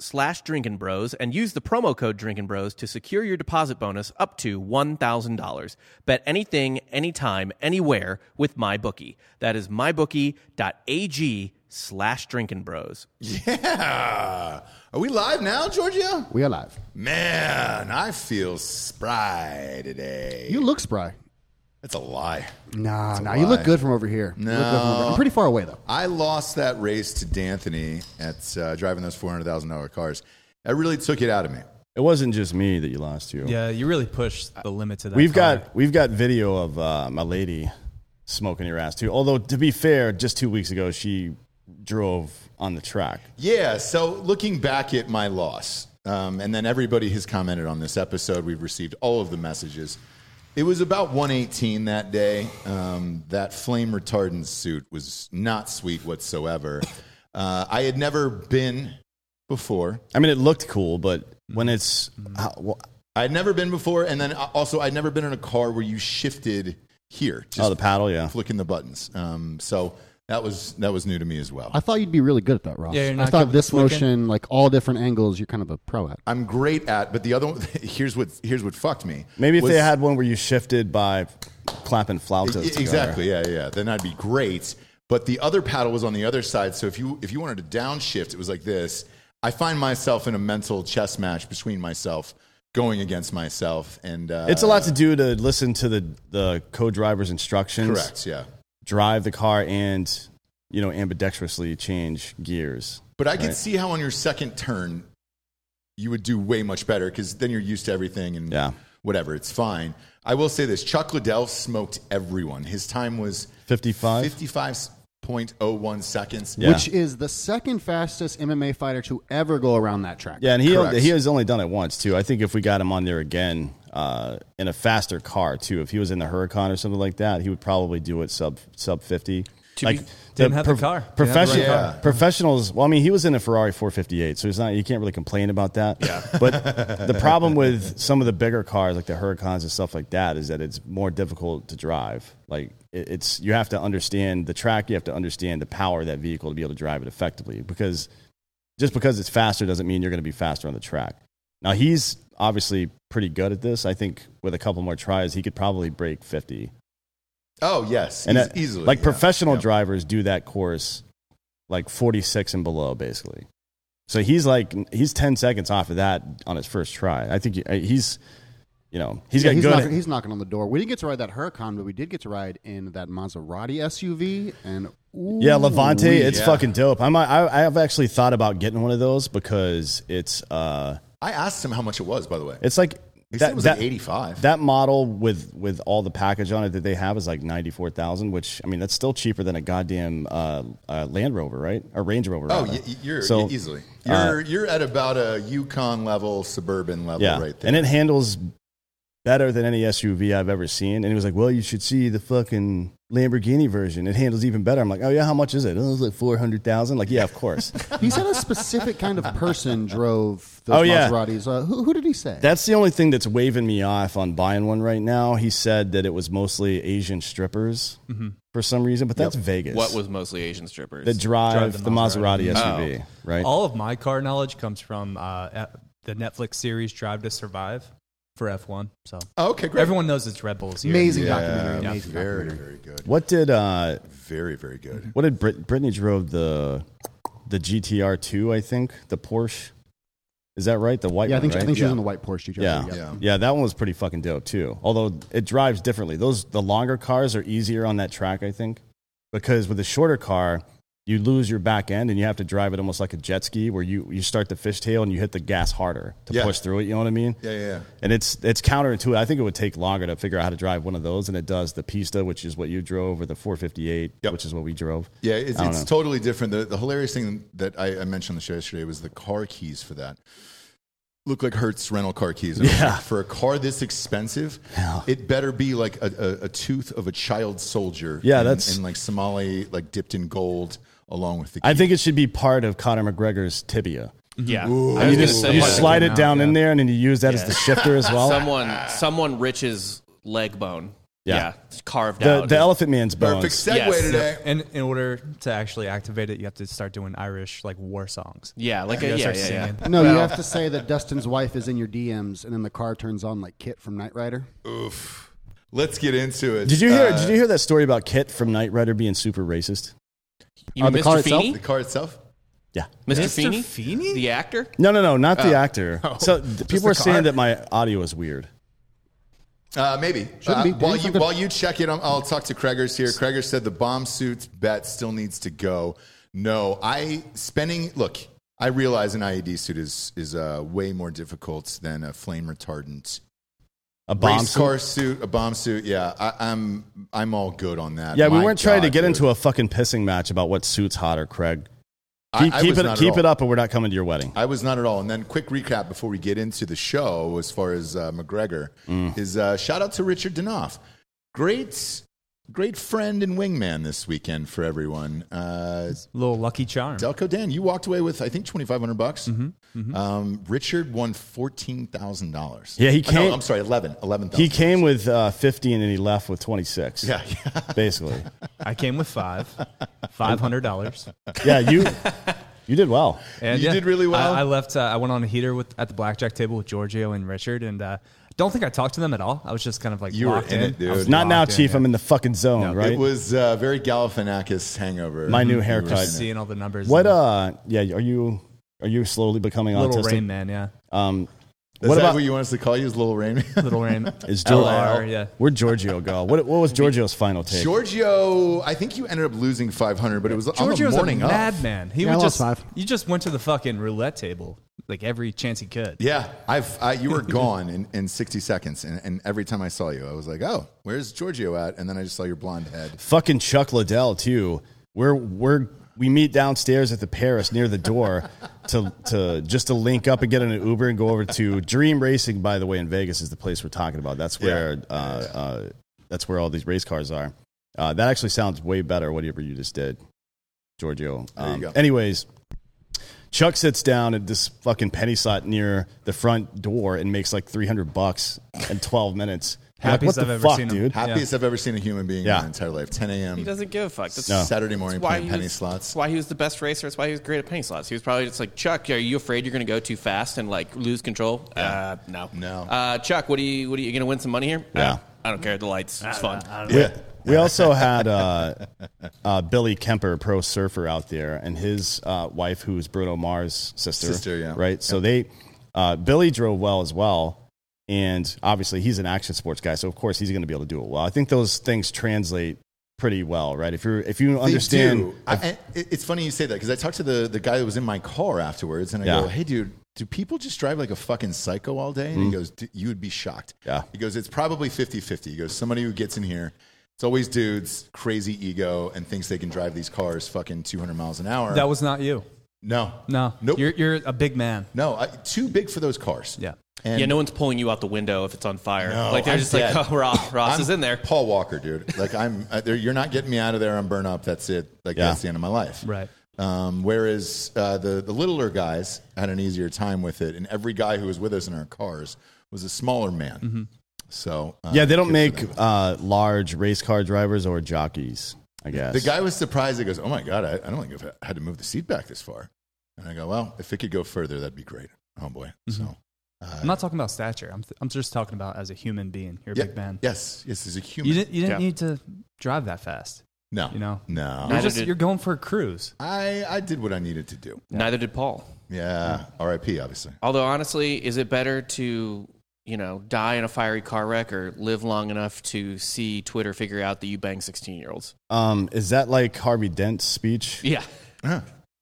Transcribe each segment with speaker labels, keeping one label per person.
Speaker 1: slash Drinkin' Bros and use the promo code Drinkin' Bros to secure your deposit bonus up to $1,000. Bet anything, anytime, anywhere with MyBookie. That is mybookie.ag slash Drinkin' Bros.
Speaker 2: Yeah. Are we live now, Giorgio?
Speaker 3: We are live.
Speaker 2: Man, I feel spry today.
Speaker 3: You look spry.
Speaker 2: That's a lie.
Speaker 3: Nah, nah. You look
Speaker 2: lie.
Speaker 3: good from over here. You look good from over- I'm pretty far away though.
Speaker 2: I lost that race to D'Anthony at uh, driving those four hundred thousand dollar cars. That really took it out of me.
Speaker 4: It wasn't just me that you lost to.
Speaker 5: Yeah, you really pushed the limits of that.
Speaker 4: We've
Speaker 5: car.
Speaker 4: got we've got video of uh, my lady smoking your ass too. Although to be fair, just two weeks ago she drove on the track.
Speaker 2: Yeah. So looking back at my loss, um, and then everybody has commented on this episode. We've received all of the messages. It was about 118 that day. Um, that flame retardant suit was not sweet whatsoever. Uh, I had never been before.
Speaker 4: I mean, it looked cool, but
Speaker 2: Mm-hmm.
Speaker 4: when it's how- well,
Speaker 2: I had never been before, and then uh, also I'd never been in a car where you shifted here, just
Speaker 4: oh the paddle, yeah.
Speaker 2: flicking the buttons. Um, so that was that was new to me as well.
Speaker 3: I thought you'd be really good at that, Ross.
Speaker 5: Yeah, you're
Speaker 3: I
Speaker 5: not good
Speaker 3: thought
Speaker 5: with
Speaker 3: this
Speaker 5: flicking.
Speaker 3: motion, like all different angles, you're kind of a pro at.
Speaker 2: I'm great at, but the other one, here's what here's what fucked me.
Speaker 4: Maybe if
Speaker 2: was-
Speaker 4: they had one where you shifted by clapping flautas.
Speaker 2: E-
Speaker 4: together.
Speaker 2: exactly, yeah, yeah, then that'd be great. But the other paddle was on the other side, so if you if you wanted to downshift, it was like this. I find myself in a mental chess match between myself, going against myself, and uh,
Speaker 4: It's a lot to do to listen to the the co-driver's instructions.
Speaker 2: Correct, yeah.
Speaker 4: Drive the car and you know ambidextrously change gears.
Speaker 2: But I could
Speaker 4: Right.
Speaker 2: see how on your second turn, you would do way much better because then you're used to everything and
Speaker 4: Yeah.
Speaker 2: whatever. It's fine. I will say this: Chuck Liddell smoked everyone. His time was
Speaker 4: 55?
Speaker 2: 55.01 seconds.
Speaker 4: Yeah.
Speaker 3: Which is the second fastest MMA fighter to ever go around that track.
Speaker 4: Yeah, and he
Speaker 2: Correct.
Speaker 4: he has only done it once too. I think if we got him on there again uh, in a faster car too, if he was in the Huracan or something like that, he would probably do it sub sub fifty.
Speaker 5: To
Speaker 4: like
Speaker 5: be- didn't have the car. Didn't have the right
Speaker 4: professional
Speaker 2: car. Yeah.
Speaker 4: professionals. Well, I mean, he was in a Ferrari 458, so he's not. You can't really complain about that. Yeah. But the problem with some of the bigger cars, like the Huracans and stuff like that, is that it's more difficult to drive. Like it, it's you have to understand the track, you have to understand the power of that vehicle to be able to drive it effectively. Because just because it's faster doesn't mean you're going to be faster on the track. Now he's obviously pretty good at this. I think with a couple more tries, he could probably break 50.
Speaker 2: Oh yes,
Speaker 4: And
Speaker 2: eas-
Speaker 4: that-
Speaker 2: easily.
Speaker 4: like
Speaker 2: yeah.
Speaker 4: professional
Speaker 2: Yeah.
Speaker 4: drivers do that course like 46 and below basically. So he's like he's 10 seconds off of that on his first try. I think he- he's you know, he's
Speaker 3: Yeah,
Speaker 4: got
Speaker 3: he's,
Speaker 4: good e-,
Speaker 3: knocking, he's knocking on the door. We didn't get to ride that Huracan, but we did get to ride in that Maserati SUV. And ooh,
Speaker 4: Yeah, Levante,
Speaker 3: wee.
Speaker 4: it's
Speaker 2: yeah.
Speaker 4: fucking dope. I'm, I I've actually thought about getting one of those because it's uh
Speaker 2: I asked him how much it was, by the way.
Speaker 4: it's like
Speaker 2: He said it was like 85.
Speaker 4: That model with with all the package on it that they have is like ninety four thousand, which I mean that's still cheaper than a goddamn uh, uh, Land Rover, right? Or Range Rover.
Speaker 2: Oh,
Speaker 4: rather.
Speaker 2: y- y- you're
Speaker 4: So,
Speaker 2: y- easily.
Speaker 4: uh,
Speaker 2: You're you're at about a Yukon level, suburban level,
Speaker 4: yeah,
Speaker 2: right there.
Speaker 4: and it handles better than any SUV I've ever seen. And he was like, "Well, you should see the fucking Lamborghini version. It handles even better." I'm like, "Oh yeah, how much is it? Oh, it's like four hundred thousand. Like, yeah, of course."
Speaker 3: He said a specific kind of person drove those
Speaker 4: Oh, yeah.
Speaker 3: Maseratis. Uh, who, who did he say?
Speaker 4: That's the only thing that's waving me off on buying one right now. He said that it was mostly Asian strippers for some reason, but that's Vegas.
Speaker 1: Mm-hmm. What was mostly Asian strippers? Oh.
Speaker 4: the drive,
Speaker 5: Drive
Speaker 4: the
Speaker 5: the
Speaker 4: Maserati,
Speaker 5: Maserati.
Speaker 4: SUV, right?
Speaker 5: all of my car knowledge comes from uh, at- the Netflix series Drive to Survive for F one. So
Speaker 2: oh, okay, great.
Speaker 5: everyone knows it's Red Bulls. Here.
Speaker 3: amazing
Speaker 2: Yeah,
Speaker 3: documentary.
Speaker 5: yeah.
Speaker 3: Amazing
Speaker 2: very,
Speaker 3: documentary. Mm-hmm.
Speaker 2: very good.
Speaker 4: what did uh,
Speaker 2: Very, very good.
Speaker 4: what did Brit- Brittany drove the the GTR two? I think the Porsche. Is that right? The white
Speaker 3: Yeah, I
Speaker 4: one,
Speaker 3: think,
Speaker 4: right?
Speaker 3: I think she
Speaker 2: Yeah.
Speaker 3: was on the white Porsche. GTR.
Speaker 4: yeah.
Speaker 2: Yeah.
Speaker 4: yeah, that one was pretty fucking dope too. Although it drives differently. Those the longer cars are easier on that track, I think, because with a shorter car, you lose your back end and you have to drive it almost like a jet ski, where you you start the fishtail and you hit the gas harder to
Speaker 2: Yeah.
Speaker 4: push through it. You know what I mean?
Speaker 2: Yeah, yeah, yeah.
Speaker 4: And it's it's counterintuitive. I think it would take longer to figure out how to drive one of those than it does the Pista, which is what you drove, or the 458,
Speaker 2: Yep.
Speaker 4: which is what we drove.
Speaker 2: Yeah, it's,
Speaker 4: I don't
Speaker 2: it's
Speaker 4: know.
Speaker 2: totally different. The, the hilarious thing that I, I mentioned on the show yesterday was the car keys for that. look like Hertz rental car keys. And I'm like, For a car this expensive, it better be like a, a, a tooth of a child soldier.
Speaker 4: Yeah,
Speaker 2: in-
Speaker 4: that's-
Speaker 2: in like Somali, like dipped in gold along with the.
Speaker 4: I think it should be part of Conor McGregor's tibia.
Speaker 5: Yeah.
Speaker 2: Ooh.
Speaker 5: I
Speaker 4: You
Speaker 5: was
Speaker 4: just
Speaker 5: gonna say
Speaker 4: you
Speaker 5: that.
Speaker 4: slide it down in there, and then you use that as the shifter as well.
Speaker 1: Someone, someone rich's leg bone.
Speaker 4: Yeah.
Speaker 1: it's carved
Speaker 4: the
Speaker 1: out.
Speaker 4: the elephant man's bones.
Speaker 2: Perfect segue
Speaker 1: Yes.
Speaker 2: today.
Speaker 5: And in order to actually activate it, you have to start doing Irish like war songs.
Speaker 1: yeah, like
Speaker 5: You
Speaker 1: a,
Speaker 5: gotta
Speaker 1: yeah,
Speaker 5: start
Speaker 1: yeah, yeah.
Speaker 5: singing.
Speaker 3: No, you have to say that Dustin's wife is in your DMs, and then the car turns on like Kit from Knight Rider.
Speaker 2: Oof. Let's get into it.
Speaker 4: Did you hear?
Speaker 2: Uh,
Speaker 4: did you hear that story about Kit from Knight Rider being super racist?
Speaker 1: You
Speaker 3: Uh,
Speaker 1: mean
Speaker 3: the car
Speaker 1: Mr.
Speaker 3: itself?
Speaker 1: Feeney?
Speaker 2: the car itself?
Speaker 4: Yeah.
Speaker 1: Mr.
Speaker 5: Mr.
Speaker 1: Feeney?
Speaker 5: Feeney?
Speaker 1: The actor?
Speaker 4: No, no, no, not the actor. so
Speaker 5: Just
Speaker 4: th-
Speaker 5: the
Speaker 4: people are
Speaker 5: car?
Speaker 4: saying that my audio is weird.
Speaker 2: Uh, maybe.
Speaker 3: Shouldn't
Speaker 2: Uh,
Speaker 3: be.
Speaker 2: while
Speaker 3: Didn't
Speaker 2: you
Speaker 3: something-
Speaker 2: while you check it, I'm, I'll talk to Kreggers here. Kreggers said the bomb suit bet still needs to go. No, I spending. Look, I realize an IED suit is is uh, way more difficult than a flame retardant
Speaker 4: A bomb.
Speaker 2: race
Speaker 4: suit.
Speaker 2: car suit, a bomb suit. Yeah, I, I'm I'm all good on that.
Speaker 4: Yeah, we weren't trying to get into a fucking pissing match about what suits hotter, Craig. Keep, keep it keep it up, or we're not coming to your wedding.
Speaker 2: I was not at all. And then quick recap before we get into the show as far as uh, McGregor
Speaker 4: Mm.
Speaker 2: is uh, shout out to Richard Danoff. Great, great friend and wingman this weekend for everyone. Uh,
Speaker 5: Little Lucky Charm.
Speaker 2: Delco Dan, you walked away with I think twenty five hundred bucks.
Speaker 4: Mm-hmm,
Speaker 2: Um, Richard won fourteen thousand dollars.
Speaker 4: Yeah, he
Speaker 2: Oh,
Speaker 4: came-
Speaker 2: no, I'm sorry, eleven, eleven thousand.
Speaker 4: He came with uh, 50 and then he left with 26.
Speaker 2: Yeah, yeah.
Speaker 4: Basically.
Speaker 5: I came with five, five hundred dollars.
Speaker 4: Yeah, you you did well.
Speaker 5: And
Speaker 2: You did really well.
Speaker 5: I, I left. Uh, I went on a heater with at the blackjack table with Giorgio and Richard, and uh, I don't think I talked to them at all. I was just kind of like
Speaker 2: You were
Speaker 5: locked
Speaker 2: in it,
Speaker 5: I was
Speaker 2: dude.
Speaker 4: Not now,
Speaker 5: locked in,
Speaker 4: Chief.
Speaker 5: yeah.
Speaker 4: I'm in the fucking zone, right?
Speaker 2: It was uh, very Galifianakis hangover.
Speaker 4: My new
Speaker 2: We were
Speaker 4: haircut.
Speaker 2: seeing it.
Speaker 5: seeing all the numbers.
Speaker 4: what
Speaker 5: and
Speaker 4: uh yeah, are you are you slowly becoming
Speaker 5: Little
Speaker 4: autistic?
Speaker 5: Rain Man? Yeah,
Speaker 4: Um
Speaker 2: Is
Speaker 4: what
Speaker 2: that
Speaker 4: about
Speaker 2: what you want us to call you? Is Little Rain?
Speaker 5: Little Rain.
Speaker 4: is Gior-
Speaker 5: LR? Yeah.
Speaker 4: Where'd Giorgio go? What what was Giorgio's final take?
Speaker 2: Giorgio, I think you ended up losing 500, but it was on
Speaker 5: Giorgio's
Speaker 2: the
Speaker 5: a
Speaker 2: morning of.
Speaker 5: madman. He
Speaker 3: Yeah, I
Speaker 5: would
Speaker 3: lost
Speaker 5: just
Speaker 3: five.
Speaker 5: you just went to the fucking roulette table like every chance he could.
Speaker 2: Yeah, I've I, you were gone in, in 60 seconds, and, and every time I saw you, I was like, oh, where's Giorgio at? And then I just saw your blonde head.
Speaker 4: fucking Chuck Liddell too. We're we're we meet downstairs at the Paris near the door to to just to link up and get in an Uber and go over to Dream Racing. By the way, in Vegas is the place we're talking about. That's where uh, uh, that's where all these race cars are. Uh, that actually sounds way better. Whatever you just did, Giorgio.
Speaker 2: you
Speaker 4: Um,
Speaker 2: go.
Speaker 4: anyways. Chuck sits down at this fucking penny slot near the front door and makes like 300 bucks in 12 minutes. I'm like,
Speaker 5: Happiest
Speaker 4: what
Speaker 5: I've
Speaker 4: the
Speaker 5: ever
Speaker 4: fuck,
Speaker 5: seen him.
Speaker 4: dude?
Speaker 2: Happiest I've ever seen a human being
Speaker 4: Yeah.
Speaker 2: in my entire life. 10 a.m.
Speaker 1: He doesn't give a fuck. That's,
Speaker 2: Saturday morning
Speaker 1: why
Speaker 2: playing
Speaker 1: he
Speaker 2: penny
Speaker 1: was-
Speaker 2: slots.
Speaker 1: That's why he was the best racer. That's why he was great at penny slots. He was probably just like, Chuck, are you afraid you're going to go too fast and like lose control? Uh, no,
Speaker 2: No.
Speaker 1: Uh, Chuck, what are you? What are you going to win some money here?
Speaker 4: Yeah.
Speaker 1: Uh, I don't care. The lights, it's fun.
Speaker 4: We, we also had uh, uh, Billy Kemper, pro surfer, out there, and his uh, wife, who is Bruno Mars' sister.
Speaker 2: Sister, yeah.
Speaker 4: Right. So they, uh, Billy drove well as well. And obviously, he's an action sports guy. So, of course, he's going to be able to do it well. I think those things translate pretty well, right? If, you're, if you
Speaker 2: They
Speaker 4: understand.
Speaker 2: do. I, and it- it's funny you say that because I talked to the, the guy that was in my car afterwards, and I
Speaker 4: Yeah.
Speaker 2: go, "Hey, dude, do people just drive like a fucking psycho all day?" And he goes, D- "You would be shocked."
Speaker 4: Yeah.
Speaker 2: He goes, "It's probably 50-50. He goes, "Somebody who gets in here, it's always dudes, crazy ego, and thinks they can drive these cars fucking two hundred miles an hour."
Speaker 5: That was not you.
Speaker 2: no,
Speaker 5: No,
Speaker 2: Nope.
Speaker 5: You're you're a big man.
Speaker 2: no, I, too big for those cars.
Speaker 5: Yeah.
Speaker 2: And
Speaker 1: Yeah, no one's pulling you out the window if it's on fire.
Speaker 2: No,
Speaker 1: like they're
Speaker 2: I'm
Speaker 1: just
Speaker 2: dead.
Speaker 1: like, oh, Ross, Ross
Speaker 2: I'm
Speaker 1: is in there.
Speaker 2: Paul Walker, dude. Like I'm, uh, there- you're not getting me out of there. I'm burnt up. That's it. Like
Speaker 4: Yeah.
Speaker 2: that's the end of my life.
Speaker 5: Right.
Speaker 2: Um, whereas uh, the the littler guys had an easier time with it, and every guy who was with us in our cars was a smaller man.
Speaker 5: Mm-hmm.
Speaker 2: So uh,
Speaker 4: yeah, they don't
Speaker 2: good
Speaker 4: make
Speaker 2: for them.
Speaker 4: uh, large race car drivers or jockeys, I guess.
Speaker 2: The guy was surprised. He goes, "Oh my god, I, I don't think I've had to move the seat back this far." And I go, "Well, if it could go further, that'd be great, oh boy."
Speaker 5: Mm-hmm.
Speaker 2: So Uh,
Speaker 5: I'm not talking about stature. I'm I'm just talking about as a human being. You're a
Speaker 2: yeah,
Speaker 5: big man.
Speaker 2: yes, yes, he's a human.
Speaker 5: You didn't you didn't
Speaker 1: Yeah.
Speaker 5: need to drive that fast.
Speaker 2: no,
Speaker 5: you know.
Speaker 2: no.
Speaker 5: You're
Speaker 1: Neither
Speaker 5: just
Speaker 1: did-
Speaker 5: you're going for a cruise.
Speaker 2: I I did what I needed to do.
Speaker 1: Neither did Paul.
Speaker 2: Yeah, R.I.P. Obviously.
Speaker 1: Although honestly, is it better to you know die in a fiery car wreck or live long enough to see Twitter figure out that you bang sixteen year olds?
Speaker 4: um, is that like Harvey Dent's speech
Speaker 1: Yeah,
Speaker 2: Huh.
Speaker 4: Uh-huh.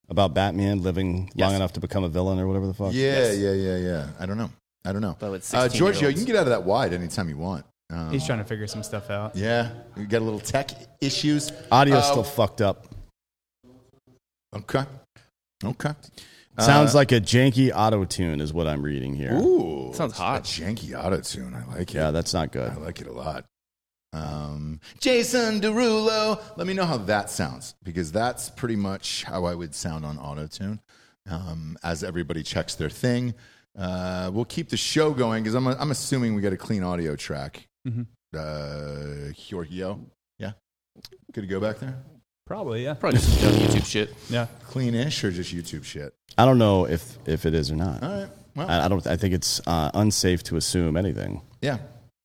Speaker 4: about Batman living
Speaker 1: Yes.
Speaker 4: long enough to become a villain or whatever the fuck?
Speaker 2: Yeah, yeah, yeah, yeah. I don't know. I don't know.
Speaker 1: But with
Speaker 2: uh,
Speaker 1: 16
Speaker 2: Giorgio,
Speaker 1: year
Speaker 2: you
Speaker 1: olds.
Speaker 2: can get out of that wide anytime you want. Um,
Speaker 5: He's trying to figure some stuff out.
Speaker 2: yeah, you got a little tech issues.
Speaker 4: Audio's
Speaker 2: Uh,
Speaker 4: still fucked up.
Speaker 2: Okay. Okay.
Speaker 4: Sounds like a janky auto tune, is what I'm reading here.
Speaker 2: uh, Ooh,
Speaker 1: Sounds hot.
Speaker 2: A janky auto tune. I like it.
Speaker 4: Yeah, that's not good.
Speaker 2: I like it a lot. Um, Jason Derulo. Let me know how that sounds because that's pretty much how I would sound on autotune. Um, as everybody checks their thing, uh, we'll keep the show going because I'm I'm assuming we got a clean audio track.
Speaker 5: Mhm.
Speaker 2: Uh, Giorgio, yeah, good to go back there.
Speaker 5: Probably, yeah.
Speaker 1: Probably just some YouTube shit.
Speaker 5: Yeah.
Speaker 2: Clean-ish or just YouTube shit?
Speaker 4: I don't know if if it is or not.
Speaker 2: All right. Well,
Speaker 4: I, I don't. I think it's uh, unsafe to assume anything.
Speaker 2: Yeah.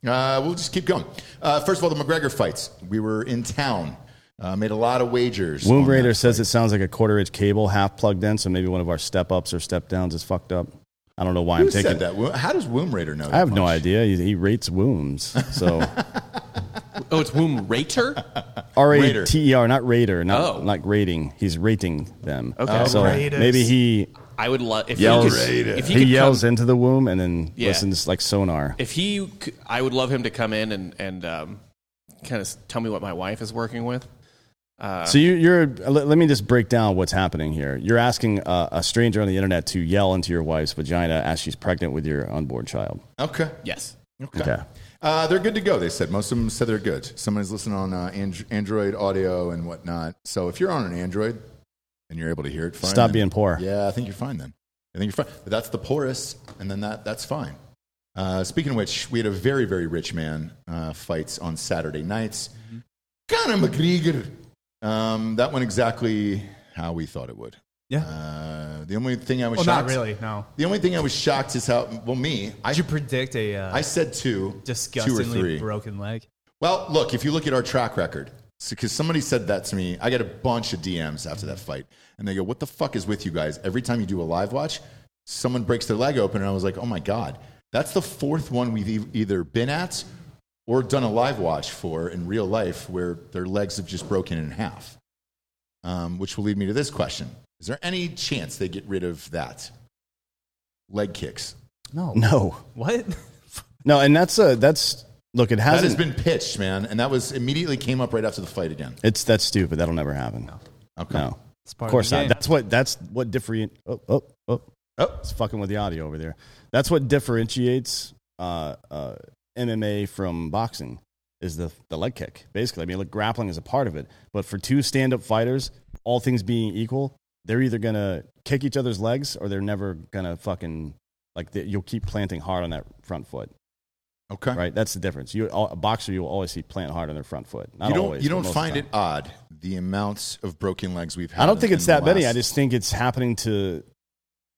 Speaker 2: Uh, we'll just keep going. Uh, first of all, the McGregor fights. We were in town, uh, made a lot of wagers.
Speaker 4: Womb
Speaker 2: on that.
Speaker 4: Raider says it sounds like a quarter inch cable half plugged in, so maybe one of our step ups or step downs is fucked up. I don't know why
Speaker 2: Who
Speaker 4: I'm taking
Speaker 2: said that? Wo- How does Womb Raider know?
Speaker 4: I have no
Speaker 2: much?
Speaker 4: idea. He, he rates wombs, so
Speaker 1: Oh, it's Womb Rater?
Speaker 4: R A T E R, not raider, not
Speaker 1: Oh.
Speaker 4: not rating. He's rating them.
Speaker 1: Okay.
Speaker 2: Oh,
Speaker 4: so
Speaker 5: Raiders.
Speaker 4: maybe he
Speaker 1: I would love if
Speaker 4: yells.
Speaker 1: he could, if he,
Speaker 4: he
Speaker 1: could
Speaker 4: yells
Speaker 1: come,
Speaker 4: into the womb and then
Speaker 1: Yeah.
Speaker 4: listens like sonar.
Speaker 1: if he c- I would love him to come in and and um, kind of tell me what my wife is working with.
Speaker 4: So you, you're. uh, Let, let me just break down what's happening here. You're asking uh, a stranger on the internet to yell into your wife's vagina as she's pregnant with your unborn child.
Speaker 2: Okay.
Speaker 1: Yes.
Speaker 2: Okay.
Speaker 4: Okay.
Speaker 2: Uh, they're good to go, they said. Most of them said they're good. Somebody's listening on uh, and- Android audio and whatnot. So if you're on an Android and you're able to hear it, fine.
Speaker 4: Stop
Speaker 2: then.
Speaker 4: being poor.
Speaker 2: Yeah, I think you're fine then. I think you're fine. But that's the porous, and then that, that's fine. Uh, speaking of which, we had a very, very rich man uh, fights on Saturday nights.
Speaker 5: Mm-hmm.
Speaker 2: Conor McGregor. Um, that went exactly how we thought it would.
Speaker 5: Yeah.
Speaker 2: Uh, the only thing I was
Speaker 5: well,
Speaker 2: shocked.
Speaker 5: Oh, not really, no.
Speaker 2: The only thing I was shocked is how well me. I
Speaker 5: Did you predict a uh,
Speaker 2: I said two, two or
Speaker 5: disgustingly
Speaker 2: three.
Speaker 5: broken leg?
Speaker 2: Well, look, if you look at our track record, because somebody said that to me, I got a bunch of DMs after that fight, and they go, "What the fuck is with you guys? Every time you do a live watch, someone breaks their leg open," and I was like, "Oh my god, that's the fourth one we've e- either been at or done a live watch for in real life where their legs have just broken in half." Um, which will lead me to this question: Is there any chance they get rid of that leg kicks?
Speaker 5: No.
Speaker 4: No.
Speaker 5: What?
Speaker 4: No, and that's a that's look. It
Speaker 2: That
Speaker 4: hasn't.
Speaker 2: has been pitched, man, and that was immediately came up right after the fight again.
Speaker 4: it's that's stupid. That'll never happen. No,
Speaker 2: Okay.
Speaker 5: It's part
Speaker 4: of course
Speaker 5: the
Speaker 4: not.
Speaker 5: game.
Speaker 4: That's what that's what different. Oh, oh, oh, oh! It's fucking with the audio over there. That's what differentiates uh, uh, MMA from boxing is the the leg kick. Basically, I mean, look, grappling is a part of it, but for two stand up fighters, all things being equal, they're either gonna kick each other's legs or they're never gonna fucking like they, you'll keep planting hard on that front foot.
Speaker 2: Okay.
Speaker 4: Right, that's the difference. You a boxer, you will always see plant hard on their front foot. Not
Speaker 2: you don't
Speaker 4: always,
Speaker 2: you
Speaker 4: but
Speaker 2: don't
Speaker 4: most of
Speaker 2: find
Speaker 4: the
Speaker 2: it
Speaker 4: time.
Speaker 2: odd the amounts of broken legs we've had.
Speaker 4: I don't think
Speaker 2: in
Speaker 4: it's
Speaker 2: the
Speaker 4: that many. I
Speaker 2: last-
Speaker 4: just think it's happening to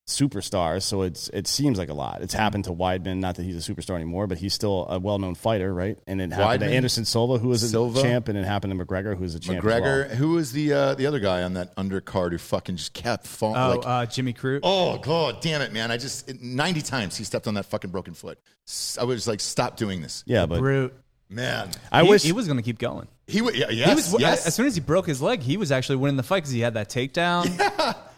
Speaker 4: superstars, so it's it seems like a lot. It's happened to Weidman, not that he's a superstar anymore, but he's still a well-known fighter, right? And it happened
Speaker 2: Weidman,
Speaker 4: to Anderson Silva, who was a
Speaker 2: Silva,
Speaker 4: champ, and it happened to McGregor, who's a champ. as well.
Speaker 2: McGregor. Who was the uh, the other guy on that undercard who fucking just kept falling?
Speaker 5: Oh,
Speaker 2: like,
Speaker 5: uh, Jimmy Crute.
Speaker 2: oh god, damn it, man! I just it- ninety times he stepped on that fucking broken foot. S- I was like, stop doing this,
Speaker 4: yeah, but
Speaker 5: Brute.
Speaker 2: man.
Speaker 4: I
Speaker 5: he,
Speaker 4: wish
Speaker 5: he was going to keep going.
Speaker 2: He was yeah,
Speaker 5: He
Speaker 2: yes,
Speaker 5: was,
Speaker 2: yes.
Speaker 5: As soon as he broke his leg, he was actually winning the fight because he had that takedown.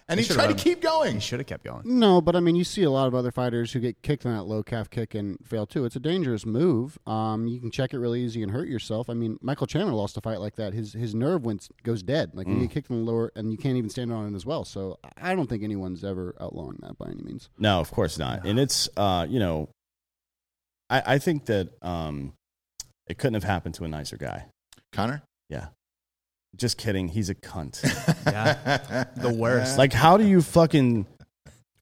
Speaker 2: and he
Speaker 5: should've
Speaker 2: tried to
Speaker 5: run.
Speaker 2: keep going.
Speaker 5: He should have kept going.
Speaker 3: No, but I mean, you see a lot of other fighters who get kicked on that low calf kick and fail too. It's a dangerous move. Um, you can check it really easy and hurt yourself. I mean, Michael Chandler lost a fight like that. His his nerve went goes dead. Like you get kicked in the lower, and you can't even stand on it as well. So I don't think anyone's ever outlawing that by any means.
Speaker 4: No, of course not. And it's uh, you know, I, I think that um, it couldn't have happened to a nicer guy.
Speaker 2: Connor,
Speaker 4: Yeah, just kidding. He's a cunt.
Speaker 5: Yeah. the worst.
Speaker 4: like, how do you fucking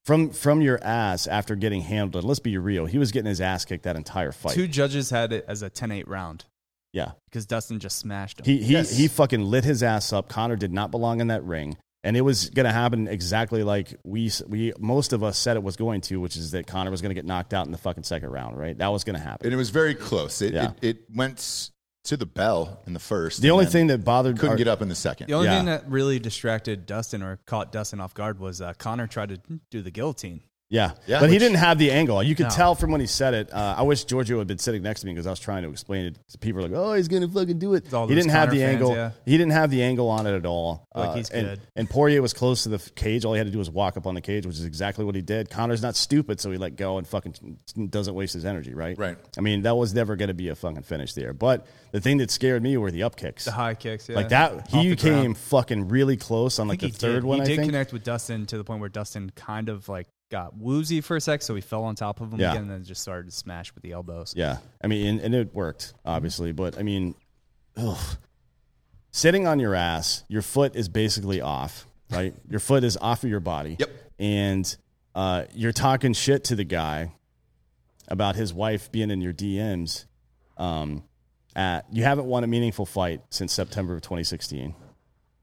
Speaker 4: from from your ass after getting handled? Let's be real. He was getting his ass kicked that entire fight.
Speaker 5: Two judges had it as a 10 8 round
Speaker 4: yeah,
Speaker 5: because Dustin just smashed him.
Speaker 4: he he
Speaker 2: Yes.
Speaker 4: he fucking lit his ass up. Connor did not belong in that ring. And it was going to happen exactly like we, we most of us said it was going to, which is that Connor was going to get knocked out in the fucking second round, right? That was going to happen.
Speaker 2: and it was very close. It,
Speaker 4: Yeah.
Speaker 2: it it went to the bell in the first.
Speaker 4: The
Speaker 2: and
Speaker 4: only
Speaker 2: then
Speaker 4: thing that bothered
Speaker 2: couldn't
Speaker 4: our-
Speaker 2: get up in the second.
Speaker 5: the only
Speaker 4: yeah.
Speaker 5: thing that really distracted Dustin or caught Dustin off guard was uh, Connor tried to do the guillotine.
Speaker 4: Yeah.
Speaker 2: Yeah,
Speaker 4: but he
Speaker 2: which-
Speaker 4: didn't have the angle. You could
Speaker 5: No.
Speaker 4: tell from when he said it. Uh, I wish Giorgio had been sitting next to me because I was trying to explain it. to People were like, "Oh, he's gonna fucking do it."
Speaker 5: It's all
Speaker 4: He
Speaker 5: those
Speaker 4: didn't have the
Speaker 5: Connor fans,
Speaker 4: angle.
Speaker 5: yeah.
Speaker 4: He didn't have the angle on it at all. Uh,
Speaker 5: Like, he's
Speaker 4: and,
Speaker 5: good.
Speaker 4: And Poirier was close to the f- cage. All he had to do was walk up on the cage, which is exactly what he did. Connor's not stupid, so he let go and fucking doesn't waste his energy, right?
Speaker 2: Right.
Speaker 4: I mean, that was never gonna be a fucking finish there. But the thing that scared me were the up kicks.
Speaker 5: The high kicks, yeah.
Speaker 4: Like that,
Speaker 5: Off
Speaker 4: he
Speaker 5: the ground.
Speaker 4: came fucking really close on
Speaker 5: I
Speaker 4: like
Speaker 5: think
Speaker 4: the
Speaker 5: he
Speaker 4: third
Speaker 5: did.
Speaker 4: one.
Speaker 5: He
Speaker 4: I
Speaker 5: did
Speaker 4: think.
Speaker 5: connect with Dustin to the point where Dustin kind of like got woozy for a sec, so he fell on top of him
Speaker 4: Yeah.
Speaker 5: again, and then just started to smash with the elbows.
Speaker 4: Yeah. I mean, and, and it worked, obviously, but I mean, ugh. sitting on your ass, your foot is basically off, right? your foot is off of your body.
Speaker 2: Yep.
Speaker 4: And uh, you're talking shit to the guy about his wife being in your DMs. Um, at, you haven't won a meaningful fight since September of 2016.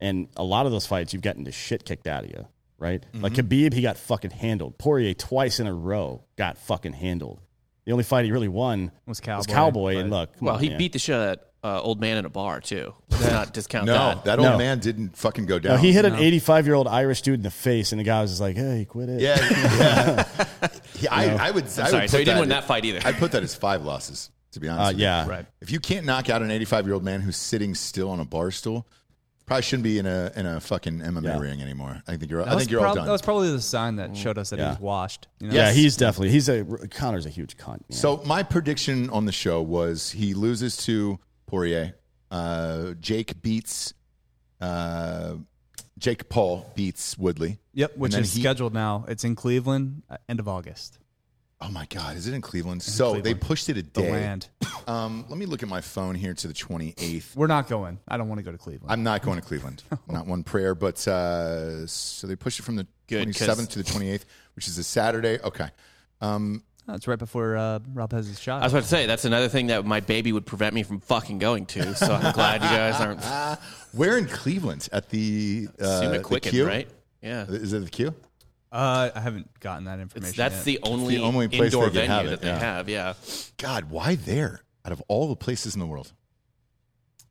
Speaker 4: And a lot of those fights, you've gotten the shit kicked out of you, right? Like Khabib, he got fucking handled. Poirier, twice in a row, got fucking handled. The only fight he really won
Speaker 5: Was Cowboy,
Speaker 4: Cowboy, and
Speaker 5: but-
Speaker 4: look, come
Speaker 6: Well,
Speaker 4: on,
Speaker 6: he
Speaker 4: man.
Speaker 6: beat the shit out of that, uh, old man in a bar too. Let's not discount
Speaker 2: No,
Speaker 6: that.
Speaker 2: that, old
Speaker 4: No.
Speaker 2: man didn't fucking go down.
Speaker 4: No, he hit an 85 year old Irish dude in the face, and the guy was just like, "Hey, he quit it."
Speaker 2: Yeah, yeah. He- I, I would. I would
Speaker 6: sorry,
Speaker 2: put
Speaker 6: so he didn't win that fight either.
Speaker 2: I put that as five losses. To be honest,
Speaker 4: Uh,
Speaker 2: with you.
Speaker 4: yeah.
Speaker 5: Right.
Speaker 2: If you can't knock out an 85 year old man who's sitting still on a bar stool, probably shouldn't be in a in a fucking MMA
Speaker 4: Yeah.
Speaker 2: ring anymore. I think you're.
Speaker 5: That
Speaker 2: I
Speaker 5: was
Speaker 2: think you're all
Speaker 5: prob-
Speaker 2: done.
Speaker 5: That was probably the sign that showed us that
Speaker 4: Yeah.
Speaker 5: he was washed. You know?
Speaker 4: Yeah,
Speaker 2: Yes.
Speaker 4: he's definitely he's a Connor's a huge cunt. man.
Speaker 2: So my prediction on the show was he loses to Poirier. Uh, Jake beats. Uh, Jake Paul beats Woodley.
Speaker 5: Yep,
Speaker 2: And
Speaker 5: which
Speaker 2: then
Speaker 5: is
Speaker 2: he-
Speaker 5: scheduled now. It's in Cleveland, uh, end of August.
Speaker 2: Oh my God! Is it in Cleveland? so they
Speaker 5: Cleveland.
Speaker 2: pushed it a
Speaker 5: The
Speaker 2: day.
Speaker 5: land.
Speaker 2: Um, let me look at my phone here to the 28th.
Speaker 5: We're not going. I don't want to go to Cleveland.
Speaker 2: I'm not going to Cleveland. Not one prayer. But uh, so they pushed it from the
Speaker 6: Good, 'cause-
Speaker 2: 27th to the 28th, which is a Saturday. Okay. Um,
Speaker 5: That's right before uh, Rob has his shot.
Speaker 6: I was about to say that's another thing that my baby would prevent me from fucking going to. So I'm glad you guys aren't.
Speaker 2: uh, we're in Cleveland at the uh,
Speaker 6: Assume
Speaker 2: the
Speaker 6: it quicken,
Speaker 2: Q?
Speaker 6: right? Yeah.
Speaker 2: Is it the queue?
Speaker 5: uh, I haven't gotten that information.
Speaker 6: It's, that's
Speaker 5: yet.
Speaker 6: the only,
Speaker 2: the only place
Speaker 6: indoor
Speaker 2: they could
Speaker 6: venue
Speaker 2: have it,
Speaker 6: that they
Speaker 2: yeah.
Speaker 6: have, yeah,
Speaker 2: God, why there? Out of all the places in the world.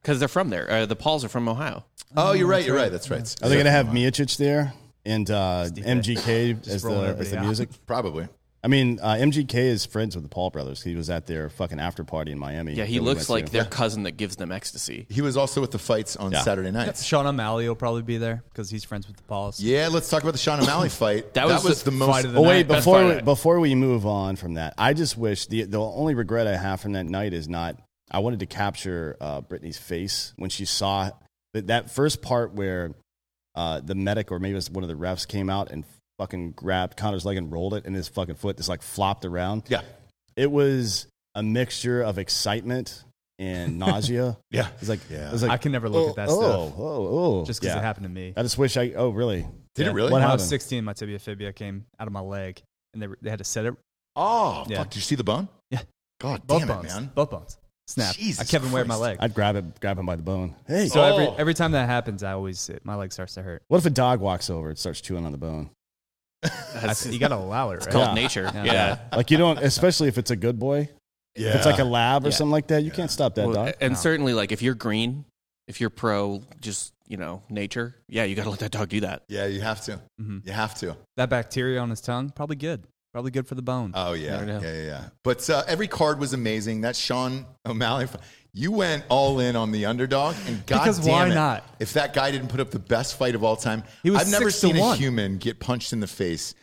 Speaker 6: because they're from there. Uh, the Pauls are from Ohio.
Speaker 2: Oh, you're right. You're right. That's right.
Speaker 4: are they gonna have Miocic there and uh, MGK as the,
Speaker 5: roll
Speaker 4: as
Speaker 5: everybody
Speaker 4: the
Speaker 5: out.
Speaker 4: music?
Speaker 2: Probably.
Speaker 4: I mean, uh, MGK is friends with the Paul brothers. He was at their fucking after party in Miami.
Speaker 6: Yeah, he
Speaker 4: that we
Speaker 6: looks
Speaker 4: went
Speaker 6: like
Speaker 4: to.
Speaker 6: their cousin that gives them ecstasy.
Speaker 2: He was also at the fights on
Speaker 4: Yeah.
Speaker 2: Saturday
Speaker 5: Yep,
Speaker 2: nights.
Speaker 5: Sean O'Malley will probably be there because he's friends with the Pauls.
Speaker 2: Yeah, let's talk about the Sean O'Malley fight.
Speaker 6: That was
Speaker 2: the,
Speaker 6: the
Speaker 2: most.
Speaker 5: fight of the
Speaker 4: Oh
Speaker 5: night.
Speaker 4: wait,
Speaker 6: Best
Speaker 4: before
Speaker 6: fight
Speaker 4: we,
Speaker 6: night.
Speaker 4: before we move on from that, I just wish the the only regret I have from that night is not I wanted to capture uh, Brittany's face when she saw that, that first part where uh, the medic or maybe it was one of the refs came out and fucking grabbed Connor's leg and rolled it, and his fucking foot just like flopped around.
Speaker 2: yeah.
Speaker 4: It was a mixture of excitement and nausea.
Speaker 2: Yeah.
Speaker 4: It's like,
Speaker 2: Yeah.
Speaker 4: it was like
Speaker 5: I can never look at that
Speaker 4: oh,
Speaker 5: stuff.
Speaker 4: Oh, oh, oh.
Speaker 5: Just because
Speaker 4: Yeah.
Speaker 5: it happened to me.
Speaker 4: I just wish I. Oh, really?
Speaker 2: Did it really?
Speaker 4: What
Speaker 5: when I
Speaker 4: happened?
Speaker 5: was 16, my tibia fibia came out of my leg, and they, were- they had to set it.
Speaker 2: Oh,
Speaker 5: Yeah.
Speaker 2: fuck. Did you see the bone?
Speaker 5: Yeah.
Speaker 2: God
Speaker 5: Both
Speaker 2: damn it,
Speaker 5: bones.
Speaker 2: man.
Speaker 5: Both bones. Snap. I
Speaker 2: Jesus
Speaker 5: kept him wearing my leg.
Speaker 2: Christ.
Speaker 4: I'd grab it, grab him by the bone. Hey,
Speaker 5: so every,
Speaker 2: Oh.
Speaker 5: every time that happens, I always my leg starts to hurt.
Speaker 4: What if a dog walks over and starts chewing on the bone?
Speaker 6: That's
Speaker 5: you gotta allow it, right?
Speaker 6: called
Speaker 4: Yeah.
Speaker 6: nature. Yeah,
Speaker 4: Like you don't, especially if it's a good boy.
Speaker 2: Yeah.
Speaker 4: If it's like a lab or
Speaker 6: Yeah.
Speaker 4: something like that, you can't stop that
Speaker 6: Well,
Speaker 4: dog.
Speaker 6: and
Speaker 5: No.
Speaker 6: certainly like if you're green, if you're pro, just you know nature. Yeah, you got to let that dog do that.
Speaker 2: Yeah, you have to.
Speaker 5: Mhm.
Speaker 2: You have to.
Speaker 5: That bacteria on his tongue probably good. Probably good for the bone.
Speaker 2: Oh yeah,
Speaker 6: Never
Speaker 2: yeah,
Speaker 6: know.
Speaker 2: yeah, yeah. But uh, every card was amazing. That Sean O'Malley, you went all in on the underdog, and God
Speaker 5: Because why
Speaker 2: damn it,
Speaker 5: not?
Speaker 2: If that guy didn't put up the best fight of all time,
Speaker 5: He was
Speaker 2: I've never
Speaker 5: six to
Speaker 2: seen a
Speaker 5: one.
Speaker 2: human get punched in the face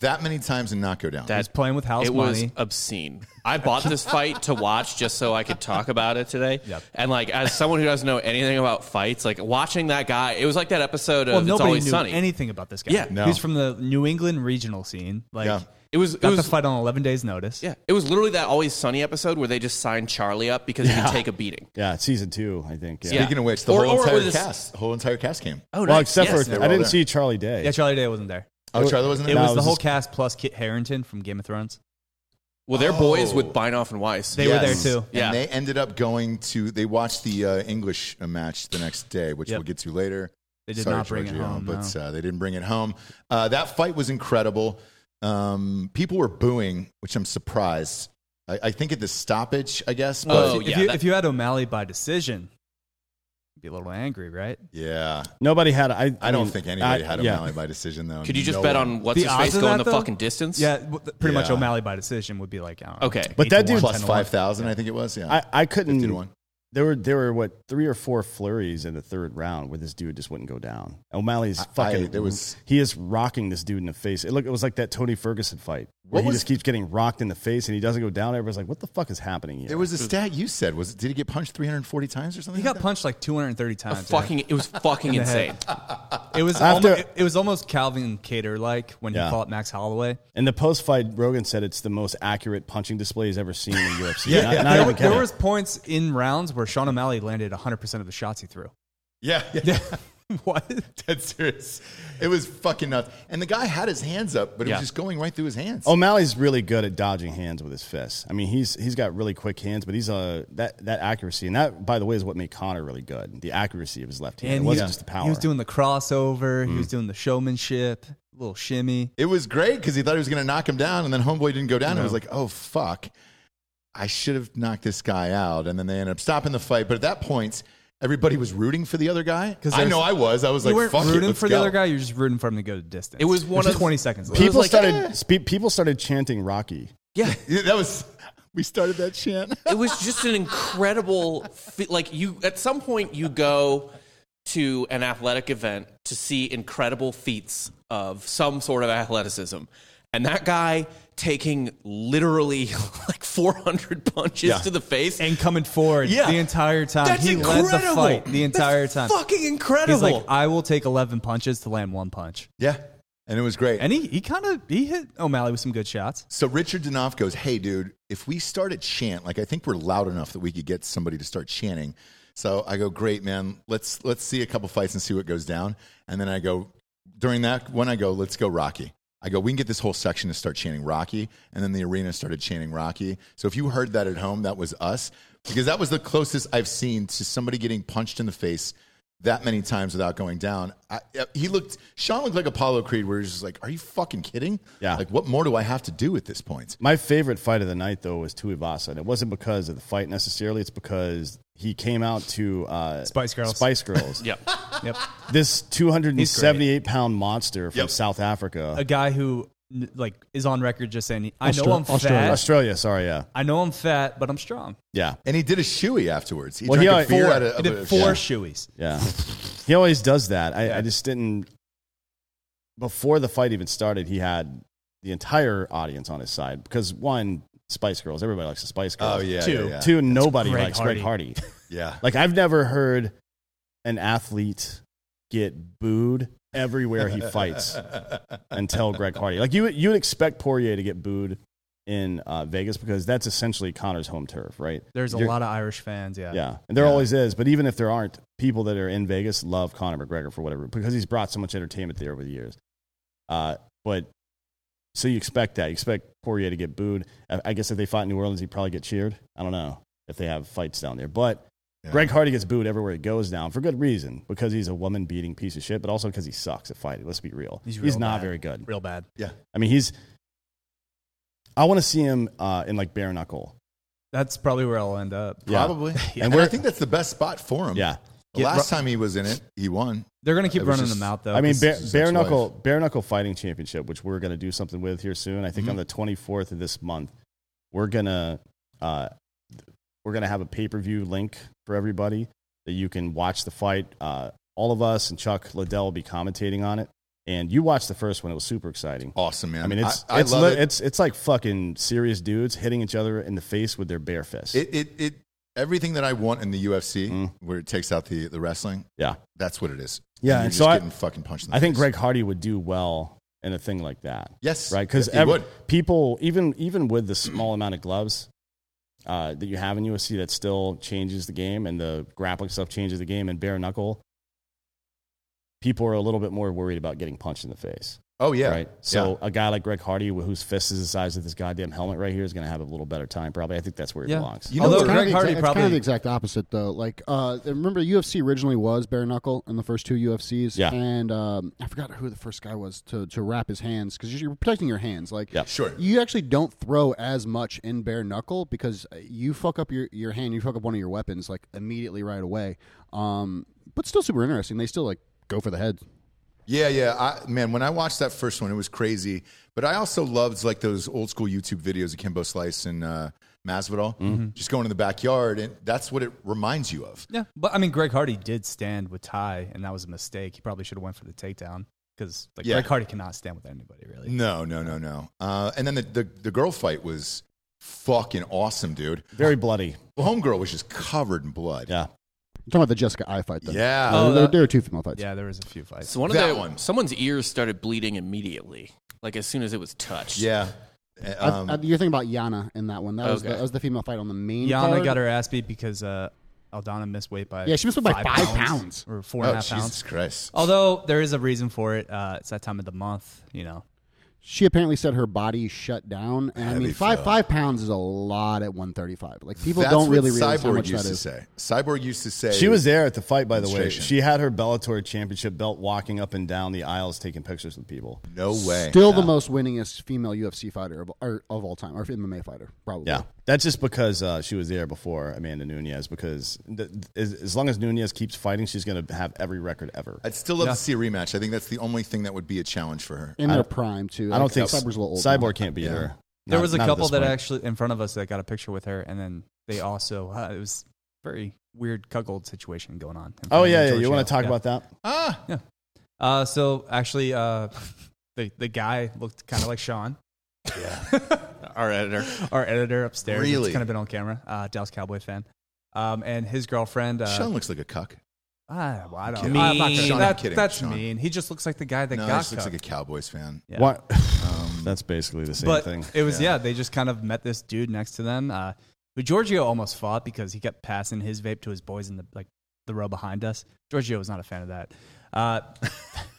Speaker 2: that many times and not go down.
Speaker 6: That-
Speaker 5: He's playing with house
Speaker 6: it was
Speaker 5: money.
Speaker 6: obscene. I bought this fight to watch just so I could talk about it today.
Speaker 5: Yep.
Speaker 6: And like as someone who doesn't know anything about fights, like watching that guy, it was like that episode of
Speaker 5: well,
Speaker 6: It's
Speaker 5: nobody
Speaker 6: Always
Speaker 5: knew
Speaker 6: Sunny.
Speaker 5: anything about this guy.
Speaker 6: Yeah.
Speaker 2: No.
Speaker 5: he's from the New England regional scene. Like,
Speaker 2: Yeah.
Speaker 6: it was it
Speaker 5: got
Speaker 6: was
Speaker 5: the fight on 11 days' notice.
Speaker 6: yeah, it was literally that Always Sunny episode where they just signed Charlie up because he could take a beating.
Speaker 4: yeah, it's season two, I think. Yeah.
Speaker 6: Yeah.
Speaker 2: Speaking of which, the
Speaker 6: Or-
Speaker 2: whole
Speaker 6: or
Speaker 2: entire
Speaker 6: was-
Speaker 2: cast, whole entire cast came.
Speaker 6: Oh,
Speaker 4: Well, except
Speaker 6: yes.
Speaker 4: for
Speaker 2: they were
Speaker 4: I
Speaker 2: all
Speaker 4: didn't
Speaker 2: there.
Speaker 4: see Charlie Day.
Speaker 5: Yeah, Charlie Day wasn't there.
Speaker 2: Oh, Charlie wasn't
Speaker 5: It
Speaker 2: there.
Speaker 4: No,
Speaker 5: was
Speaker 4: it
Speaker 5: the
Speaker 4: was
Speaker 5: whole
Speaker 4: just-
Speaker 5: cast plus Kit Harrington from Game of Thrones.
Speaker 6: well, they're boys
Speaker 2: Oh.
Speaker 6: with Binoff and Weiss.
Speaker 5: They were there too.
Speaker 2: And
Speaker 6: Yeah.
Speaker 2: they ended up going to. They watched the uh, English uh, match the next day, which
Speaker 5: Yep.
Speaker 2: we'll get to later.
Speaker 5: They did
Speaker 2: Sorry,
Speaker 5: not bring it
Speaker 2: Giorgio,
Speaker 5: home.
Speaker 2: but
Speaker 5: no.
Speaker 2: uh, they didn't bring it home. Uh, that fight was incredible. Um, people were booing, which I'm surprised. I, I think at the stoppage, I guess. But
Speaker 6: Oh,
Speaker 5: if,
Speaker 6: yeah,
Speaker 5: you,
Speaker 6: that-
Speaker 5: if you had O'Malley by decision, be a little angry, right?
Speaker 2: Yeah.
Speaker 4: Nobody had. I.
Speaker 2: I don't
Speaker 4: mean,
Speaker 2: think anybody
Speaker 4: I-
Speaker 2: had
Speaker 4: yeah.
Speaker 2: O'Malley by decision, though.
Speaker 6: Could you just
Speaker 2: No
Speaker 6: bet
Speaker 2: one.
Speaker 6: on what's
Speaker 5: The
Speaker 6: his
Speaker 5: odds
Speaker 6: face
Speaker 5: of
Speaker 6: going
Speaker 5: that,
Speaker 6: the
Speaker 5: though?
Speaker 6: fucking distance?
Speaker 5: Yeah, w- th- pretty much
Speaker 2: Yeah.
Speaker 5: O'Malley by decision would be like, I don't know,
Speaker 6: Okay.
Speaker 4: But
Speaker 5: eight
Speaker 4: that
Speaker 5: to
Speaker 4: dude-
Speaker 5: one, 10
Speaker 2: plus
Speaker 5: to one.
Speaker 2: five thousand? I think it was. Yeah,
Speaker 4: I, I
Speaker 2: fifty to
Speaker 4: couldn't.
Speaker 2: one.
Speaker 4: There were there were what three or four flurries in the third round where this dude just wouldn't go down. O'Malley's
Speaker 2: I-
Speaker 4: fucking.
Speaker 2: I- there was-
Speaker 4: he is rocking this dude in the face. It look it was like that Tony Ferguson fight where
Speaker 2: What
Speaker 4: he
Speaker 2: was-
Speaker 4: just keeps getting rocked in the face and he doesn't go down. Everybody's like, "What the fuck is happening here?"
Speaker 2: There was a stat you said. Was it, did he get punched three hundred forty times or something?
Speaker 5: He
Speaker 2: like
Speaker 5: got punched like 230 times. yeah.
Speaker 6: Fucking, it was fucking
Speaker 5: the head.
Speaker 6: insane.
Speaker 5: It was
Speaker 4: After-
Speaker 5: almost, it, it was almost Calvin Cater like when
Speaker 4: Yeah.
Speaker 5: he fought Max Holloway.
Speaker 4: and the post fight, Rogan said it's the most accurate punching display he's ever seen in UFC.
Speaker 2: Yeah,
Speaker 4: Not-
Speaker 2: yeah.
Speaker 4: not
Speaker 5: there,
Speaker 4: even
Speaker 5: there
Speaker 4: kidding.
Speaker 5: was points in rounds where Sean O'Malley landed 100 percent of the shots he threw.
Speaker 2: that? Yeah, yeah.
Speaker 5: what?
Speaker 2: That's serious. It was fucking nuts. And the guy had his hands up, but it
Speaker 6: Yeah.
Speaker 2: was just going right through his hands.
Speaker 4: O'Malley's really good at dodging hands with his fists. I mean, he's he's got really quick hands, but he's uh, that that accuracy and that by the way is what made Connor really good. The accuracy of his left hand. it
Speaker 5: he
Speaker 4: wasn't
Speaker 5: was-
Speaker 4: just the power. Mm.
Speaker 5: He was doing the crossover. He was doing the showmanship, little shimmy.
Speaker 2: It was great because he thought he was going to knock him down, and then Homeboy didn't go down. And was like, oh, fuck. I should have knocked this guy out. And then they ended up stopping the fight. But at that point, everybody was rooting for the other guy.
Speaker 5: 'Cause
Speaker 2: I
Speaker 5: there's-
Speaker 2: know I was. I was
Speaker 5: you
Speaker 2: like,
Speaker 5: weren't
Speaker 2: fuck it,
Speaker 5: rooting
Speaker 2: let's
Speaker 5: for
Speaker 2: go.
Speaker 5: the other guy. You're just rooting for him to go the distance.
Speaker 6: It was
Speaker 5: There's
Speaker 6: one
Speaker 5: just
Speaker 6: of-
Speaker 5: 20 seconds left.
Speaker 4: people
Speaker 6: like,
Speaker 4: started
Speaker 6: eh.
Speaker 4: spe- people started chanting Rocky.
Speaker 6: Yeah.
Speaker 2: Yeah, That was, we started that chant.
Speaker 6: it was just an incredible fe- like you at some point you go to an athletic event to see incredible feats of some sort of athleticism and that guy taking literally like 400 punches to the face
Speaker 5: and coming forward
Speaker 6: Yeah.
Speaker 5: the entire time.
Speaker 6: That's
Speaker 5: he
Speaker 6: incredible.
Speaker 5: led the fight the
Speaker 6: That's
Speaker 5: entire time.
Speaker 6: fucking incredible
Speaker 5: He's like, "Ah." I will take 11 punches to land one punch.
Speaker 2: yeah. And it was great.
Speaker 5: And he, he kind of he hit O'Malley with some good shots.
Speaker 2: So Richard Danoff goes, "Hey, dude, if we start a chant, like I think we're loud enough that we could get somebody to start chanting." So I go, "Great, man. Let's let's see a couple fights and see what goes down." And then I go during that when I go, "Let's go Rocky." I go, "We can get this whole section to start chanting Rocky." And then the arena started chanting Rocky. So if you heard that at home, that was us because that was the closest I've seen to somebody getting punched in the face that many times without going down. I, he looked, Sean looked like Apollo Creed, where he's just like, "Are you fucking kidding?"
Speaker 4: Yeah.
Speaker 2: Like, what more do I have to do at this point?
Speaker 4: My favorite fight of the night, though, was Tuivasa, and it wasn't because of the fight necessarily. It's because he came out to uh,
Speaker 5: Spice Girls.
Speaker 4: Spice Girls.
Speaker 6: yep
Speaker 5: Yep.
Speaker 4: This 278 pound monster from South Africa,
Speaker 5: A guy who n- like is on record just saying, I know
Speaker 3: Austra-
Speaker 5: I'm
Speaker 3: Australia.
Speaker 5: fat.
Speaker 4: Australia. Sorry, yeah,
Speaker 5: I know I'm fat, but I'm strong.
Speaker 4: yeah,
Speaker 2: And he did a shoey afterwards. He drank
Speaker 4: Well, he
Speaker 2: a
Speaker 4: already-
Speaker 2: beer
Speaker 5: Four,
Speaker 2: out of,
Speaker 5: he
Speaker 2: of a-
Speaker 5: did four
Speaker 2: Yeah.
Speaker 5: shoeys.
Speaker 4: yeah. he always does that. I,
Speaker 5: Yeah.
Speaker 4: I just didn't. Before the fight even started, he had the entire audience on his side because one, Spice Girls. Everybody likes the Spice Girls.
Speaker 2: Oh yeah,
Speaker 5: Two.
Speaker 2: yeah, yeah.
Speaker 4: Two, nobody
Speaker 5: Greg
Speaker 4: likes Greg Hardy.
Speaker 2: Yeah.
Speaker 4: Like I've never heard an athlete get booed everywhere he fights until Greg Hardy. Like you, you would expect Poirier to get booed in uh, Vegas because that's essentially Connor's home turf, right?
Speaker 5: There's a
Speaker 4: You're-
Speaker 5: lot of Irish fans, yeah.
Speaker 4: Yeah, and there
Speaker 2: Yeah.
Speaker 4: always is. But even if there aren't, people that are in Vegas love Conor McGregor for whatever because he's brought so much entertainment there over the years. Uh, but so you expect that. You expect Poirier to get booed. I, I guess if they fought in New Orleans, he'd probably get cheered. I don't know if they have fights down there, but.
Speaker 2: Yeah.
Speaker 4: Greg Hardy gets booed everywhere he goes now for good reason because he's a woman beating piece of shit, but also because he sucks at fighting. Let's be real. He's,
Speaker 5: He's real
Speaker 4: not
Speaker 5: bad.
Speaker 4: very good.
Speaker 5: Real bad.
Speaker 4: I mean, he's. I want to see him uh, in like bare knuckle.
Speaker 5: That's probably where I'll end up.
Speaker 4: Yeah.
Speaker 2: Probably.
Speaker 4: And
Speaker 2: And
Speaker 4: we're-
Speaker 2: I think that's the best spot for him.
Speaker 4: Yeah.
Speaker 2: The
Speaker 5: Yeah,
Speaker 2: last time he was in it, he won.
Speaker 5: They're gonna
Speaker 2: It
Speaker 5: keep
Speaker 2: was
Speaker 5: running
Speaker 2: just-
Speaker 5: them out though.
Speaker 4: I mean,
Speaker 5: 'cause
Speaker 4: bare,
Speaker 2: his
Speaker 4: bare
Speaker 2: ex-wife.
Speaker 4: knuckle bare knuckle fighting championship, which we're gonna do something with here soon. I think
Speaker 2: Mm-hmm.
Speaker 4: on the twenty fourth of this month, we're gonna uh, we're gonna have a pay per view link for everybody that you can watch the fight. Uh, all of us and Chuck Liddell will be commentating on it. And you watched the first one; it was super exciting.
Speaker 2: Awesome, man.
Speaker 4: I mean, it's
Speaker 2: I,
Speaker 4: it's,
Speaker 2: love
Speaker 4: li-
Speaker 2: it.
Speaker 4: it's it's like fucking serious dudes hitting each other in the face with their bare fists.
Speaker 2: It, it, it, everything that I want in the UFC,
Speaker 4: Mm.
Speaker 2: where it takes out the, the wrestling,
Speaker 4: yeah,
Speaker 2: that's what it is.
Speaker 4: yeah.
Speaker 2: You're
Speaker 4: And
Speaker 2: just
Speaker 4: so I,
Speaker 2: getting fucking punched in the
Speaker 4: I think
Speaker 2: face.
Speaker 4: Greg Hardy would do well in a thing like that.
Speaker 2: Yes.
Speaker 4: right? Because
Speaker 2: Yes, he would.
Speaker 4: people, even even with the small amount of gloves uh, that you have in USC, that still changes the game, and the grappling stuff changes the game. And bare knuckle, people are a little bit more worried about getting punched in the face,
Speaker 2: Oh, yeah.
Speaker 4: right? So a guy like Greg Hardy, wh- whose fist is the size of this goddamn helmet right here, is going to have a little better time. Probably, I think that's where he
Speaker 5: Yeah.
Speaker 4: belongs.
Speaker 2: You know
Speaker 5: Although
Speaker 2: what-
Speaker 5: Greg
Speaker 3: kind of the exact-
Speaker 5: Hardy
Speaker 3: it's kind
Speaker 5: probably
Speaker 3: of the exact opposite though. Like uh, remember UFC originally was bare knuckle in the first two UFCs,
Speaker 4: Yeah.
Speaker 3: and um, I forgot who the first guy was to to wrap his hands because you're protecting your hands. Like
Speaker 4: Yeah.
Speaker 2: Sure.
Speaker 3: you actually don't throw as much uh, in bare knuckle because you fuck up your, your hand, you fuck up one of your weapons like immediately right away. Um, but still super interesting. They still like go for the head.
Speaker 2: Yeah, yeah. I, man, when I watched that first one, it was crazy. But I also loved like those old school YouTube videos of Kimbo Slice and uh, Masvidal, just going in the backyard, and that's what it reminds you of.
Speaker 5: Yeah, but I mean, Greg Hardy did stand with Ty, and that was a mistake. He probably should have went for the takedown because like
Speaker 2: Yeah. Mm.
Speaker 5: Greg Hardy cannot stand with anybody really.
Speaker 2: No, no, no, no. Uh, and then the, the the girl fight was fucking awesome, dude.
Speaker 4: Very bloody.
Speaker 2: Well, homegirl was just covered in blood.
Speaker 4: Yeah.
Speaker 3: You're talking about the Jessica I fight, though.
Speaker 2: Yeah.
Speaker 3: Uh, there,
Speaker 5: Oh, that-
Speaker 3: there are two female fights.
Speaker 5: Yeah, there was a few fights.
Speaker 6: So one of
Speaker 2: That
Speaker 6: the
Speaker 2: one.
Speaker 6: someone's ears started bleeding immediately, like as soon as it was touched.
Speaker 2: Yeah.
Speaker 3: I-
Speaker 2: Um,
Speaker 3: I- Uh, you're thinking about Yana in that one. That, was the,
Speaker 6: Okay.
Speaker 3: that was the female fight on the main.
Speaker 5: Yana
Speaker 3: card.
Speaker 5: got her ass beat because uh, Aldana missed weight by
Speaker 3: Yeah, she missed weight by five pounds.
Speaker 5: or four
Speaker 2: oh,
Speaker 5: and a half
Speaker 2: Jesus
Speaker 5: pounds.
Speaker 2: Christ.
Speaker 5: Although there is a reason for it. Uh, it's that time of the month, you know.
Speaker 3: She apparently said her body shut down, and I
Speaker 2: Heavy
Speaker 3: mean, five
Speaker 2: fell.
Speaker 3: five pounds is a lot at 135. Like people
Speaker 2: That's
Speaker 3: don't
Speaker 2: what
Speaker 3: really realize
Speaker 2: Cyborg
Speaker 3: how much
Speaker 2: used
Speaker 3: that
Speaker 2: to
Speaker 3: is.
Speaker 2: say. Cyborg used to say
Speaker 4: She was there at the fight, by the way.
Speaker 2: Demonstration.
Speaker 4: She had her Bellator championship belt walking up and down the aisles taking pictures with people.
Speaker 2: No way.
Speaker 3: Still the most winningest female UFC fighter of, or, of all time, or MMA fighter, probably.
Speaker 4: Yeah, that's just because uh, she was there before Amanda Nunez. Because th- as, as long as Nunez keeps fighting, she's going to have every record ever.
Speaker 2: I'd still love to see a rematch. I think that's the only thing that would be a challenge for her.
Speaker 3: in their prime too.
Speaker 4: I don't think
Speaker 3: Cyborg's a little old. now.
Speaker 4: Cyborg can't beat her.
Speaker 5: There
Speaker 4: Not-
Speaker 5: was a
Speaker 4: not at
Speaker 5: couple
Speaker 4: this
Speaker 5: that
Speaker 4: point.
Speaker 5: actually in front of us that got a picture with her, and then they also uh, it was very weird cuckold situation going on. in
Speaker 4: Oh
Speaker 5: front of
Speaker 4: yeah, yeah.
Speaker 5: George
Speaker 4: You want
Speaker 5: Hill.
Speaker 4: to talk
Speaker 5: Yeah.
Speaker 4: about that?
Speaker 2: Ah,
Speaker 5: Uh, so actually, uh, the the guy looked kind of like Sean,
Speaker 6: Our editor.
Speaker 5: our editor upstairs.
Speaker 2: Really?
Speaker 5: kind of been on camera. Uh, Dallas Cowboy fan, um, and his girlfriend. Uh,
Speaker 2: Sean looks like a cuck.
Speaker 5: I, well, I don't.
Speaker 2: Kidding.
Speaker 5: I'm not gonna-
Speaker 2: Sean, I'm
Speaker 5: that-
Speaker 2: kidding,
Speaker 5: That's
Speaker 2: Sean.
Speaker 5: mean. He just looks like the guy that
Speaker 2: No, he
Speaker 5: got
Speaker 2: just looks
Speaker 5: cut.
Speaker 2: like a Cowboys fan.
Speaker 5: Yeah.
Speaker 4: What?
Speaker 2: Um,
Speaker 4: that's basically the same
Speaker 5: but
Speaker 4: thing.
Speaker 5: it was
Speaker 2: Yeah.
Speaker 5: yeah. They just kind of met this dude next to them, uh, who Giorgio almost fought because he kept passing his vape to his boys in the like the row behind us. Giorgio was not a fan of that. Uh,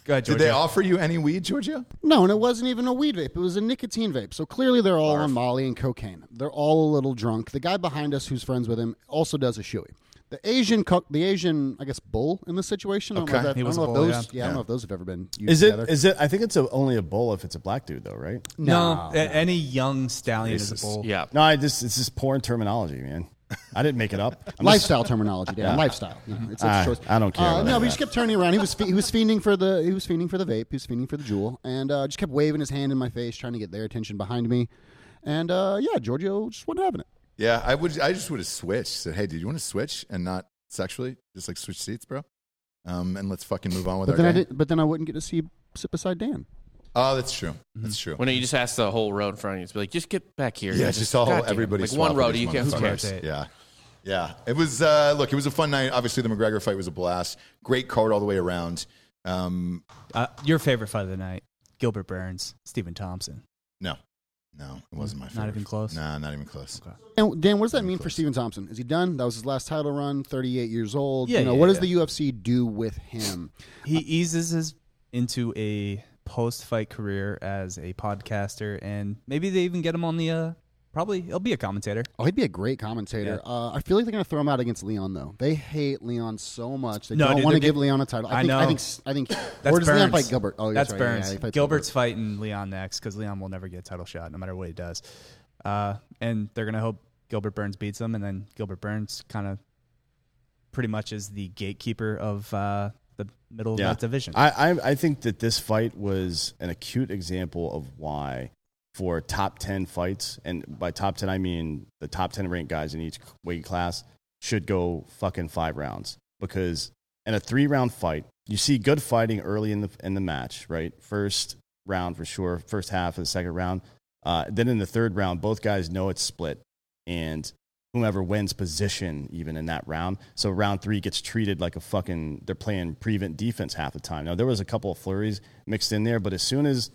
Speaker 5: go ahead,
Speaker 2: did
Speaker 5: Giorgio.
Speaker 2: they offer you any weed, Georgia?
Speaker 3: No, and it wasn't even a weed vape. It was a nicotine vape. So clearly they're all on Molly and cocaine. They're all a little drunk. The guy behind us who's friends with him also does a shoey. The Asian, co- the Asian, I guess, bull in this situation. I don't know if,
Speaker 2: Okay.
Speaker 3: that,
Speaker 5: He
Speaker 3: I don't
Speaker 5: was
Speaker 3: know
Speaker 5: a
Speaker 3: if
Speaker 5: bull,
Speaker 3: those, yeah.
Speaker 5: yeah.
Speaker 3: I don't know if those have ever been used
Speaker 4: Is it?
Speaker 3: together.
Speaker 4: Is it? I think it's a, only a bull if it's a black dude, though, right?
Speaker 5: no, a- any young stallion is a bull.
Speaker 6: Yeah.
Speaker 4: No, I just it's just porn terminology, man. I didn't make it up. I'm just-
Speaker 3: lifestyle terminology, Dan. Lifestyle. You know, it's, it's
Speaker 4: I-
Speaker 3: choice.
Speaker 4: I don't care
Speaker 3: Uh,
Speaker 4: about
Speaker 3: no, but
Speaker 4: that.
Speaker 3: he just kept turning around. He was fe- he was fiending for the he was fiending for the vape. He was fiending for the jewel, and uh, just kept waving his hand in my face, trying to get their attention behind me. And uh, yeah, Giorgio just wasn't having it.
Speaker 2: Yeah, I would. I just would have switched. Said, hey, dude, you want to switch and not sexually? Just like switch seats, bro. Um, and let's fucking move on with
Speaker 3: But
Speaker 2: our
Speaker 3: then I
Speaker 2: day.
Speaker 3: didn't. But then I wouldn't get to see sit beside Dan.
Speaker 2: Oh, that's true. That's true.
Speaker 6: When you just ask the whole row in front of you, it's like, just get back here.
Speaker 2: Yeah,
Speaker 6: Mm-hmm. You
Speaker 2: just, all
Speaker 6: goddamn.
Speaker 2: everybody.
Speaker 6: Like one
Speaker 2: swapping
Speaker 6: row,
Speaker 2: these
Speaker 6: you can't. Who
Speaker 2: motherfuckers.
Speaker 6: cares?
Speaker 5: Rotate.
Speaker 2: Yeah, yeah. It was. Uh, look, it was a fun night. Obviously, the McGregor fight was a blast. Great card all the way around. Um,
Speaker 5: Uh, your favorite fight of the night: Gilbert Burns, Stephen Thompson.
Speaker 2: no, no, it wasn't my
Speaker 5: Not
Speaker 2: favorite.
Speaker 5: even close?
Speaker 2: Nah, not even close.
Speaker 3: And Dan, what does that mean for Steven Thompson? Is he done? That was his last title run. Thirty-eight years old.
Speaker 5: Yeah,
Speaker 3: you know
Speaker 5: yeah,
Speaker 3: what does
Speaker 5: yeah.
Speaker 3: the UFC do with him?
Speaker 5: He eases his into a post-fight career as a podcaster, and maybe they even get him on the. Uh, probably he'll be a commentator.
Speaker 3: Oh, he'd be a great commentator.
Speaker 5: Yeah.
Speaker 3: Uh, I feel like they're going to throw him out against Leon, though. They hate Leon so much. They
Speaker 5: No,
Speaker 3: don't
Speaker 5: dude,
Speaker 3: want to
Speaker 5: they're
Speaker 3: give
Speaker 5: get-
Speaker 3: Leon a title. I,
Speaker 5: I
Speaker 3: think, I
Speaker 5: know.
Speaker 3: think. I think.
Speaker 5: That's
Speaker 3: or does Leon
Speaker 5: Burns.
Speaker 3: fight Gilbert? Oh,
Speaker 5: that's
Speaker 3: right. Yeah,
Speaker 5: Burns.
Speaker 3: yeah, he fights
Speaker 5: Gilbert's fighting Leon next because Leon will never get a title shot, no matter what he does. Uh, and they're gonna hope Gilbert Burns beats him, and then Gilbert Burns kind of pretty much is the gatekeeper of uh, the middle of that division.
Speaker 4: I, I I think that this fight was an acute example of why for top ten fights, and by top ten I mean the top ten ranked guys in each weight class should go fucking five rounds because in a three round fight you see good fighting early in the in the match, right? First round for sure, first half of the second round. Uh, then in the third round, both guys know it's split, and whomever wins position even in that round. So round three gets treated like a fucking they're playing prevent defense half the time. Now there was a couple of flurries mixed in there, but as soon as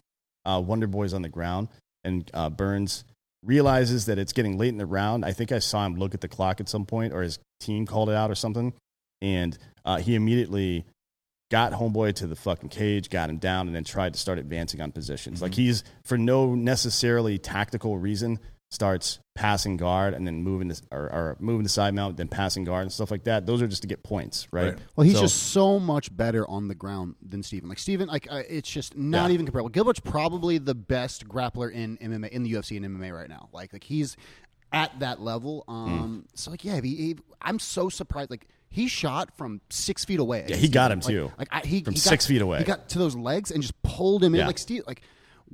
Speaker 4: uh, Wonder Boy's on the ground and uh, Burns realizes that it's getting late in the round, I think I saw him look at the clock at some point, or his team called it out or something, and uh, he immediately got homeboy to the fucking cage, got him down, and then tried to start advancing on positions. Like
Speaker 3: Mm-hmm.
Speaker 4: he's for no necessarily tactical reason starts passing guard and then moving to, or, or moving to side mount, then passing guard and stuff like that. Those are just to get points, right?
Speaker 2: Right.
Speaker 3: Well, he's
Speaker 4: So-
Speaker 3: just so much better on the ground than Steven. Like Steven, like uh, it's just not
Speaker 4: Yeah.
Speaker 3: even comparable. Gilbert's probably the best grappler in MMA in the UFC and MMA right now.
Speaker 4: Hmm.
Speaker 3: Like like he's at that level. Um, so like yeah, he, he- I'm so surprised. Like He shot from six feet away.
Speaker 4: Yeah, he got him, too.
Speaker 3: Like, like I, he
Speaker 4: From
Speaker 3: he
Speaker 4: six
Speaker 3: got,
Speaker 4: feet away.
Speaker 3: he got to those legs and just pulled him in.
Speaker 4: Yeah.
Speaker 3: Like Steve, like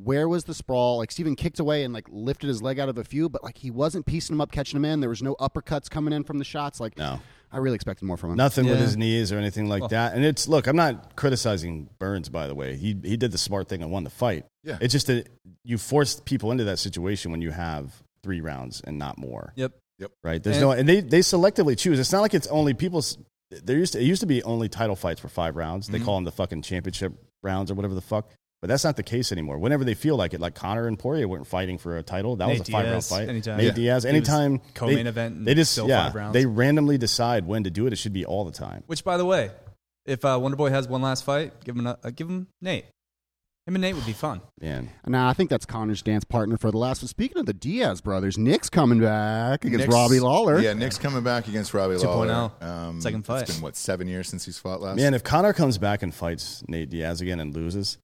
Speaker 3: where was the sprawl? Like Steven kicked away and like lifted his leg out of a few, but like he wasn't piecing him up, catching him in. There was no uppercuts coming in from the shots. Like
Speaker 4: No.
Speaker 3: I really expected more from him.
Speaker 4: Nothing with his knees or anything like that. And it's look, I'm not criticizing Burns by the way. He he did the smart thing and won the fight.
Speaker 2: Yeah.
Speaker 4: It's just that you forced people into that situation when you have three rounds and not more.
Speaker 5: Yep.
Speaker 4: Right. There's no and they they selectively choose. It's not like it's only people's there used to it used to be only title fights for five rounds.
Speaker 5: Mm-hmm.
Speaker 4: They call them the fucking championship rounds or whatever the fuck. But that's not the case anymore. Whenever they feel like it, like Connor and Poirier weren't fighting for a title, that
Speaker 5: Nate
Speaker 4: was a five round
Speaker 5: Diaz,
Speaker 4: fight.
Speaker 5: anytime.
Speaker 4: Nate
Speaker 5: Yeah.
Speaker 4: Diaz,
Speaker 5: He was
Speaker 4: anytime
Speaker 5: co-main
Speaker 4: they-
Speaker 5: event and
Speaker 4: they just
Speaker 5: still
Speaker 4: yeah,
Speaker 5: five rounds.
Speaker 4: they randomly decide when to do it. It should be all the time.
Speaker 5: Which, by the way, if uh, Wonder Boy has one last fight, give him a, uh, give him Nate. Him and Nate would be fun.
Speaker 4: Man,
Speaker 3: Nah, I think that's Connor's dance partner for the last one. Speaking of the Diaz brothers, Nick's coming back against
Speaker 2: Nick's-
Speaker 3: Robbie Lawler.
Speaker 2: Yeah, Nick's coming back against Robbie
Speaker 5: 2.0.
Speaker 2: Lawler. Um,
Speaker 5: Second fight.
Speaker 2: It's been what seven years since he's fought last.
Speaker 4: man, if Connor comes back and fights Nate Diaz again and loses,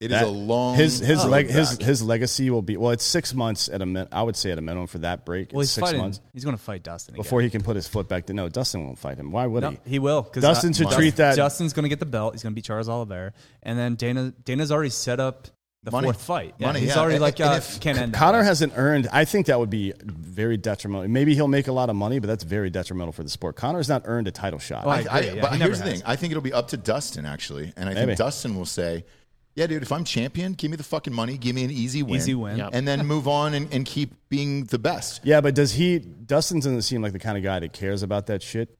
Speaker 2: it is
Speaker 4: that-
Speaker 2: a long.
Speaker 4: his his
Speaker 2: road
Speaker 4: leg his
Speaker 2: back.
Speaker 4: his legacy will be well. It's six months at a min, I would say at a minimum for that break.
Speaker 5: Well,
Speaker 4: it's
Speaker 5: he's
Speaker 4: six
Speaker 5: fighting.
Speaker 4: months
Speaker 5: He's going to fight Dustin again.
Speaker 4: before he can put his foot back. To, no, Dustin won't fight him. Why would
Speaker 5: No,
Speaker 4: he?
Speaker 5: he will. 'cause,
Speaker 4: Dustin
Speaker 5: uh,
Speaker 4: should
Speaker 2: Mike.
Speaker 4: treat that.
Speaker 5: Justin's going to get the belt. He's going to beat Charles Oliveira, and then Dana. Dana's already set up the
Speaker 2: Money.
Speaker 5: fourth fight. Yeah,
Speaker 2: Money,
Speaker 5: he's
Speaker 2: yeah.
Speaker 5: already
Speaker 2: And-
Speaker 5: like
Speaker 2: and
Speaker 5: uh,
Speaker 2: if
Speaker 5: can't end. that
Speaker 4: Connor
Speaker 5: way.
Speaker 4: hasn't earned. I think that would be very detrimental. Maybe he'll make a lot of money, but that's very detrimental for the sport. Connor's not earned a title shot.
Speaker 5: Oh,
Speaker 2: I,
Speaker 5: I
Speaker 2: I,
Speaker 5: agree, yeah,
Speaker 2: but
Speaker 5: he never
Speaker 2: here's the
Speaker 5: has.
Speaker 2: thing. I think it'll be up to Dustin actually, and I
Speaker 4: Maybe.
Speaker 2: think Dustin will say, "Yeah, dude, if I'm champion, give me the fucking money, give me an easy win,
Speaker 5: Easy win. Yep.
Speaker 2: and then move on and, and keep being the best."
Speaker 4: Yeah, but does he? Dustin doesn't seem like the kind of guy that cares about that shit.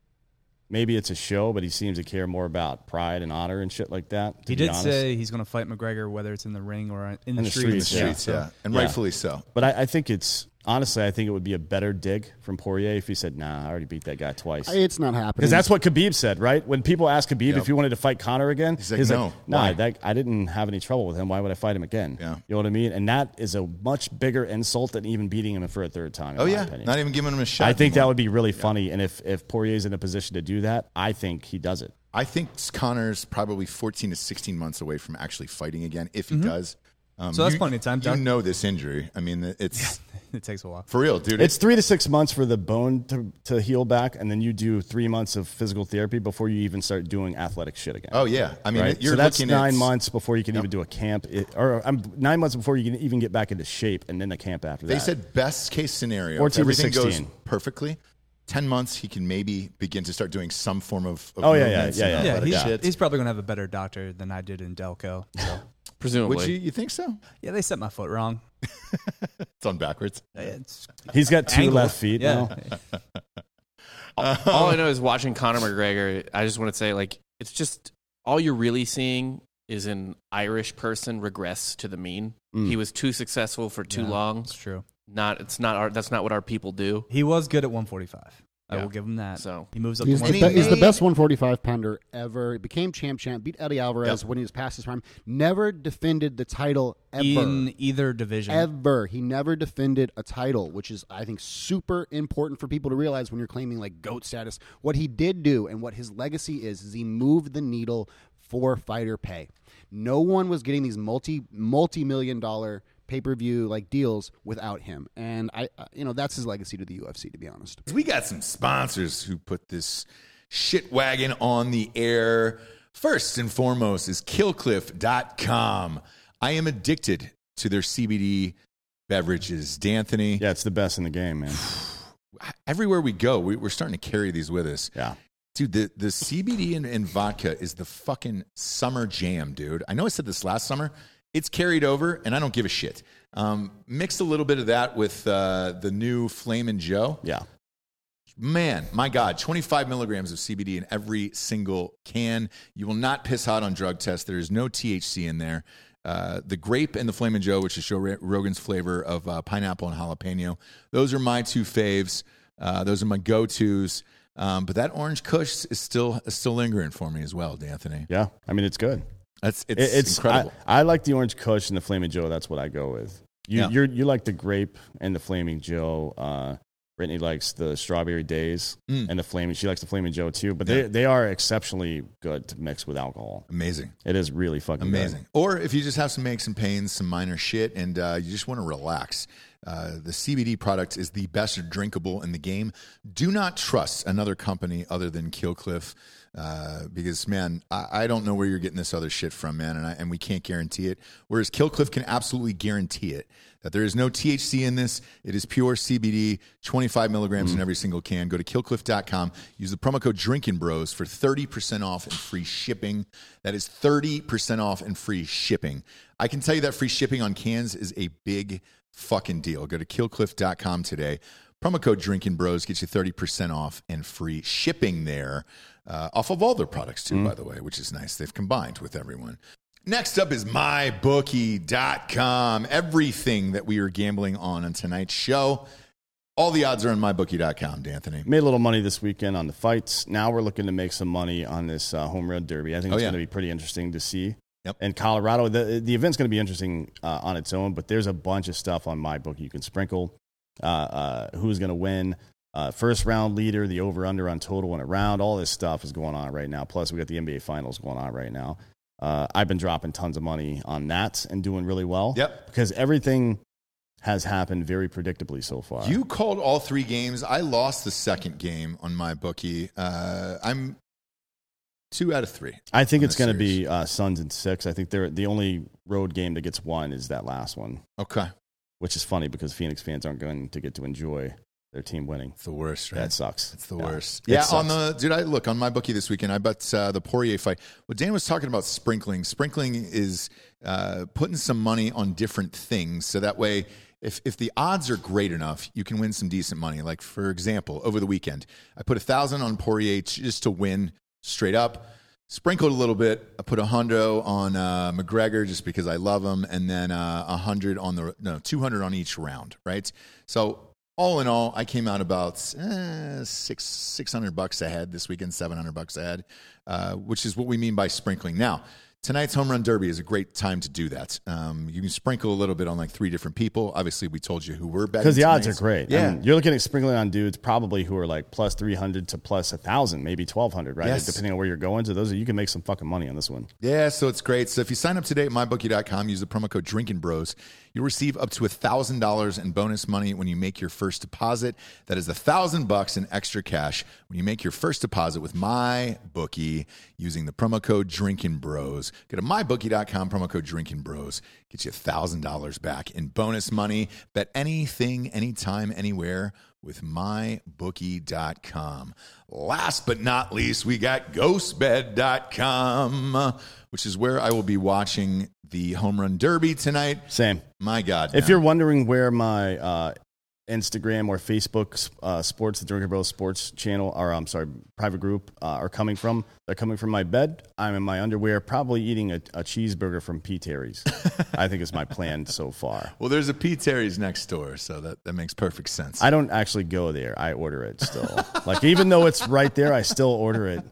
Speaker 4: Maybe it's a show, but he seems to care more about pride and honor and shit like that. To
Speaker 5: He
Speaker 4: be
Speaker 5: did
Speaker 4: honest.
Speaker 5: say he's going to fight McGregor, whether it's in the ring or in the,
Speaker 4: the
Speaker 5: streets.
Speaker 4: streets, yeah.
Speaker 2: Streets, yeah, and
Speaker 4: Yeah.
Speaker 2: rightfully so.
Speaker 4: but I, I think it's honestly, I think it would be a better dig from Poirier if he said, "Nah, I already beat that guy twice."
Speaker 3: It's not happening.
Speaker 4: Because that's what Khabib said, right? When people ask Khabib if he wanted to fight Connor again,
Speaker 2: He's like, "No,
Speaker 4: nah,
Speaker 2: why?"
Speaker 4: that, I didn't have any trouble with him. Why would I fight him again?"
Speaker 2: Yeah.
Speaker 4: you know what I mean. And that is a much bigger insult than even beating him for a third time. in
Speaker 2: Oh
Speaker 4: my
Speaker 2: yeah,
Speaker 4: opinion.
Speaker 2: not even giving him a shot.
Speaker 4: I think that
Speaker 2: anymore.
Speaker 4: would be really funny. And if if Poirier's in a position to do that, I think he does it.
Speaker 2: I think Connor's probably 14 to 16 months away from actually fighting again if he
Speaker 5: Mm-hmm.
Speaker 2: does. Um,
Speaker 5: So that's
Speaker 2: you-
Speaker 5: plenty of time,
Speaker 2: You
Speaker 5: Doug.
Speaker 2: know this injury. I mean, it's
Speaker 5: It takes a while.
Speaker 2: for real, dude.
Speaker 4: It's three to six months for the bone to, to heal back, and then you do three months of physical therapy before you even start doing athletic shit again.
Speaker 2: oh yeah. I mean,
Speaker 4: right?
Speaker 2: it- you're
Speaker 4: so that's
Speaker 2: looking
Speaker 4: nine
Speaker 2: at,
Speaker 4: months before you can even do a camp, it, or um, nine months before you can even get back into shape, and then a camp after
Speaker 2: They
Speaker 4: that.
Speaker 2: said best case scenario.
Speaker 4: 14
Speaker 2: If
Speaker 4: to
Speaker 2: everything goes
Speaker 4: 16.
Speaker 2: perfectly. 10 months, he can maybe begin to start doing some form of, of
Speaker 4: Oh, yeah, yeah,
Speaker 2: movements
Speaker 4: yeah,
Speaker 2: and
Speaker 4: yeah.
Speaker 2: athletic
Speaker 5: Yeah, he's,
Speaker 2: shit.
Speaker 5: he's probably going to have a better doctor than I did in Delco. So.
Speaker 6: presumably.
Speaker 2: Would you, you think so?
Speaker 5: yeah, they set my foot wrong.
Speaker 2: It's on backwards.
Speaker 5: It's
Speaker 4: he's got two
Speaker 5: angled.
Speaker 4: left feet
Speaker 5: Yeah.
Speaker 4: now.
Speaker 6: all I know is watching Conor McGregor. I just want to say, like, it's just all you're really seeing is an Irish person regress to the mean.
Speaker 2: Mm.
Speaker 6: He was too successful for too
Speaker 5: Yeah.
Speaker 6: long.
Speaker 5: It's true.
Speaker 6: Not, it's not our. That's not what our people do.
Speaker 5: He was good at 145. I
Speaker 6: Yeah.
Speaker 5: will give him that.
Speaker 6: So-
Speaker 5: he moves up.
Speaker 3: He's the,
Speaker 5: to
Speaker 2: And
Speaker 3: be-
Speaker 2: he
Speaker 3: he's the
Speaker 2: made-
Speaker 3: best 145 pounder ever. He became champ champ, beat Eddie Alvarez when he was past his prime. Never defended the title ever.
Speaker 5: in either division.
Speaker 3: ever. He never defended a title, which is, I think, super important for people to realize when you're claiming like GOAT status. What he did do and what his legacy is, is he moved the needle for fighter pay. No one was getting these multi multi million dollar pay per view like deals without him, and I, uh, you know, that's his legacy to the UFC. To be honest,
Speaker 2: We got some sponsors who put this shit wagon on the air. First and foremost is killcliff.com. I am addicted to their CBD beverages. D'Anthony,
Speaker 4: Yeah, it's the best in the game, man.
Speaker 2: everywhere we go, we, we're starting to carry these with us.
Speaker 4: Yeah.
Speaker 2: Dude, the, the CBD and, and vodka is the fucking summer jam, dude. I know I said this last summer. It's carried over, and I don't give a shit. Um, mix a little bit of that with uh, the new Flame and Joe
Speaker 4: Yeah,
Speaker 2: man, my God, 25 milligrams of CBD in every single can. You will not piss hot on drug tests. There is no THC in there. Uh, the grape and the Flamin' Joe, which is Joe Rogan's flavor of uh, pineapple and jalapeno. Those are my two faves. Uh, those are my go tos. Um, but that orange Kush is still is still lingering for me as well, D'Anthony.
Speaker 4: yeah. I mean, it's good.
Speaker 2: That's
Speaker 4: It-
Speaker 2: it's,
Speaker 4: It's,
Speaker 2: incredible.
Speaker 4: I, I like the orange Kush and the flaming Joe. That's what I go with. You
Speaker 2: Yeah.
Speaker 4: you're, you like the grape and the flaming Joe. Uh, Brittany likes the strawberry days
Speaker 2: Mm.
Speaker 4: and the flaming. She likes the flaming Joe too. But
Speaker 2: Yeah.
Speaker 4: they they are exceptionally good to mix with alcohol.
Speaker 2: Amazing.
Speaker 4: It is really fucking good.
Speaker 2: Amazing. Or if you just have some aches and pains, some minor shit, and uh, you just want to relax, Uh, the CBD product is the best drinkable in the game. Do not trust another company other than Killcliff uh, because, man, I, I don't know where you're getting this other shit from, man, and, I, and we can't guarantee it. Whereas Killcliff can absolutely guarantee it that there is no THC in this. It is pure CBD, 25 milligrams in every single can. Go to killcliff.com, use the promo code Drinking Bros for 30% off and free shipping. That is 30% off and free shipping. I can tell you that free shipping on cans is a big fucking deal. Go to killcliff.com today. Promo code Drinking Bros gets you 30% off and free shipping there uh, off of all their products, too, by the way, which is nice. They've combined with everyone. Next up is mybookie.com. Everything that we are gambling on on tonight's show, all the odds are on mybookie.com, D'Anthony.
Speaker 4: Made a little money this weekend on the fights. Now we're looking to make some money on this uh, home run derby. I think
Speaker 2: Oh,
Speaker 4: it's
Speaker 2: yeah.
Speaker 4: going to be pretty interesting to see.
Speaker 2: Yep.
Speaker 4: And Colorado, the, the event's going to be interesting uh, on its own, but there's a bunch of stuff on my book you can sprinkle. Uh, uh, who's going to win? Uh, first round leader, the over under on total in a round. All this stuff is going on right now. Plus, we got the NBA finals going on right now. Uh, I've been dropping tons of money on that and doing really well.
Speaker 2: Yep.
Speaker 4: Because everything has happened very predictably so far.
Speaker 2: You called all three games. I lost the second game on my bookie. Uh, I'm two out of three.
Speaker 4: I think
Speaker 2: on
Speaker 4: it's
Speaker 2: this
Speaker 4: going to be
Speaker 2: series.
Speaker 4: uh, Suns and six. I think they're the only road game that gets one is that last one,
Speaker 2: Okay.
Speaker 4: which is funny because Phoenix fans aren't going to get to enjoy their team winning.
Speaker 2: It's the worst, right?
Speaker 4: That sucks.
Speaker 2: It's the
Speaker 4: Yeah.
Speaker 2: worst.
Speaker 4: It
Speaker 2: Yeah,
Speaker 4: sucks.
Speaker 2: on the dude, I look on my bookie this weekend. I bet uh, the Poirier fight. What Dan was talking about sprinkling. Sprinkling is uh, putting some money on different things, so that way, if if the odds are great enough, you can win some decent money. Like for example, over the weekend, I put a thousand on Poirier just to win straight up. Sprinkled a little bit. I put a hundo on uh, McGregor just because I love him, and then uh, a hundred on the no two hundred on each round. Right. So all in all, I came out about eh, six six hundred bucks ahead this weekend, seven hundred bucks ahead, uh, which is what we mean by sprinkling. Now, tonight's home run derby is a great time to do that. Um, you can sprinkle a little bit on like three different people. Obviously, we told you who we're betting
Speaker 4: Because the odds are
Speaker 2: tonight's-
Speaker 4: great. I
Speaker 2: Yeah,
Speaker 4: mean, you're looking at sprinkling on dudes probably who are like plus 300 to plus 1,000, maybe 1,200, right?
Speaker 2: Yes.
Speaker 4: Depending on where you're going. So those are, you can make some fucking money on this one.
Speaker 2: Yeah, so it's great. So if you sign up today at mybookie.com, use the promo code Drinking Bros, you'll receive up to $1,000 in bonus money when you make your first deposit. That is 1000 bucks in extra cash when you make your first deposit with my bookie using the promo code Drinking Bros. Go to mybookie.com, promo code Drinking Bros. Get you $1,000 back in bonus money. Bet anything, anytime, anywhere with mybookie.com. Last but not least, we got ghostbed.com, which is where I will be watching the home run derby tonight.
Speaker 4: Same.
Speaker 2: My God.
Speaker 4: If
Speaker 2: man.
Speaker 4: you're wondering where my uh, Instagram or Facebook uh, sports, the Drinker Bros sports channel, or I'm sorry, private group uh, are coming from, they're coming from my bed. I'm in my underwear, probably eating a, a cheeseburger from P. Terry's. I think is my plan so far.
Speaker 2: well, there's a P. Terry's next door, so that, that makes perfect sense.
Speaker 4: I don't actually go there. I order it still. like even though it's right there, I still order it,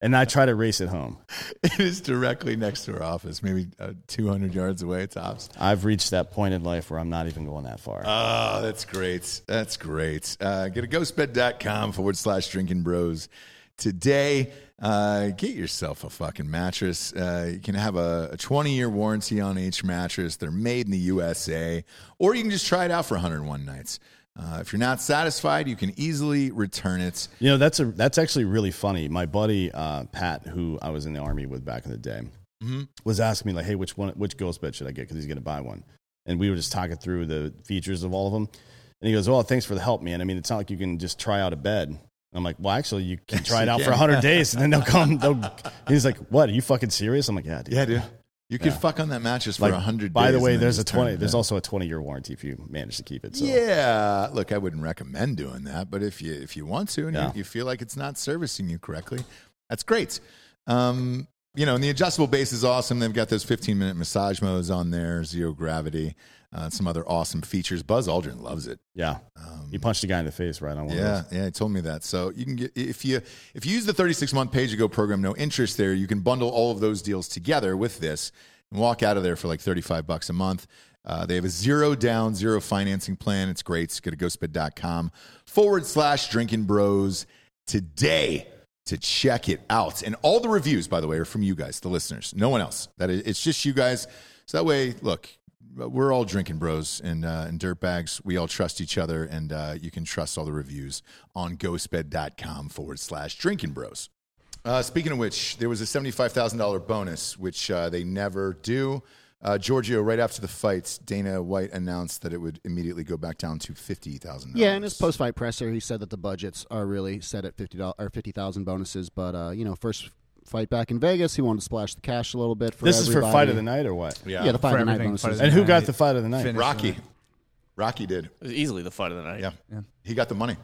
Speaker 4: and I try to race it home.
Speaker 2: it is directly next to our office, maybe uh, 200 yards away, tops.
Speaker 4: I've reached that point in life where I'm not even going that far.
Speaker 2: Oh, that's great. That's great. Uh, go to ghostbed.com forward slash drinking bros today. Uh, get yourself a fucking mattress. Uh, you can have a, a 20 year warranty on each mattress. They're made in the USA, or you can just try it out for 101 nights. Uh, if you're not satisfied, you can easily return it.
Speaker 4: You know, that's a that's actually really funny. My buddy uh, Pat, who I was in the army with back in the day,
Speaker 2: Mm-hmm.
Speaker 4: was asking me like, "Hey, which one, which ghost bed should I get?" Because he's going to buy one, and we were just talking through the features of all of them. And he goes, "Well, thanks for the help, man. I mean, it's not like you can just try out a bed." And I'm like, "Well, actually, you can try it out for 100 days, and then they'll come." They'll, he's like, "What? Are you fucking serious?" I'm like, "Yeah, dude."
Speaker 2: dude. You could fuck on that mattress for
Speaker 4: Like,
Speaker 2: 100
Speaker 4: by the
Speaker 2: days
Speaker 4: way,
Speaker 2: and then
Speaker 4: there's a
Speaker 2: just turn
Speaker 4: 20.
Speaker 2: it
Speaker 4: There's
Speaker 2: in.
Speaker 4: also a 20 year warranty if you manage to keep it. So.
Speaker 2: Yeah, look, I wouldn't recommend doing that, but if you if you want to and
Speaker 4: Yeah.
Speaker 2: you, you feel like it's not servicing you correctly, that's great. Um, you know, and the adjustable base is awesome. They've got those 15 minute massage modes on there, zero gravity, uh, some other awesome features. Buzz Aldrin loves it.
Speaker 4: yeah. you punched a guy in the face, right? On
Speaker 2: Um,
Speaker 4: one of
Speaker 2: Yeah,
Speaker 4: those.
Speaker 2: yeah, he told me that. So you can get if you if you use the 36 month pay as you go program, no interest there. You can bundle all of those deals together with this and walk out of there for like 35 bucks a month. Uh, they have a zero down, zero financing plan. It's great. Go to ghostbed.com forward slash drinking bros today to check it out. And all the reviews, by the way, are from you guys, the listeners, no one else. That is, it's just you guys. So that way, look, we're all drinking bros and uh, and dirt bags. We all trust each other, and uh, you can trust all the reviews on ghostbed.com forward slash drinking bros. Uh, speaking of which, there was a seventy-five thousand dollar bonus, which uh, they never do. Uh, Giorgio, right after the fight, Dana White announced that it would immediately go back down to fifty thousand.
Speaker 3: Yeah, in his post-fight presser, he said that the budgets are really set at fifty dollars or fifty thousand bonuses. But uh, you know, first fight back in Vegas, he wanted to splash the cash a little bit for
Speaker 4: This is for
Speaker 3: everybody.
Speaker 4: fight of the night or what?
Speaker 2: Yeah,
Speaker 3: Yeah, the fight uh, of the night
Speaker 5: everything,
Speaker 3: bonuses.
Speaker 5: fight of the
Speaker 4: And who
Speaker 5: Right.
Speaker 4: got the fight of the night?
Speaker 5: Finish.
Speaker 2: Rocky, Rocky did.
Speaker 6: It was easily the fight of the night.
Speaker 2: Yeah, he got the money.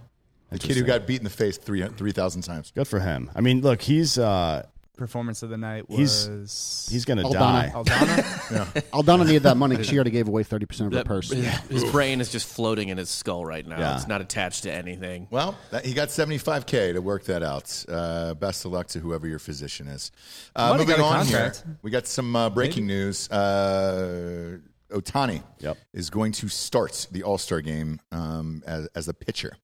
Speaker 2: The kid who
Speaker 4: Interesting.
Speaker 2: got beat in the face three three thousand times.
Speaker 4: Good for him. I mean, look, he's uh,
Speaker 5: Performance of the night
Speaker 4: He's-
Speaker 5: was
Speaker 4: he's gonna
Speaker 3: Aldana.
Speaker 6: Oh.
Speaker 4: die.
Speaker 5: Aldana.
Speaker 3: Aldana needed that money because she already gave away thirty percent of her
Speaker 6: That-
Speaker 3: purse.
Speaker 6: His brain is just floating in his skull right now.
Speaker 4: Yeah.
Speaker 6: It's not attached to anything.
Speaker 2: Well, that, he got 75K to work that out. Uh, best of luck to whoever your physician is. Uh,
Speaker 5: Might have
Speaker 2: moving
Speaker 5: got a
Speaker 2: on here,
Speaker 5: contract.
Speaker 2: we got some uh, breaking news. Uh, Otani
Speaker 4: Yep.
Speaker 2: is going to start the All Star game um, as, as a pitcher.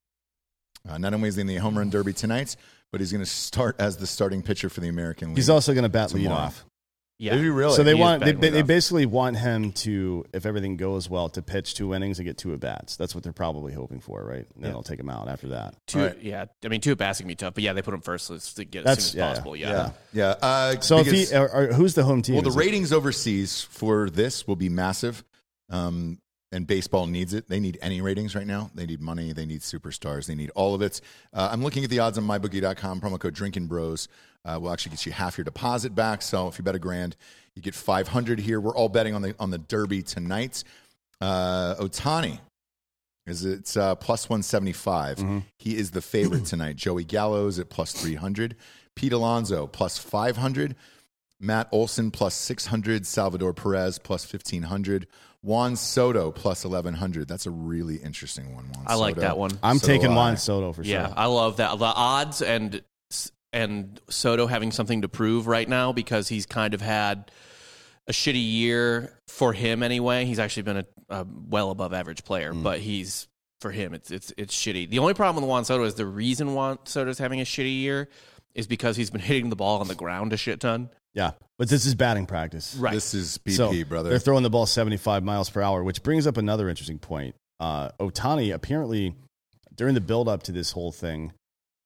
Speaker 2: Uh, not only is he in the home run derby tonight, but he's going to start as the starting pitcher for the American League.
Speaker 4: He's also going to bat lead
Speaker 2: tomorrow.
Speaker 4: off.
Speaker 6: Yeah.
Speaker 2: Did he really?
Speaker 4: So they
Speaker 6: He is
Speaker 4: want they,
Speaker 6: batting
Speaker 4: they, they
Speaker 6: leadoff.
Speaker 4: basically want him to, if everything goes well, to pitch two innings and get two at bats. That's what they're probably hoping for, right? And then they'll take him out after that.
Speaker 6: Two,
Speaker 2: All right.
Speaker 6: yeah. I mean, two at bats can be tough, but yeah, they put him first so it's to get
Speaker 4: That's-
Speaker 6: as soon
Speaker 4: yeah,
Speaker 6: as possible. Yeah.
Speaker 2: yeah, yeah. Uh,
Speaker 4: So if
Speaker 2: because-
Speaker 4: he, or, or who's the home team?
Speaker 2: Well, the
Speaker 4: Is it-
Speaker 2: ratings overseas for this will be massive, um, and baseball needs it. They need any ratings right now. They need money. They need superstars. They need all of it. Uh, I'm looking at the odds on mybookie.com. Promo code Drinking Bros uh, will actually get you half your deposit back. So if you bet a grand, you get 500 here. We're all betting on the on the Derby tonight. Uh, Otani is it's uh, plus 175.
Speaker 4: Mm-hmm.
Speaker 2: He is the favorite tonight. Joey Gallows at plus 300. Pete Alonso plus 500. Matt Olson plus 600, Salvador Perez plus 1500, Juan Soto plus 1100. That's a really interesting one. Juan
Speaker 6: I like
Speaker 2: Soto.
Speaker 6: that one.
Speaker 4: I'm
Speaker 2: So
Speaker 4: taking
Speaker 2: do I.
Speaker 4: Juan Soto for
Speaker 6: Yeah,
Speaker 4: sure.
Speaker 6: I love that. The odds and and Soto having something to prove right now because he's kind of had a shitty year for him anyway. He's actually been a, a well above average player, but he's for him it's it's it's shitty. The only problem with Juan Soto is the reason Juan Soto's having a shitty year is because he's been hitting the ball on the ground a shit ton.
Speaker 4: Yeah, but this is batting practice.
Speaker 6: Right.
Speaker 2: This is BP,
Speaker 4: so
Speaker 2: brother.
Speaker 4: They're throwing the ball 75 miles per hour, which brings up another interesting point. Uh, Otani apparently during the buildup to this whole thing,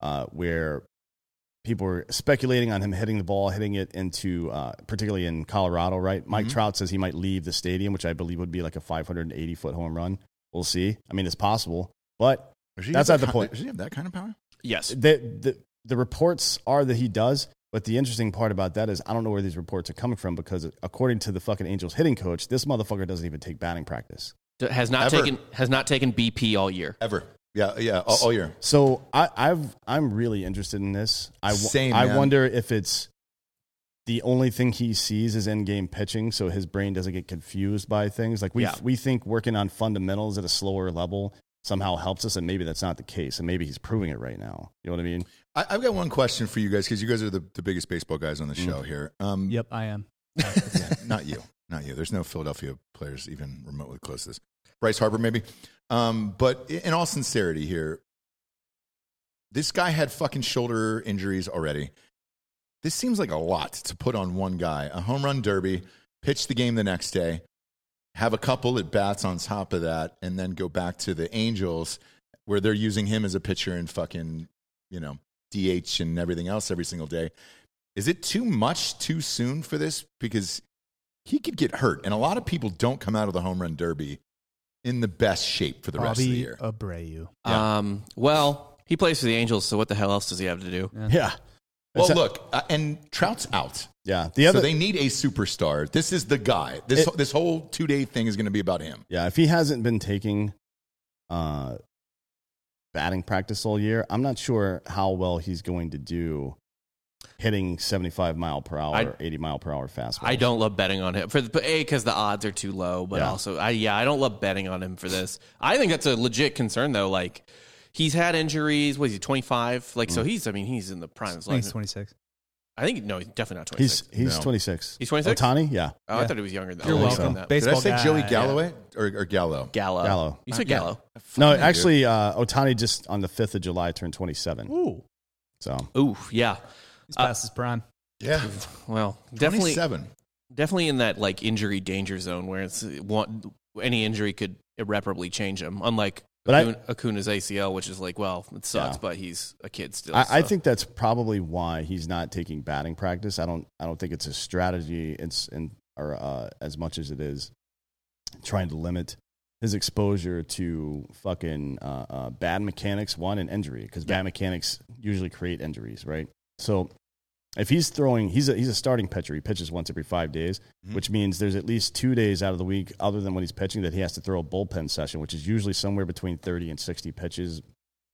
Speaker 4: uh, where people were speculating on him hitting the ball, hitting it into, uh, particularly in Colorado, right? Mike Trout says he might leave the stadium, which I believe would be like a 580 foot home run. We'll see. I mean, it's possible, but
Speaker 2: Does he
Speaker 4: that's
Speaker 2: have
Speaker 4: not the
Speaker 2: that
Speaker 4: point.
Speaker 2: Does he have that kind of power?
Speaker 6: Yes.
Speaker 4: the, the the reports are that he does. But the interesting part about that is I don't know where these reports are coming from because according to the fucking Angels hitting coach, this motherfucker doesn't even take batting practice.
Speaker 6: Has not
Speaker 2: Ever.
Speaker 6: taken has not taken BP all year.
Speaker 2: Ever. Yeah, yeah, all, all year.
Speaker 4: So I, I've I'm really interested in this. I w-
Speaker 2: Same,
Speaker 4: I
Speaker 2: man.
Speaker 4: wonder if it's the only thing he sees is in game pitching, so his brain doesn't get confused by things. Like we
Speaker 6: Yeah.
Speaker 4: we think working on fundamentals at a slower level somehow helps us, and maybe that's not the case, and maybe he's proving it right now. You know what I mean?
Speaker 2: I, I've got one question for you guys because you guys are the, the biggest baseball guys on the
Speaker 4: Mm.
Speaker 2: show here. Um,
Speaker 5: yep, I am.
Speaker 2: yeah, not you. Not you. There's no Philadelphia players even remotely close to this. Bryce Harper, maybe. Um, but i- in all sincerity here, this guy had fucking shoulder injuries already. This seems like a lot to put on one guy. A home run derby, pitch the game the next day, have a couple at bats on top of that, and then go back to the Angels where they're using him as a pitcher and fucking, you know, DH and everything else every single day. Is it too much too soon for this? Because he could get hurt, and a lot of people don't come out of the home run derby in the best shape for the rest of the
Speaker 5: Bobby
Speaker 2: year.
Speaker 5: Abreu.
Speaker 6: Um, well, he plays for the Angels, so what the hell else does he have to do?
Speaker 4: Yeah.
Speaker 2: Well,
Speaker 4: It's a-
Speaker 2: look, uh, and Trout's out,
Speaker 4: Yeah. The other
Speaker 2: so they need a superstar. This is the guy. This this whole two day thing is going to be about him.
Speaker 4: Yeah, if he hasn't been taking uh, batting practice all year, I'm not sure how well he's going to do hitting 75 mile per hour,
Speaker 6: I-
Speaker 4: 80 mile per hour fastball.
Speaker 6: I don't love betting on him for the a because the odds are too low, but
Speaker 4: Yeah.
Speaker 6: also I yeah I don't love betting on him for this. I think that's a legit concern though. Like he's had injuries. What is he twenty five? Like
Speaker 4: Mm.
Speaker 6: so he's I mean he's in the prime of his
Speaker 5: I think
Speaker 6: life.
Speaker 5: he's 26.
Speaker 6: I think no, he's definitely not twenty
Speaker 4: He's
Speaker 6: six.
Speaker 4: he's
Speaker 2: No.
Speaker 4: 26.
Speaker 6: He's 26?
Speaker 4: Otani, yeah.
Speaker 6: Oh, I
Speaker 5: yeah.
Speaker 6: thought he was younger than
Speaker 5: You're
Speaker 6: I was thinking
Speaker 5: welcome.
Speaker 6: That.
Speaker 2: Did I
Speaker 5: Baseball
Speaker 2: say
Speaker 5: guy,
Speaker 2: Joey
Speaker 5: yeah.
Speaker 2: Galloway or, or Gallo?
Speaker 6: Gallo.
Speaker 4: Gallo.
Speaker 6: You said
Speaker 2: Yeah.
Speaker 6: Gallo.
Speaker 4: No,
Speaker 2: Fuck, dude.
Speaker 4: actually, uh, Otani just on the 5th of July turned 27.
Speaker 5: Ooh,
Speaker 4: So
Speaker 6: Ooh yeah.
Speaker 5: he's past his prime.
Speaker 2: yeah,
Speaker 6: Well,
Speaker 2: twenty
Speaker 6: definitely
Speaker 2: seven.
Speaker 6: definitely in that like injury danger zone where it's uh, one, any injury could irreparably change him. Unlike
Speaker 4: But I-
Speaker 6: Acuna, Acuna's ACL, which is like, well, it sucks,
Speaker 4: Yeah.
Speaker 6: but he's a kid still.
Speaker 4: I, I
Speaker 6: so.
Speaker 4: think that's probably why he's not taking batting practice. I don't. I don't think it's a strategy. It's in or uh, as much as it is trying to limit his exposure to fucking uh, uh, bad mechanics. One and injury because bad mechanics usually create injuries, right? So if he's throwing, he's a he's a starting pitcher. He pitches once every five days,
Speaker 6: Mm-hmm.
Speaker 4: which means there's at least two days out of the week, other than when he's pitching, that he has to throw a bullpen session, which is usually somewhere between thirty and sixty pitches,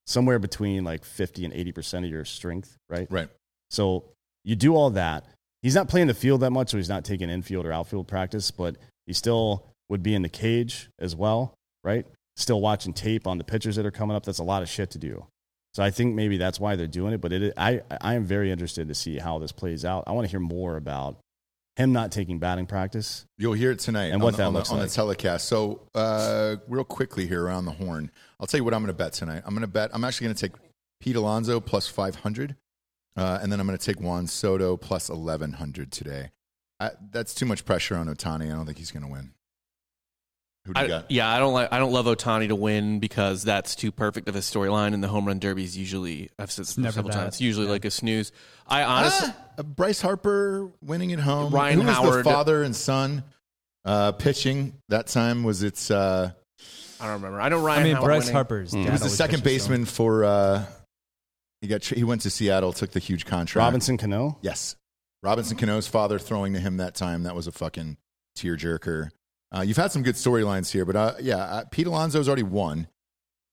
Speaker 4: somewhere between like 50 and 80% of your strength, right?
Speaker 2: Right.
Speaker 4: So you do all that. He's not playing the field that much, so he's not taking infield or outfield practice, but he still would be in the cage as well, right? Still watching tape on the pitchers that are coming up. That's a lot of shit to do. So I think maybe that's why they're doing it, but it, I, I am very interested to see how this plays out. I want to hear more about him not taking batting practice.
Speaker 2: You'll hear it tonight
Speaker 4: And
Speaker 2: on
Speaker 4: what
Speaker 2: the-
Speaker 4: that
Speaker 2: on,
Speaker 4: looks
Speaker 2: the, on
Speaker 4: like.
Speaker 2: the telecast. So, uh, real quickly here around the horn, I'll tell you what I'm going to bet tonight. I'm going to bet. I'm actually going to take Pete Alonso plus 500, uh, and then I'm going to take Juan Soto plus 1100 today. I, that's too much pressure on Otani. I don't think he's going to win. Who do you
Speaker 6: I,
Speaker 2: got?
Speaker 6: yeah, I don't like. I don't love Otani to win because that's too perfect of a storyline, and the home run derby is usually. I've said this
Speaker 5: never
Speaker 6: several
Speaker 5: that.
Speaker 6: times. It's usually like a snooze. I honestly,
Speaker 2: Ah, Bryce Harper winning at home.
Speaker 6: Ryan
Speaker 2: Who was
Speaker 6: Howard.
Speaker 2: the father and son uh, pitching that time? Was it's uh,
Speaker 6: I don't remember. I know Ryan.
Speaker 5: I mean,
Speaker 6: Howard
Speaker 5: Bryce
Speaker 6: winning.
Speaker 5: Harper's.
Speaker 4: Mm.
Speaker 5: dad
Speaker 4: He
Speaker 2: he was the
Speaker 5: always
Speaker 2: second
Speaker 5: pitches, so-
Speaker 2: baseman for uh, he got he went to Seattle, took the huge contract.
Speaker 4: Robinson Cano?
Speaker 2: Yes. Robinson Cano's father throwing to him that time. That was a fucking tearjerker. Uh, you've had some good storylines here, but uh, yeah, uh, Pete Alonso's already won,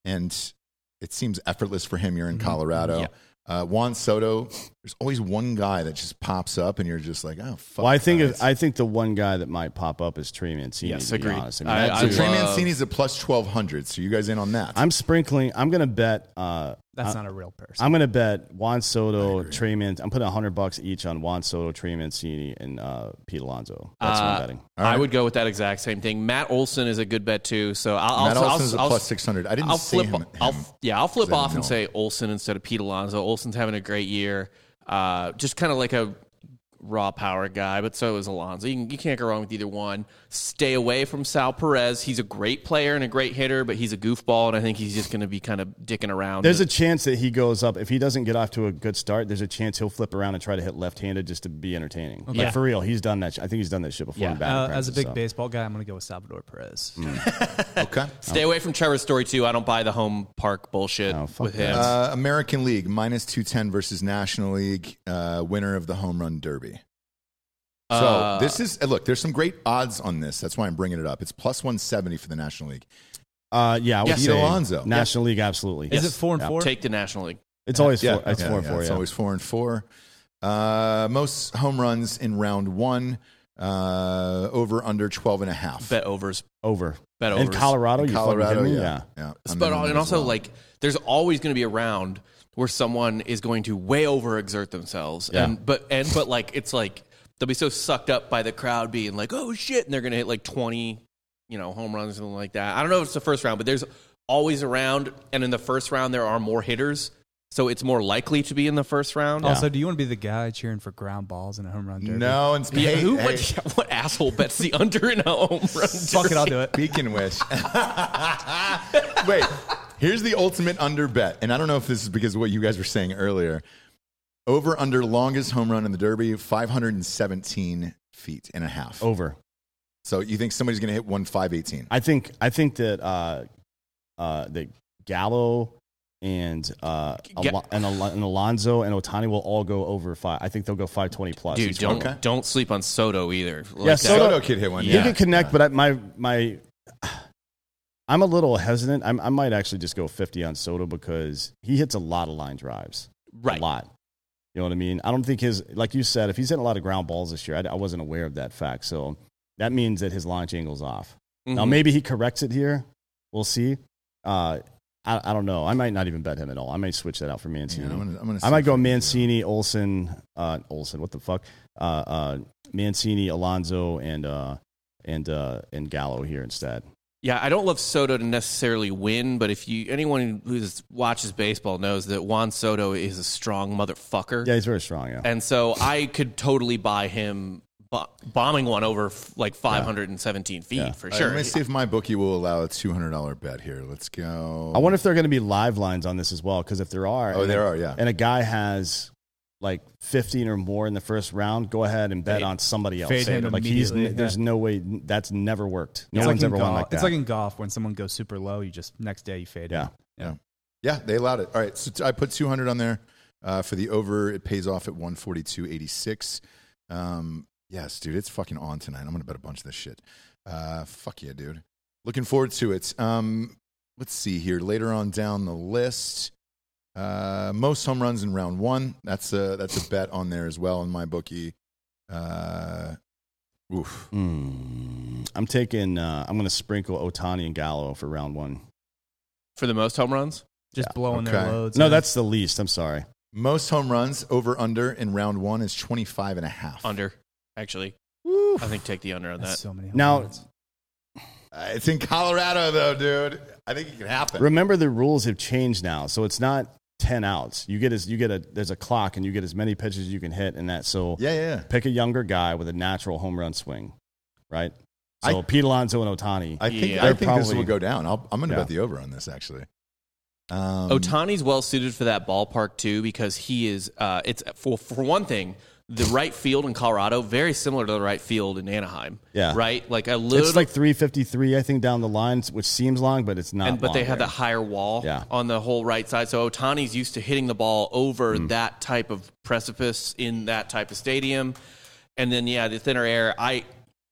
Speaker 2: and it seems effortless for him. You're in
Speaker 4: Mm-hmm.
Speaker 2: Colorado. Uh, Juan Soto, there's always one guy that just pops up, and you're just like, oh, fuck.
Speaker 4: Well, I think,
Speaker 2: guys.
Speaker 4: if, I think the one guy that might pop up is Trey Mancini.
Speaker 6: Yes,
Speaker 4: to be
Speaker 6: agreed.
Speaker 4: honest. I mean,
Speaker 6: I-
Speaker 4: that's
Speaker 2: so
Speaker 4: a-
Speaker 2: Trey
Speaker 6: love-
Speaker 2: Mancini's a plus 1,200. So you guys in on that?
Speaker 4: I'm sprinkling. I'm gonna bet. Uh,
Speaker 5: That's
Speaker 4: I-
Speaker 5: not a real person.
Speaker 4: I'm gonna bet Juan Soto, Trey Man. I'm putting hundred bucks each on Juan Soto, Trey Mancini, and uh, Pete Alonso. That's what I'm
Speaker 6: Uh,
Speaker 4: betting.
Speaker 2: right.
Speaker 6: I would go with that exact same thing. Matt Olson is a good bet too. So I'll,
Speaker 2: Matt
Speaker 6: I'll,
Speaker 2: Olson's a
Speaker 6: I'll,
Speaker 2: plus 600. I didn't
Speaker 6: I'll
Speaker 2: see
Speaker 6: flip.
Speaker 2: him.
Speaker 6: I'll,
Speaker 2: him.
Speaker 6: yeah, I'll flip
Speaker 2: Because I
Speaker 6: off and
Speaker 2: didn't
Speaker 6: say Olson instead of Pete Alonso. Olson's having a great year. Uh, just kind of like a raw power guy, but so is Alonso. You, can, you can't go wrong with either one. Stay away from Sal Perez. He's a great player and a great hitter, but he's a goofball, and I think he's just going to be kind of dicking around.
Speaker 4: There's a chance that he goes up if he doesn't get off to a good start. There's a chance he'll flip around and try to hit left-handed just to be entertaining. Like
Speaker 6: Yeah.
Speaker 4: for real, he's done that. sh- I think he's done that shit before.
Speaker 6: Yeah.
Speaker 4: in batting
Speaker 5: Uh, as a
Speaker 4: practice,
Speaker 5: big
Speaker 4: so.
Speaker 5: baseball guy, I'm going to go with Salvador Perez.
Speaker 2: Okay.
Speaker 6: Stay away from Trevor's story too. I don't buy the home park bullshit
Speaker 4: Oh, fuck
Speaker 6: with him.
Speaker 2: Uh, American League minus 210 versus National League uh, winner of the home run derby. So
Speaker 6: Uh,
Speaker 2: this is uh, look. There's some great odds on this. That's why I'm bringing it up. It's plus 170 for the National League.
Speaker 4: Uh, yeah, I would
Speaker 2: Yes.
Speaker 4: say
Speaker 2: Alonso.
Speaker 4: National League, absolutely.
Speaker 5: Is it four and
Speaker 4: Yeah.
Speaker 5: four?
Speaker 6: Take the National League.
Speaker 4: It's always
Speaker 2: Yeah,
Speaker 4: four. It's
Speaker 2: yeah,
Speaker 4: four
Speaker 2: yeah,
Speaker 4: and four.
Speaker 2: It's
Speaker 4: yeah.
Speaker 2: always four and four. Uh, most home runs in round one. Uh, over under 12 and a half.
Speaker 6: Bet overs.
Speaker 4: over.
Speaker 6: Bet
Speaker 4: In
Speaker 6: overs.
Speaker 4: Colorado,
Speaker 2: In
Speaker 4: you fucking
Speaker 2: Colorado,
Speaker 4: kidding me?
Speaker 2: yeah,
Speaker 4: yeah.
Speaker 2: yeah. I'm
Speaker 6: but
Speaker 2: in on
Speaker 6: and
Speaker 2: it as
Speaker 6: also
Speaker 2: well.
Speaker 6: like there's always going to be a round where someone is going to way overexert themselves
Speaker 4: Yeah.
Speaker 6: and but and but like it's like they'll be so sucked up by the crowd being like oh shit and they're going to hit like 20 you know home runs or something like that i don't know if it's the first round but there's always a round and in the first round there are more hitters so it's more likely to be in the first round
Speaker 5: Also, do you want to be the guy cheering for ground balls in a home run derby?
Speaker 2: no, and
Speaker 6: yeah,
Speaker 2: hey,
Speaker 6: who
Speaker 2: hey,
Speaker 6: what, what asshole bets the under in a home run
Speaker 5: Fuck it, I'll do it.
Speaker 2: Beacon wish. Wait, here's the ultimate under bet. And I don't know if this is because of what you guys were saying earlier. Over under longest home run in the Derby, 517 feet and a half.
Speaker 4: Over.
Speaker 2: So you think somebody's going to hit one 518?
Speaker 4: I think I think that uh, uh, that Gallo and uh,
Speaker 6: Ga-
Speaker 4: Al- and, Al- and Alonzo and Otani will all go over five. I think they'll go five twenty plus.
Speaker 6: dude
Speaker 4: each
Speaker 6: don't
Speaker 4: one.
Speaker 6: don't sleep on soto either like
Speaker 4: Yeah,
Speaker 6: that.
Speaker 4: Soto-
Speaker 2: Soto kid hit one.
Speaker 4: He
Speaker 2: Yeah.
Speaker 4: can connect, but I, my my I'm a little hesitant. I'm, I might actually just go fifty on Soto because he hits a lot of line drives.
Speaker 6: Right.
Speaker 4: a lot. You know what I mean? I don't think his like you said if he's hitting a lot of ground balls this year. I, I wasn't aware of that fact, so that means that his launch angle's off.
Speaker 6: Mhm.
Speaker 4: Now maybe he corrects it here. We'll see. Uh, I, I don't know. I might not even bet him at all. I might switch that out for Mancini.
Speaker 2: Yeah, I'm gonna- I'm gonna
Speaker 4: I might
Speaker 2: see
Speaker 4: go
Speaker 2: if I can do
Speaker 4: Mancini, Olson, uh, Olson. What the fuck? Uh, uh, Mancini, Alonzo, and uh, and uh, and Gallo here instead.
Speaker 6: Yeah, I don't love Soto to necessarily win, but if you anyone who is- watches baseball knows that Juan Soto is a strong motherfucker,
Speaker 4: Yeah, he's very strong. Yeah,
Speaker 6: and so I could totally buy him bo- bombing one over f- like 517 feet for
Speaker 2: All right,
Speaker 6: sure.
Speaker 2: let me see if my bookie will allow a two hundred dollar bet here. Let's go.
Speaker 4: I wonder if there are going to be live lines on this as well, because if there are,
Speaker 2: Oh,
Speaker 4: and
Speaker 2: there
Speaker 4: a-
Speaker 2: are, yeah.
Speaker 4: and a guy has like 15 or more in the first round, go ahead and bet
Speaker 6: Fade-
Speaker 4: on somebody else.
Speaker 5: fade him
Speaker 4: like he's,
Speaker 5: immediately,
Speaker 4: there's no way that's never worked. No
Speaker 5: It's
Speaker 4: one's
Speaker 5: like in
Speaker 4: ever won
Speaker 5: golf-
Speaker 4: like that.
Speaker 5: It's like in golf when someone goes super low, you just next day you fade.
Speaker 4: yeah.
Speaker 5: out.
Speaker 2: Yeah, they allowed it. All right, so t- I put 200 on there uh, for the over. It pays off at 142.86. Um, yes, dude, it's fucking on tonight. I'm gonna bet a bunch of this shit. Uh, fuck yeah, dude. Looking forward to it. Um, let's see here. Later on down the list, uh, most home runs in round one. That's a that's a bet on there as well in my bookie. Uh, oof.
Speaker 4: Hmm. I'm taking. Uh, I'm going to sprinkle Otani and Gallo for round one.
Speaker 6: For the most home runs?
Speaker 5: Just blowing
Speaker 2: Okay.
Speaker 5: their loads.
Speaker 4: No,
Speaker 5: man.
Speaker 4: that's the least. I'm sorry.
Speaker 2: Most home runs over under in round one is 25 and a half.
Speaker 6: Under, actually. I think take the under on
Speaker 5: That's
Speaker 6: that.
Speaker 5: so many. home
Speaker 4: Now-
Speaker 5: runs.
Speaker 2: Uh, it's in Colorado though, dude. I think it can happen.
Speaker 4: Remember, the rules have changed now, so it's not ten outs. You get as you get a there's a clock, and you get as many pitches you can hit, and that. So
Speaker 2: Yeah, yeah, yeah.
Speaker 4: pick a younger guy with a natural home run swing, right? So
Speaker 2: I-
Speaker 4: Pete Alonso and Otani.
Speaker 2: I think
Speaker 6: Yeah.
Speaker 2: I
Speaker 4: They're
Speaker 2: think this
Speaker 4: probably-
Speaker 2: will go down. I'll, I'm going to
Speaker 4: Yeah.
Speaker 2: bet the over on this actually. Um,
Speaker 6: Otani's well suited for that ballpark too because he is. Uh, it's for for one thing, the right field in Colorado very similar to the right field in Anaheim.
Speaker 4: Yeah.
Speaker 6: right. Like a little,
Speaker 4: it's like 353, I think, down the line, which seems long, but it's not.
Speaker 6: and, but they
Speaker 4: long
Speaker 6: have
Speaker 4: there.
Speaker 6: that higher wall
Speaker 4: Yeah.
Speaker 6: on the whole right side. So Otani's used to hitting the ball over
Speaker 2: Mm.
Speaker 6: that type of precipice in that type of stadium, and then yeah, the thinner air. I.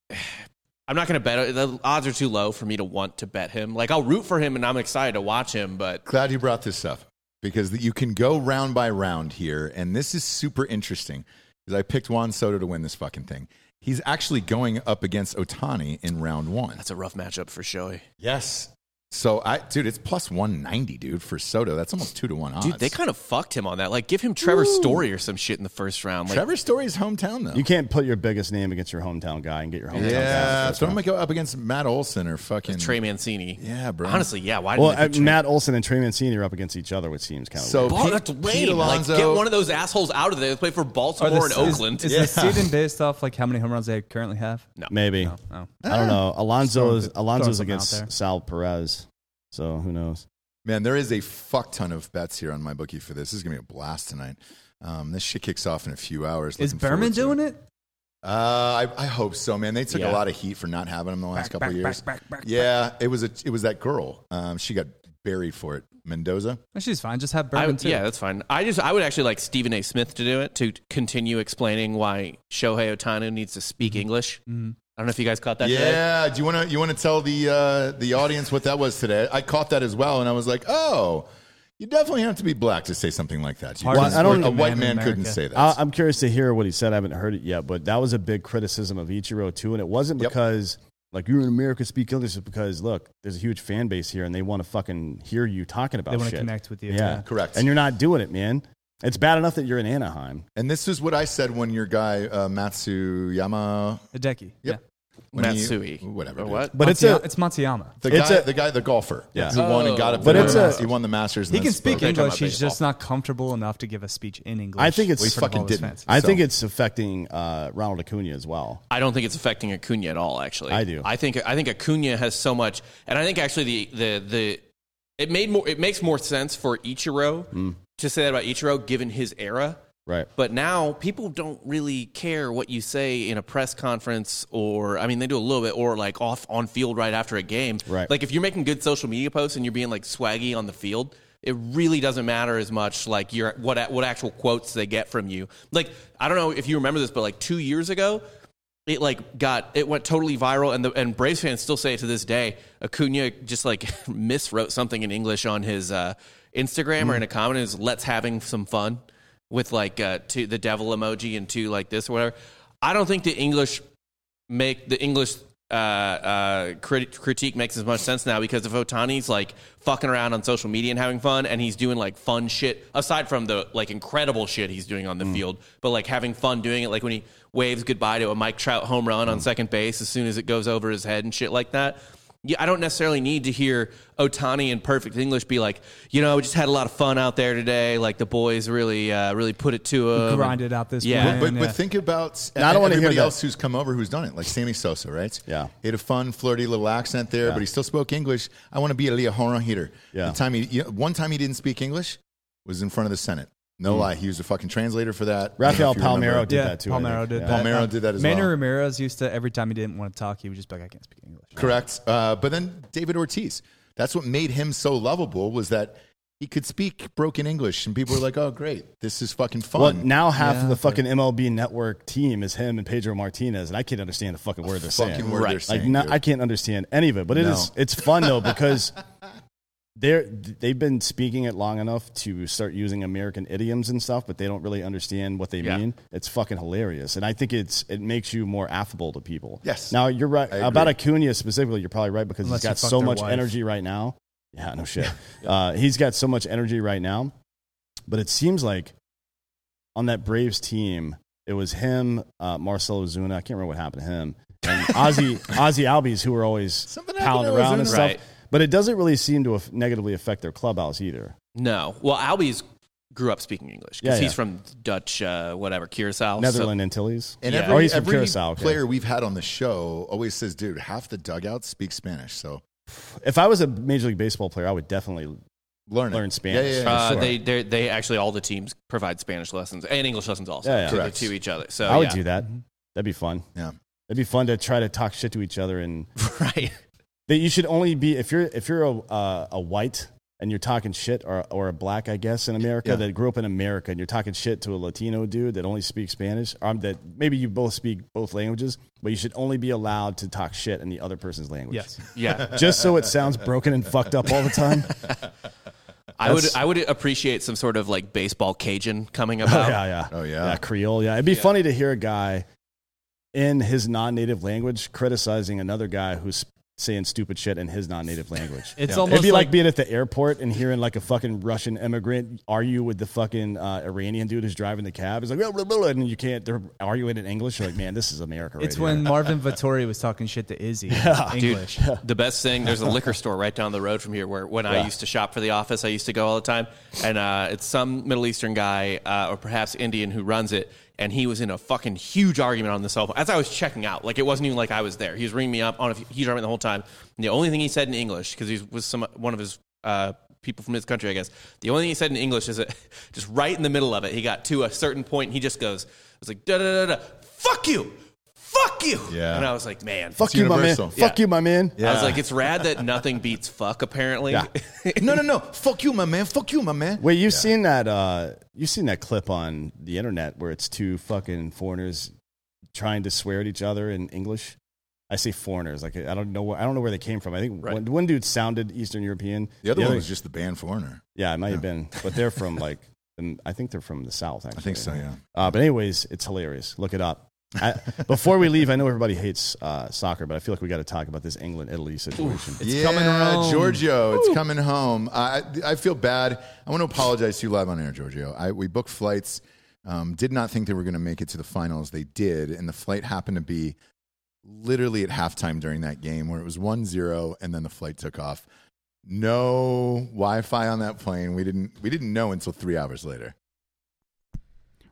Speaker 6: I'm not going to bet. it. The odds are too low for me to want to bet him. Like I'll root for him and I'm excited to watch him, but
Speaker 2: glad you brought this up because you can go round by round here, and this is super interesting because I picked Juan Soto to win this fucking thing. He's actually going up against Otani in round one.
Speaker 6: that's a rough matchup for Shoei.
Speaker 2: Yes. So I, dude, it's plus one ninety, dude, for Soto. That's almost two to one odds.
Speaker 6: Dude, they kind of fucked him on that. Like, give him Trevor Story or some shit in the first round. Like,
Speaker 2: Trevor Story's hometown though.
Speaker 4: You can't put your biggest name against your hometown guy and get your hometown guy. in the
Speaker 2: yeah,
Speaker 4: first
Speaker 2: so I'm
Speaker 4: round.
Speaker 2: gonna go up against Matt Olson or fucking
Speaker 6: Trey Mancini.
Speaker 2: Yeah, bro.
Speaker 6: Honestly, yeah. Why
Speaker 4: Well,
Speaker 6: didn't they
Speaker 4: uh,
Speaker 6: put Trey-
Speaker 4: Matt Olson and Trey Mancini are up against each other, which seems kind of
Speaker 2: So
Speaker 6: Ball,
Speaker 2: Pete-
Speaker 6: that's
Speaker 2: Pete
Speaker 6: lame.
Speaker 2: Alonso-
Speaker 6: like, get one of those assholes out of there. Let's play for
Speaker 5: Or
Speaker 6: Baltimore
Speaker 5: the-
Speaker 6: and
Speaker 5: is-
Speaker 6: Oakland.
Speaker 5: Is, the season based off like how many home runs they currently have?
Speaker 4: maybe.
Speaker 5: No. Oh.
Speaker 4: I don't know. Alonzo's
Speaker 5: Throwing- throwing
Speaker 4: Alonzo's
Speaker 5: some out there.
Speaker 4: against Sal Perez, so who knows?
Speaker 2: Man, there is a fuck ton of bets here on my bookie for this. This is gonna be a blast tonight. Um, this shit kicks off in a few hours.
Speaker 5: Is Berman doing it?
Speaker 2: Uh, I, I hope so, man. They took
Speaker 6: Yeah.
Speaker 2: a lot of heat for not having him the last couple of years. yeah, it was a, it was that girl. Um, she got buried for it. Mendoza.
Speaker 5: No, She's fine. Just have
Speaker 6: I
Speaker 5: Berman
Speaker 6: would-
Speaker 5: too.
Speaker 6: yeah, that's fine. I just I would actually like Stephen A. Smith to do it to continue explaining why Shohei Otani needs to speak English. I don't know if you guys caught that. today.
Speaker 2: yeah. Do you want to you want to tell the uh, the audience what that was today? I caught that as well, and I was like, oh, you definitely have to be black to say something like that. You
Speaker 5: Hard
Speaker 2: couldn't-
Speaker 4: to I don't-
Speaker 2: a
Speaker 5: believe,
Speaker 2: white
Speaker 5: man, in
Speaker 2: man couldn't
Speaker 5: America.
Speaker 2: say that.
Speaker 4: I, I'm curious to hear what he said. I haven't heard it yet, but that was a big criticism of Ichiro too, and it wasn't
Speaker 2: Yep.
Speaker 4: because like you're in America, speak English. It's because look, there's a huge fan base here, and they want to fucking hear you talking about.
Speaker 5: They want
Speaker 4: shit.
Speaker 5: to connect with uh, you.
Speaker 4: Yeah.
Speaker 2: Correct.
Speaker 4: and you're not doing it, man. It's bad enough that you're in Anaheim.
Speaker 2: and this is what I said when your guy uh, Matsuyama.
Speaker 5: Hideki.
Speaker 2: Yep. when he-
Speaker 6: Matsui.
Speaker 2: whatever.
Speaker 6: Or
Speaker 2: dude.
Speaker 6: what?
Speaker 4: But
Speaker 5: Matsuyama-
Speaker 4: it's a
Speaker 5: it's Matsuyama.
Speaker 2: The
Speaker 4: It's
Speaker 2: guy,
Speaker 4: a-
Speaker 2: the guy, the golfer.
Speaker 4: Yeah. Oh.
Speaker 2: who won and got up.
Speaker 4: But
Speaker 2: there.
Speaker 4: it's a-
Speaker 2: he won the Masters. and
Speaker 5: He
Speaker 2: then
Speaker 5: can
Speaker 2: spoke.
Speaker 5: speak
Speaker 6: Okay, talking
Speaker 5: English.
Speaker 6: about
Speaker 5: He's just
Speaker 6: baseball.
Speaker 5: not comfortable enough to give a speech in English.
Speaker 4: I think it's-
Speaker 5: in
Speaker 4: Well, he
Speaker 5: front of
Speaker 2: fucking
Speaker 5: all his
Speaker 2: didn't.
Speaker 5: fans.
Speaker 4: I think
Speaker 2: So-
Speaker 4: it's affecting uh, Ronald Acuna as well.
Speaker 6: I don't think it's affecting Acuna at all. Actually,
Speaker 4: I do.
Speaker 6: I think I think Acuna has so much, and I think actually the the the it made more it makes more sense for Ichiro
Speaker 2: Mm.
Speaker 6: to say that about Ichiro given his era.
Speaker 4: Right.
Speaker 6: But now people don't really care what you say in a press conference, or I mean, they do a little bit, or like off on field right after a game.
Speaker 4: Right.
Speaker 6: Like if you're making good social media posts and you're being like swaggy on the field, it really doesn't matter as much. Like your what what actual quotes they get from you. Like I don't know if you remember this, but like two years ago, it like got it went totally viral, and the and Braves fans still say it to this day. Acuna just like miswrote something in English on his uh, Instagram or in a comment. Is let's having some fun with like uh, two the devil emoji and two like this or whatever. I don't think the English make the English uh, uh, crit- critique makes as much sense now because if Otani's like fucking around on social media and having fun, and he's doing like fun shit aside from the like incredible shit he's doing on the field, but like having fun doing it, like when he waves goodbye to a Mike Trout home run on second base as soon as it goes over his head and shit like that. Yeah, I don't necessarily need to hear Otani in perfect English be like, you know, we just had a lot of fun out there today. Like the boys really, uh, really put it to him.
Speaker 5: Grinded out this
Speaker 6: Yeah.
Speaker 5: plan,
Speaker 2: But,
Speaker 5: yeah.
Speaker 2: but think about
Speaker 4: No, I don't wanna hear
Speaker 2: everybody
Speaker 4: that.
Speaker 2: else who's come over who's done it, like Sammy Sosa, right?
Speaker 4: Yeah.
Speaker 2: He had a fun, flirty little accent there, but he still spoke English. I want to be a Leahora hitter.
Speaker 4: Yeah.
Speaker 2: The time he, you know, one time he didn't speak English was in front of the Senate. No lie. He was a fucking translator for that.
Speaker 4: Rafael
Speaker 2: I don't know if you
Speaker 4: Palmero
Speaker 2: remember.
Speaker 4: did
Speaker 5: Yeah,
Speaker 4: that too. I
Speaker 5: Palmeiro
Speaker 4: think.
Speaker 5: did
Speaker 4: Yeah.
Speaker 5: that.
Speaker 2: Palmero did that as
Speaker 5: Manny
Speaker 2: well.
Speaker 5: Ramirez used to every time he didn't want to talk, he was just be like, I can't speak English.
Speaker 2: Correct. Uh, but then David Ortiz. That's what made him so lovable was that he could speak broken English, and people were like, "Oh, great, this is fucking fun."
Speaker 4: Well, now half of the fucking MLB network team is him and Pedro Martinez, and I can't understand the fucking word they're
Speaker 2: fucking
Speaker 4: saying.
Speaker 2: word they're
Speaker 4: Like,
Speaker 2: saying,
Speaker 4: not,
Speaker 2: dude.
Speaker 4: I can't understand any of it, but it is it's fun though because they're they've been speaking it long enough to start using American idioms and stuff, but they don't really understand what they
Speaker 6: Yeah.
Speaker 4: mean. It's fucking hilarious, and I think it's it makes you more affable to people.
Speaker 2: Yes.
Speaker 4: Now you're right
Speaker 2: I agree.
Speaker 4: about Acuna specifically. You're probably right because
Speaker 5: Unless
Speaker 4: he's
Speaker 5: you
Speaker 4: got
Speaker 5: fuck
Speaker 4: so
Speaker 5: their
Speaker 4: much
Speaker 5: wife.
Speaker 4: energy right now. Yeah, no shit. uh, he's got so much energy right now, but it seems like on that Braves team, it was him, uh, Marcelo Zuna. I can't remember what happened to him. And Ozzy, Ozzy Albies, who were always
Speaker 2: Something happened
Speaker 4: pounding
Speaker 2: to
Speaker 4: around and
Speaker 2: Ozuna.
Speaker 4: stuff.
Speaker 6: Right.
Speaker 4: But it doesn't really seem to af- negatively affect their clubhouse either.
Speaker 6: No. Well, Albie's grew up speaking English
Speaker 4: Yeah,
Speaker 6: because he's
Speaker 4: yeah.
Speaker 6: from Dutch, uh, whatever, Curacao. so-
Speaker 4: Netherlands Antilles.
Speaker 2: And
Speaker 6: Yeah.
Speaker 2: every,
Speaker 4: Oh, he's from
Speaker 2: every
Speaker 4: Curacao, okay.
Speaker 2: player we've had on the show always says, dude, half the dugout speaks Spanish. So
Speaker 4: If I was a Major League Baseball player, I would definitely.
Speaker 2: learn it.
Speaker 4: Learn Spanish.
Speaker 2: Yeah, yeah, yeah.
Speaker 6: uh,
Speaker 4: sure.
Speaker 6: They they they actually all the teams provide Spanish lessons and English lessons also
Speaker 4: Yeah, yeah.
Speaker 6: To, the-
Speaker 2: Correct.
Speaker 6: to each other.
Speaker 2: Oh,
Speaker 6: So
Speaker 4: I would
Speaker 6: yeah.
Speaker 4: do that.
Speaker 2: Mm-hmm.
Speaker 4: That'd be fun.
Speaker 2: Yeah.
Speaker 4: That'd be fun to try to talk shit to each other and
Speaker 6: right.
Speaker 4: that you should only be if you're if you're a uh, a white and you're talking shit or or a black I guess in America
Speaker 2: Yeah.
Speaker 4: that grew up in America and you're talking shit to a Latino dude that only speaks Spanish um, that maybe you both speak both languages but you should only be allowed to talk shit in the other person's language.
Speaker 5: Yes.
Speaker 6: Yeah.
Speaker 4: Just so it sounds broken and fucked up all the time.
Speaker 6: I would
Speaker 4: That's-
Speaker 6: I would appreciate some sort of like baseball Cajun coming about.
Speaker 4: Oh, yeah, yeah.
Speaker 2: Oh, yeah.
Speaker 4: Creole. Yeah. It'd be funny to hear a guy in his non native language criticizing another guy who's saying stupid shit in his non native language.
Speaker 5: It's
Speaker 4: It'd
Speaker 5: almost
Speaker 4: be like,
Speaker 5: like
Speaker 4: being at the airport and hearing like a fucking Russian immigrant argue with the fucking uh, Iranian dude who's driving the cab. He's like, blah, blah, blah, and you can't, they're arguing in English. You're like, man, this is America right
Speaker 5: It's when
Speaker 4: here.
Speaker 5: Marvin Vittori was talking shit to Izzy in English.
Speaker 6: The best thing, there's a liquor store right down the road from here where when I used to shop for the office, I used to go all the time. And uh, it's some Middle Eastern guy uh, or perhaps Indian who runs it. And he was in a fucking huge argument on the cell phone as I was checking out. Like it wasn't even like I was there. He was ringing me up on a huge argument the whole time. And the only thing he said in English, because he was some one of his uh, people from his country, I guess. The only thing he said in English is that just right in the middle of it, he got to a certain point. And he just goes, "I was like da da da da, fuck you." Fuck you!
Speaker 2: Yeah.
Speaker 6: And I was like, man,
Speaker 4: Fuck you, my man.
Speaker 2: universal.
Speaker 4: Fuck you, my man.
Speaker 6: I was like, it's rad that nothing beats fuck, apparently.
Speaker 4: Yeah.
Speaker 2: no, no, no. Fuck you, my man. Fuck you, my man.
Speaker 4: Wait, you've seen that? Uh, you've seen that clip on the internet where it's two fucking foreigners trying to swear at each other in English. I say foreigners, like I don't know, where, I don't know where they came from. I think one, one dude sounded Eastern European.
Speaker 2: The other one was just the banned foreigner.
Speaker 4: yeah, it might have been, but they're from like, um, I think they're from the South. Actually,
Speaker 2: I think so, yeah.
Speaker 4: Uh, but anyways, it's hilarious. Look it up. I, before we leave, I know everybody hates uh, soccer, but I feel like we got to talk about this England Italy situation.
Speaker 5: It's
Speaker 2: yeah,
Speaker 5: coming around.
Speaker 2: Giorgio, it's coming home. I, I feel bad. I want to apologize to you live on air, Giorgio. I, we booked flights. Um, did not think they were going to make it to the finals. They did, and the flight happened to be literally at halftime during that game where it was 1-0 and then the flight took off. No Wi-Fi on that plane. We didn't we didn't know until 3 hours later.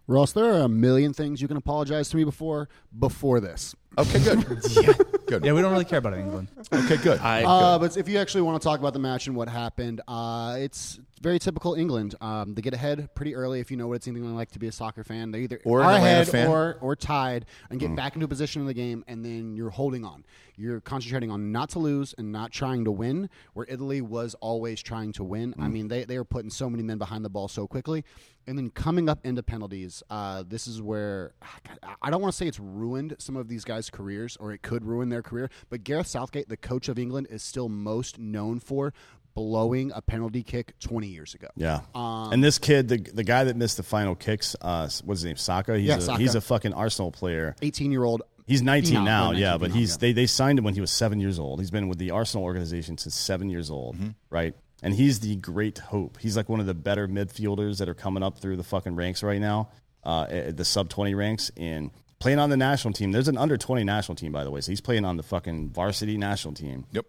Speaker 3: Ross, there are a million things you can apologize to me before before this.
Speaker 2: Okay, good. Good.
Speaker 5: Yeah, we don't really care about England.
Speaker 2: Okay, good.
Speaker 6: I,
Speaker 3: Uh, but if you actually want to talk about the match and what happened, uh, it's very typical England. Um, they get ahead pretty early if you know what it's anything like to be a soccer fan. They either
Speaker 2: Or an
Speaker 3: are
Speaker 2: Atlanta
Speaker 3: ahead
Speaker 2: fan.
Speaker 3: or or tied and
Speaker 4: Mm.
Speaker 3: get back into a position in the game, and then you're holding on. You're concentrating on not to lose and not trying to win, where Italy was always trying to win.
Speaker 4: Mm.
Speaker 3: I mean, they they were putting so many men behind the ball so quickly, and then coming up into penalties. Uh, this is where God, I- I don't want to say it's ruined some of these guys' careers, or it could ruin their career. But Gareth Southgate, the coach of England, is still most known for blowing a penalty kick 20 years ago.
Speaker 4: Yeah.
Speaker 3: Um,
Speaker 4: and this kid, the the guy that missed the final kicks, uh, what's his name? Saka. He's
Speaker 3: Yeah,
Speaker 4: a,
Speaker 3: Saka.
Speaker 4: He's a fucking Arsenal player.
Speaker 3: 18 year old.
Speaker 4: He's 19
Speaker 3: Phenom,
Speaker 4: now,
Speaker 3: yeah,
Speaker 4: yeah,
Speaker 3: 19
Speaker 4: but
Speaker 3: phenom,
Speaker 4: he's
Speaker 3: yeah.
Speaker 4: they they signed him when he was seven years old. He's been with the Arsenal organization since seven years old,
Speaker 3: Mm-hmm.
Speaker 4: right? And he's the great hope. He's like one of the better midfielders that are coming up through the fucking ranks right now, uh, at the sub 20 ranks, and playing on the national team. There's an under 20 national team, by the way, so he's playing on the fucking varsity national team.
Speaker 2: Yep.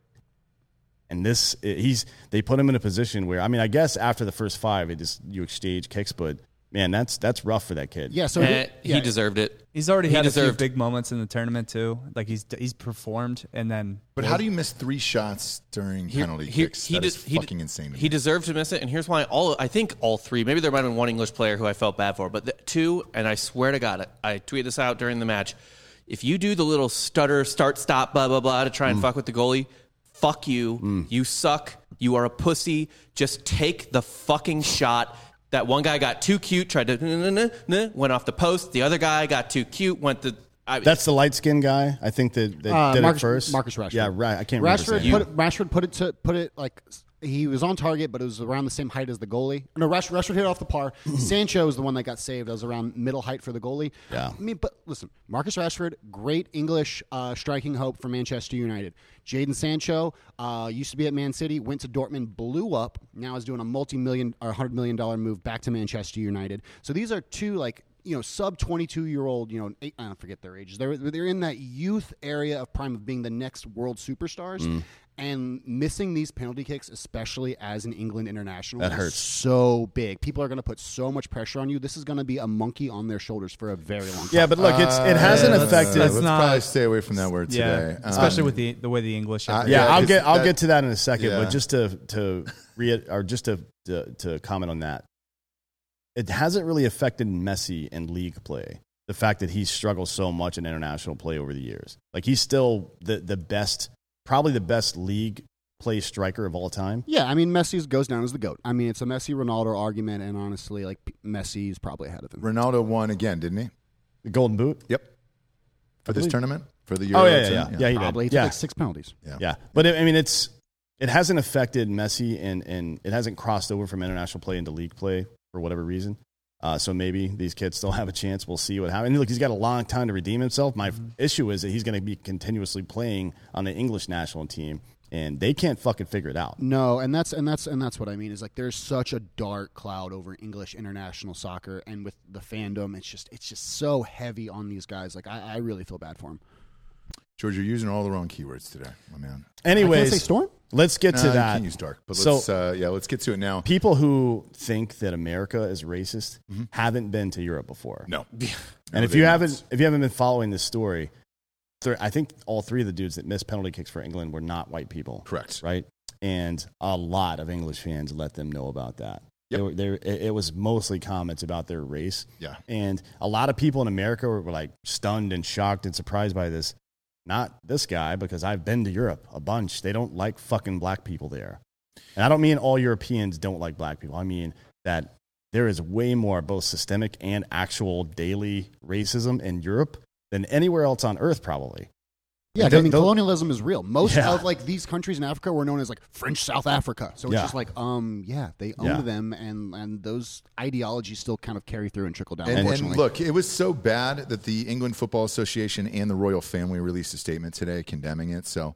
Speaker 4: And this, eh, he's they put him in a position where I mean, I guess after the first five, it just you exchange kicks, but man, that's that's rough for that kid.
Speaker 3: Yeah, so
Speaker 6: Eh,
Speaker 3: he-
Speaker 6: he deserved it.
Speaker 5: He's already
Speaker 6: He
Speaker 5: had
Speaker 6: deserved-
Speaker 5: a few big moments in the tournament too. Like he's he's performed, and then
Speaker 2: But how do you miss three shots during penalty kicks? That
Speaker 6: de-
Speaker 2: is
Speaker 6: he de-
Speaker 2: fucking insane. To
Speaker 6: He
Speaker 2: me.
Speaker 6: deserved to miss it, and here's why. All I think all three. Maybe there might have been one English player who I felt bad for, but the, two. And I swear to God, I, I tweeted this out during the match. If you do the little stutter, start, stop, blah blah blah, to try
Speaker 2: Mm.
Speaker 6: and fuck with the goalie, fuck you. You suck. You are a pussy. Just take the fucking shot. That one guy got too cute, tried to nah, nah, nah, nah, went off the post. The other guy got too cute, went the. I,
Speaker 4: That's the light skinned guy. I think that, that
Speaker 3: uh,
Speaker 4: did
Speaker 3: Marcus,
Speaker 4: it first.
Speaker 3: Marcus Rashford.
Speaker 4: Yeah, right. I can't remember.
Speaker 3: Rashford
Speaker 4: his name.
Speaker 3: put it, Rashford put it to put it like s- he was on target, but it was around the same height as the goalie. No, Rash, Rashford hit it off the par. Sancho was the one that got saved. That was around middle height for the goalie.
Speaker 4: Yeah.
Speaker 3: I mean, but listen, Marcus Rashford, great English uh, striking hope for Manchester United. Jaden Sancho uh, used to be at Man City, went to Dortmund, blew up. Now is doing a multi-million or hundred million dollar move back to Manchester United. So these are two like you know sub 22 year old you know eight, i don't forget their ages they're, they're in that youth area of prime of being the next world superstars and missing these penalty kicks especially as an england international that
Speaker 4: hurts.
Speaker 3: so big people are going to put so much pressure on you this is going to be a monkey on their shoulders for a very long time
Speaker 4: Yeah, but look, it's it hasn't
Speaker 2: Uh,
Speaker 4: affected.
Speaker 5: that's
Speaker 2: let's
Speaker 5: not-
Speaker 2: probably stay away from that word
Speaker 5: yeah,
Speaker 2: today, Um,
Speaker 5: especially with the the way the English.
Speaker 2: uh,
Speaker 4: yeah,
Speaker 2: Yeah,
Speaker 4: I'll
Speaker 2: it's-
Speaker 4: get I'll
Speaker 2: that-
Speaker 4: get to that in a second,
Speaker 2: Yeah.
Speaker 4: but just to to re- or just to, to to comment on that, it hasn't really affected Messi in league play. The fact that he struggles so much in international play over the years, like he's still the the best, probably the best league play striker of all time.
Speaker 3: yeah i mean messi goes down as the goat i mean it's a messi ronaldo argument and honestly like P- messi is probably ahead of him
Speaker 2: Ronaldo won again, didn't he?
Speaker 4: The Golden Boot.
Speaker 2: Yep. For this tournament, for the Euro
Speaker 4: Oh yeah, yeah, yeah,
Speaker 2: tournament?
Speaker 4: yeah. he did.
Speaker 3: probably he took
Speaker 4: Yeah.
Speaker 3: like six penalties
Speaker 4: Yeah, but it, I mean, it's it hasn't affected Messi and and it hasn't crossed over from international play into league play for whatever reason. Uh, so maybe these kids still have a chance. We'll see what happens. And look, he's got a long time to redeem himself. My
Speaker 2: Mm-hmm.
Speaker 4: issue is that he's going to be continuously playing on the English national team, and they can't fucking figure it out.
Speaker 3: No, and that's and that's and that's what I mean is like there's such a dark cloud over English international soccer, and with the fandom, it's just it's just so heavy on these guys. Like I, I really feel bad for them.
Speaker 2: George, you're using all the wrong keywords today, my man.
Speaker 4: Anyways,
Speaker 3: say storm?
Speaker 4: Let's get
Speaker 2: Nah,
Speaker 4: to
Speaker 2: you
Speaker 4: that.
Speaker 2: can use dark, but
Speaker 4: So-
Speaker 2: let's uh, yeah, let's get to it now.
Speaker 4: People who think that America is racist
Speaker 2: Mm-hmm.
Speaker 4: haven't been to Europe before.
Speaker 2: No,
Speaker 4: And
Speaker 2: No,
Speaker 4: if
Speaker 2: Oh, they're
Speaker 4: you
Speaker 2: not.
Speaker 4: haven't if you haven't been following this story, th- I think all three of the dudes that missed penalty kicks for England were not white people,
Speaker 2: correct,
Speaker 4: right? And a lot of English fans let them know about that. They were, they were, it it was mostly comments about their race.
Speaker 2: Yeah.
Speaker 4: And a lot of people in America were, were like stunned and shocked and surprised by this. Not this guy, because I've been to Europe a bunch. They don't like fucking black people there. And I don't mean all Europeans don't like black people. I mean that there is way more both systemic and actual daily racism in Europe than anywhere else on earth, probably.
Speaker 3: Yeah,
Speaker 4: Th-
Speaker 3: I mean
Speaker 4: th-
Speaker 3: colonialism is real. Most
Speaker 4: Yeah.
Speaker 3: of like these countries in Africa were known as like French South Africa. So it's
Speaker 4: Yeah.
Speaker 3: just like um yeah, they owned
Speaker 4: Yeah.
Speaker 3: them, and and those ideologies still kind of carry through and trickle down.
Speaker 2: And,
Speaker 3: unfortunately.
Speaker 2: and look, it was so bad that the England Football Association and the royal family released a statement today condemning it. So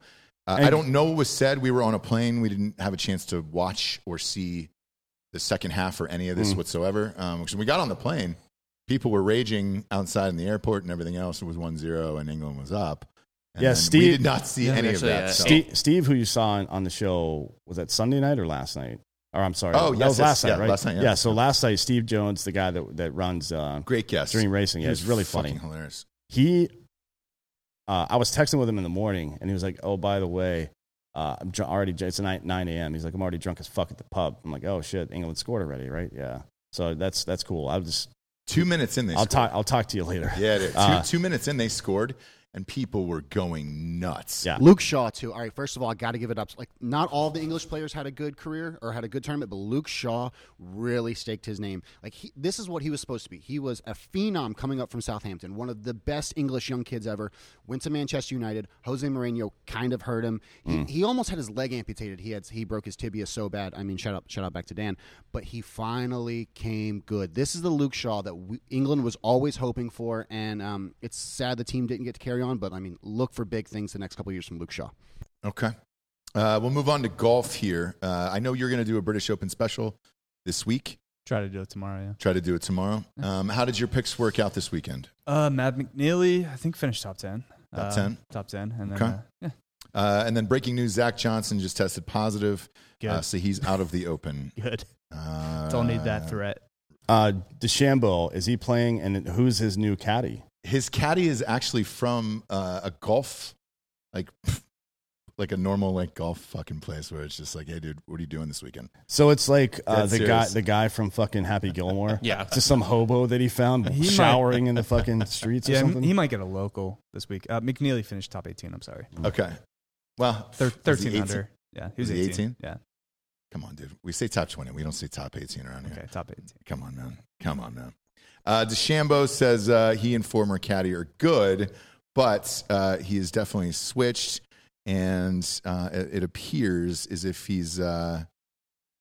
Speaker 2: uh, I
Speaker 4: And-
Speaker 2: don't know what was said. We were on a plane. We didn't have a chance to watch or see the second half or any of
Speaker 4: Mm.
Speaker 2: this whatsoever. Um, 'cause when we got on the plane, people were raging outside in the airport and everything else. It was 1-0 and England was up. And
Speaker 4: Yeah,
Speaker 2: then
Speaker 4: Steve-
Speaker 2: We did not see
Speaker 6: Yeah,
Speaker 2: any
Speaker 6: actually,
Speaker 2: of that.
Speaker 6: yeah.
Speaker 2: so-
Speaker 4: Steve, Steve, who you saw on, on the show, was that Sunday night or last night? Or I'm sorry,
Speaker 2: Oh,
Speaker 4: that
Speaker 2: yes,
Speaker 4: was
Speaker 2: yes,
Speaker 4: last night,
Speaker 2: yeah,
Speaker 4: right?
Speaker 2: last night, yeah.
Speaker 4: So last night, Steve Jones, the guy that that runs uh,
Speaker 2: Great guess.
Speaker 4: Dream Racing,
Speaker 2: He
Speaker 4: yeah,
Speaker 2: was
Speaker 4: it's really funny.
Speaker 2: fucking hilarious.
Speaker 4: He, uh, I was texting with him in the morning, and he was like, "Oh, by the way, uh, I'm dr- already it's 9, 9 a.m." He's like, "I'm already drunk as fuck at the pub." I'm like, "Oh shit, England scored already, right? Yeah." So that's that's cool. I'll just
Speaker 2: Two minutes in, they
Speaker 4: I'll
Speaker 2: scored.
Speaker 4: talk I'll talk to you later.
Speaker 2: Yeah, dude. Two,
Speaker 4: Uh,
Speaker 2: two minutes in, they scored, and people were going nuts.
Speaker 4: Yeah.
Speaker 3: Luke Shaw too. All right, first of all, I got to give it up. Like, not all the English players had a good career or had a good tournament, but Luke Shaw really staked his name. Like, he, this is what he was supposed to be. He was a phenom coming up from Southampton, one of the best English young kids ever. Went to Manchester United. Jose Mourinho kind of hurt him. He,
Speaker 4: Hmm.
Speaker 3: he almost had his leg amputated. He had he broke his tibia so bad. I mean, shout out shout out back to Dan. But he finally came good. This is the Luke Shaw that we, England was always hoping for, and um, it's sad the team didn't get to carry on. But I mean, look for big things the next couple of years from Luke Shaw.
Speaker 2: Okay. Uh, we'll move on to golf here. Uh, I know you're going to do a British Open special this week.
Speaker 5: try to do it tomorrow. Yeah.
Speaker 2: Try to do it tomorrow.
Speaker 5: Mm-hmm.
Speaker 2: Um, how did your picks work out this weekend?
Speaker 5: Uh, Matt McNeely, I think finished top ten.
Speaker 2: Top
Speaker 5: Uh,
Speaker 2: 10?
Speaker 5: Top ten, and then
Speaker 2: Okay.
Speaker 5: uh, yeah,
Speaker 2: Uh, and then breaking news: Zach Johnson just tested positive,
Speaker 5: Good.
Speaker 2: uh, so he's out of the open.
Speaker 5: Good.
Speaker 2: Uh,
Speaker 5: Don't need that threat.
Speaker 4: Uh, DeChambeau, is he playing? And who's his new caddy?
Speaker 2: His caddy is actually from uh, a golf, like, like a normal like golf fucking place where it's just like, hey, dude, what are you doing this weekend?
Speaker 4: So it's like uh,
Speaker 2: That's
Speaker 4: the guy,
Speaker 2: serious.
Speaker 4: the guy from fucking Happy Gilmore.
Speaker 6: Yeah.
Speaker 4: just some hobo that he found
Speaker 5: He might-
Speaker 4: showering in the fucking streets or
Speaker 5: Yeah,
Speaker 4: something.
Speaker 5: he might get a local this week. Uh, McNeely finished top 18. I'm sorry.
Speaker 2: Okay, well,
Speaker 5: Thir-
Speaker 2: Was he
Speaker 5: 13 under. Yeah, he
Speaker 2: Was
Speaker 5: was
Speaker 2: he
Speaker 5: 18.
Speaker 2: 18?
Speaker 5: Yeah,
Speaker 2: come on, dude. We say top twenty, we don't say top eighteen around here.
Speaker 5: okay, top 18.
Speaker 2: Come on, man. Come on, man. Uh, DeChambeau says uh, he and former caddy are good, but uh, he is definitely switched, and uh, it, it appears as if he's uh,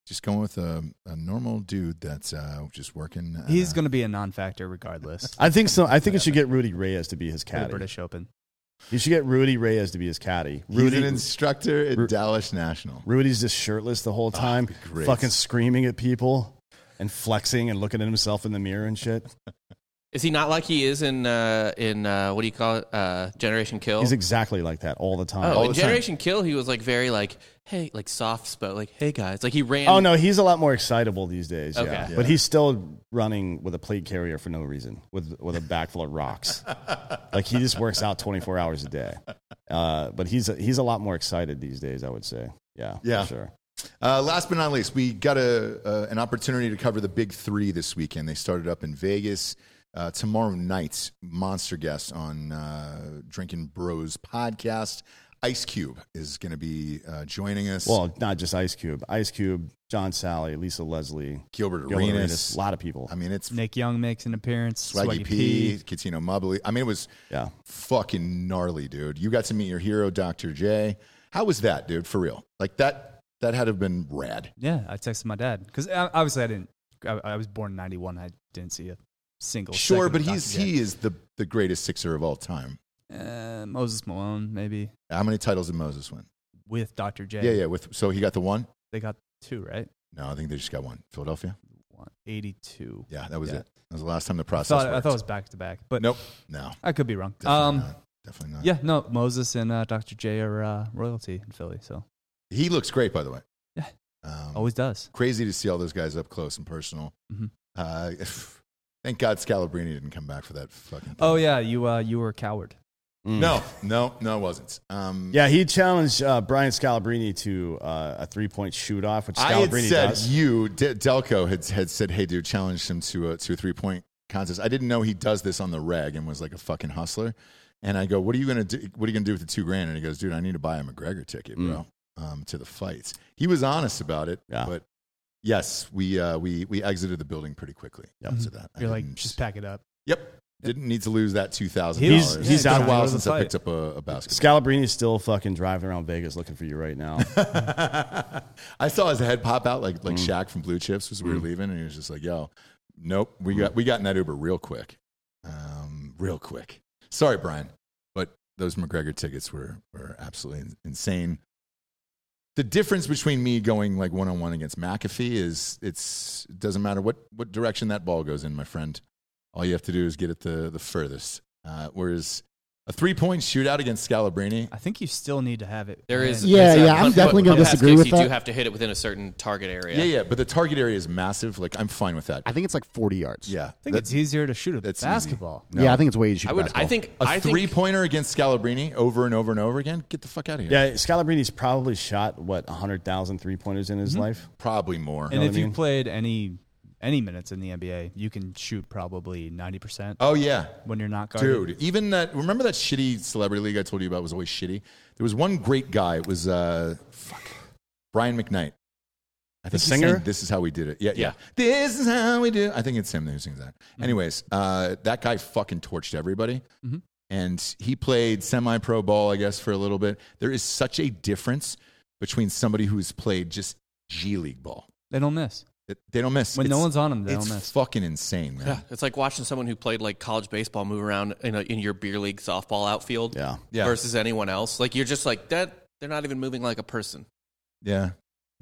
Speaker 2: just going with a, a normal dude that's uh, just working. at
Speaker 5: He's
Speaker 2: a-
Speaker 5: going to be a non-factor regardless.
Speaker 4: I think so. I think it should get Rudy Reyes to be his
Speaker 5: for the
Speaker 4: caddy.
Speaker 5: British Open.
Speaker 4: You should get Rudy Reyes to be his caddy.
Speaker 2: He's
Speaker 4: Rudy,
Speaker 2: an instructor at
Speaker 4: Ru-
Speaker 2: Dallas National.
Speaker 4: Rudy's just shirtless the whole time,
Speaker 2: that'd Ah, be great.
Speaker 4: fucking screaming at people and flexing and looking at himself in the mirror and shit.
Speaker 6: Is he not like he is in uh, in uh, what do you call it? Uh, Generation Kill.
Speaker 4: He's exactly like that all the time.
Speaker 6: oh,
Speaker 2: Oh. all
Speaker 6: in
Speaker 2: the time.
Speaker 6: Generation Kill, he was like very like hey, like soft spoke, like hey guys, like he ran.
Speaker 4: Oh, no, he's a lot more excitable these days.
Speaker 6: Okay.
Speaker 4: Yeah.
Speaker 6: Yeah.
Speaker 4: but he's still running with a plate carrier for no reason, with with a back full of rocks. like he just works out twenty four hours a day. Uh, but he's a, he's a lot more excited these days. I would say. Yeah. for
Speaker 2: Yeah.
Speaker 4: sure.
Speaker 2: Uh, last but not least, we got a, uh, an opportunity to cover the big three this weekend. They started up in Vegas. Uh, tomorrow night, monster guest on uh, Drinking Bros podcast. Ice Cube is going to be uh, joining us.
Speaker 4: Well, not just Ice Cube. Ice Cube, John Sally, Lisa Leslie,
Speaker 2: Gilbert
Speaker 4: Gilbert
Speaker 2: Arenas.
Speaker 4: Arenas, a lot of people.
Speaker 2: I mean, it's
Speaker 5: Nick Young makes an appearance.
Speaker 2: Swaggy, P, Catino Mobley. I mean, it was
Speaker 4: Yeah.
Speaker 2: fucking gnarly, dude. You got to meet your hero, Dr. J. How was that, dude? For real? Like that? That had to have been rad.
Speaker 5: Yeah, I texted my dad because obviously I didn't. I, I was born in '91. I didn't see a single.
Speaker 2: Sure,
Speaker 5: second
Speaker 2: but
Speaker 5: of Dr.
Speaker 2: he's
Speaker 5: J.
Speaker 2: he is the the greatest sixer of all time.
Speaker 5: uh, Moses Malone maybe
Speaker 2: How many titles did Moses win?
Speaker 5: with Dr. J.
Speaker 2: Yeah, yeah. With so he got the one.
Speaker 5: They got two right.
Speaker 2: No, I think they just got one. Philadelphia.
Speaker 5: One, 82.
Speaker 2: Yeah, that was
Speaker 5: Yeah.
Speaker 2: it. That was the last time the
Speaker 5: I
Speaker 2: process.
Speaker 5: thought, I
Speaker 2: worked.
Speaker 5: thought it was back to back, but
Speaker 2: Nope. No,
Speaker 5: I could be wrong.
Speaker 2: definitely
Speaker 5: Um,
Speaker 2: not. Definitely not.
Speaker 5: yeah, no, Moses and uh, Dr. J are uh, royalty in Philly, so
Speaker 2: he looks great, by the way.
Speaker 5: Yeah.
Speaker 2: Um,
Speaker 5: always does.
Speaker 2: crazy to see all those guys up close and personal.
Speaker 5: Mhm.
Speaker 2: Uh, thank God Scalabrini didn't come back for that fucking. thing.
Speaker 5: Oh yeah, you uh, you were a coward.
Speaker 4: Mm.
Speaker 2: No, no, no, it wasn't. Um,
Speaker 4: Yeah, he challenged uh, Brian Scalabrine to uh, a three point shoot off, which
Speaker 2: I had
Speaker 4: Scalabrine
Speaker 2: said
Speaker 4: does.
Speaker 2: you, De- Delco had had said, "Hey, dude, challenged him to a to a three point contest." I didn't know he does this on the reg and was like a fucking hustler. And I go, "What are you gonna do? What are you gonna do with the two grand?" And he goes, "Dude, I need to buy a McGregor ticket, bro, um, to the fights." He was honest about it,
Speaker 4: Yeah.
Speaker 2: but yes, we uh, we we exited the building pretty quickly after that. I
Speaker 5: You're like
Speaker 2: didn't-
Speaker 5: just pack it up.
Speaker 2: yep, didn't need to lose that two thousand.
Speaker 4: He's-
Speaker 2: dollars.
Speaker 4: he's out
Speaker 2: a while
Speaker 5: of the
Speaker 2: since I
Speaker 5: fight.
Speaker 2: picked up a, a basket.
Speaker 4: Scalabrini's still fucking driving around Vegas looking for you right now.
Speaker 2: I saw his head pop out like like Shaq from Blue Chips as we were leaving, and he was just like, "Yo, nope, we got we got in that Uber real quick, um, real quick." Sorry, Brian, but those McGregor tickets were were absolutely in- insane. The difference between me going like one on one against McAfee is it's it doesn't matter what what direction that ball goes in, my friend. All you have to do is get it the the furthest. Uh, whereas a three point shootout against Scalabrini,
Speaker 5: I think you still need to have it.
Speaker 6: There is
Speaker 3: Yeah,
Speaker 6: there's that
Speaker 3: yeah, I'm
Speaker 6: hunt-
Speaker 3: definitely
Speaker 6: but
Speaker 3: gonna
Speaker 6: in past
Speaker 3: disagree
Speaker 6: games,
Speaker 3: with
Speaker 6: you
Speaker 3: that.
Speaker 6: do have to hit it within a certain target area.
Speaker 2: Yeah, yeah, but the target area is massive. Like I'm fine with that.
Speaker 3: I think it's like 40 yards.
Speaker 2: yeah,
Speaker 5: I think it's easier to shoot a
Speaker 2: that's
Speaker 5: basketball.
Speaker 2: No.
Speaker 3: Yeah, I think it's way easier.
Speaker 6: I would. I think.
Speaker 2: a
Speaker 6: I
Speaker 2: three
Speaker 6: think,
Speaker 2: pointer against Scalabrini over and over and over again. Get the fuck out of here.
Speaker 4: yeah, Scalabrini's probably shot, what, 100,000 three pointers in his
Speaker 6: Mm-hmm.
Speaker 4: life?
Speaker 2: probably more.
Speaker 5: And
Speaker 4: what
Speaker 5: if
Speaker 4: I
Speaker 5: you
Speaker 4: mean?
Speaker 5: played any any minutes in the NBA, you can shoot probably ninety percent
Speaker 2: oh yeah,
Speaker 5: when you're not guarded.
Speaker 2: dude. Even that. Remember that shitty celebrity league I told you about was always shitty. There was one great guy. It was uh, fuck, Brian McKnight. I
Speaker 4: The
Speaker 2: think he
Speaker 4: singer?
Speaker 2: sang This is how we did it. Yeah, yeah, This is how we do. I think it's him who sings that.
Speaker 5: Mm-hmm.
Speaker 2: Anyways, uh, that guy fucking torched everybody. and he played semi pro ball, I guess, for a little bit. There is such a difference between somebody who's played just G League ball.
Speaker 5: They don't miss
Speaker 2: It- They don't miss.
Speaker 5: when no one's on them. They
Speaker 2: it's
Speaker 5: don't miss.
Speaker 2: fucking insane, man.
Speaker 6: Yeah, it's like watching someone who played like college baseball move around in, a, in your beer league softball outfield
Speaker 4: Yeah.
Speaker 2: Yeah.
Speaker 6: versus anyone else. Like you're just like that. They're not even moving like a person.
Speaker 2: Yeah.